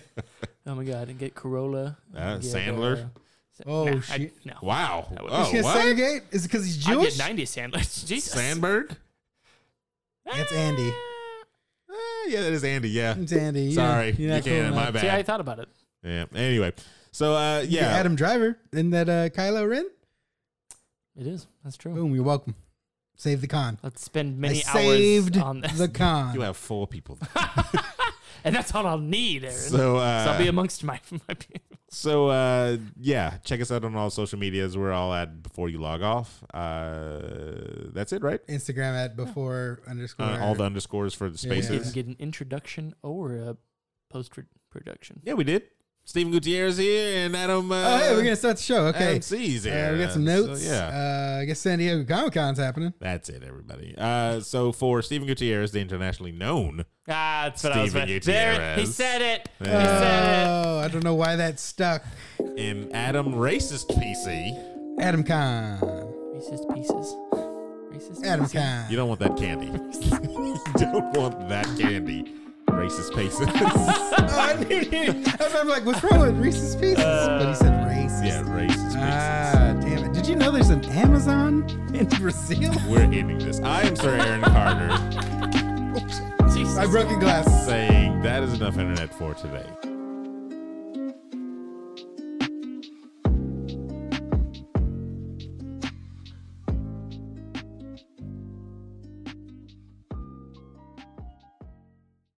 Speaker 4: Oh my god, and get Corolla.
Speaker 2: Uh,
Speaker 4: Get,
Speaker 2: Sandler.
Speaker 4: Sa-
Speaker 3: Oh,
Speaker 4: nah, I,
Speaker 3: shit.
Speaker 4: no.
Speaker 2: wow.
Speaker 4: would-
Speaker 2: Oh,
Speaker 3: He's gonna
Speaker 2: what?
Speaker 3: segregate? Is it because he's
Speaker 4: I
Speaker 3: Jewish?
Speaker 4: get 90 Sandler. Jesus. Ah.
Speaker 2: Sandberg?
Speaker 3: That's Andy.
Speaker 2: Uh, yeah, that is Andy. Yeah.
Speaker 3: It's Andy. You're not-
Speaker 2: Sorry.
Speaker 3: you're
Speaker 2: you
Speaker 3: not cool
Speaker 2: can't.
Speaker 3: enough.
Speaker 2: My
Speaker 4: See, I
Speaker 2: bad.
Speaker 4: thought about it.
Speaker 2: yeah. Anyway, so uh,
Speaker 3: You get
Speaker 2: yeah.
Speaker 3: Adam Driver and that uh, Kylo Ren.
Speaker 4: It is. That's true.
Speaker 3: Boom. You're welcome. Save the con.
Speaker 4: Let's spend many
Speaker 3: I
Speaker 4: hours
Speaker 3: saved
Speaker 4: on this.
Speaker 3: the con.
Speaker 2: You have four people.
Speaker 4: and that's all I'll need, Aaron. So,
Speaker 2: so uh,
Speaker 4: I'll be amongst my, my people.
Speaker 2: So uh yeah, check us out on all social medias. We're all at before you log off. Uh that's it, right?
Speaker 3: Instagram at before underscore.
Speaker 2: Uh, all the underscores for the
Speaker 3: Yeah.
Speaker 4: Didn't
Speaker 2: spaces.
Speaker 4: get an introduction or a post production.
Speaker 2: Yeah, we did. Stephen Gutierrez here and Adam. Uh,
Speaker 3: Oh, hey, we're gonna start the show. Okay,
Speaker 2: Adam C's here.
Speaker 3: Uh, we got some
Speaker 2: So,
Speaker 3: notes.
Speaker 2: yeah.
Speaker 3: Uh, I guess San Diego Comic Con's happening.
Speaker 2: That's it, everybody. Uh, so for Stephen Gutierrez, the internationally known,
Speaker 4: Ah, that's what I was
Speaker 2: Steven
Speaker 4: about. There, he
Speaker 2: Gutierrez.
Speaker 4: said it. He
Speaker 2: Yeah.
Speaker 4: said it.
Speaker 3: Oh, I don't know why that stuck.
Speaker 2: and Adam Racist PC.
Speaker 3: Adam Con.
Speaker 4: Racist pieces. Racist
Speaker 3: Adam
Speaker 4: pieces.
Speaker 3: Con.
Speaker 2: You don't want that candy. you don't want that candy. Racist pieces.
Speaker 3: Oh, I knew it. I'm like, what's wrong with Reese's Pieces? but he said racist.
Speaker 2: Uh, yeah, racist pieces.
Speaker 3: Ah, damn it. Did you know there's an Amazon in Brazil?
Speaker 2: We're ending this. I am Sir Aaron Carter
Speaker 4: Jesus.
Speaker 3: I broke a glass.
Speaker 2: saying that is enough internet for today.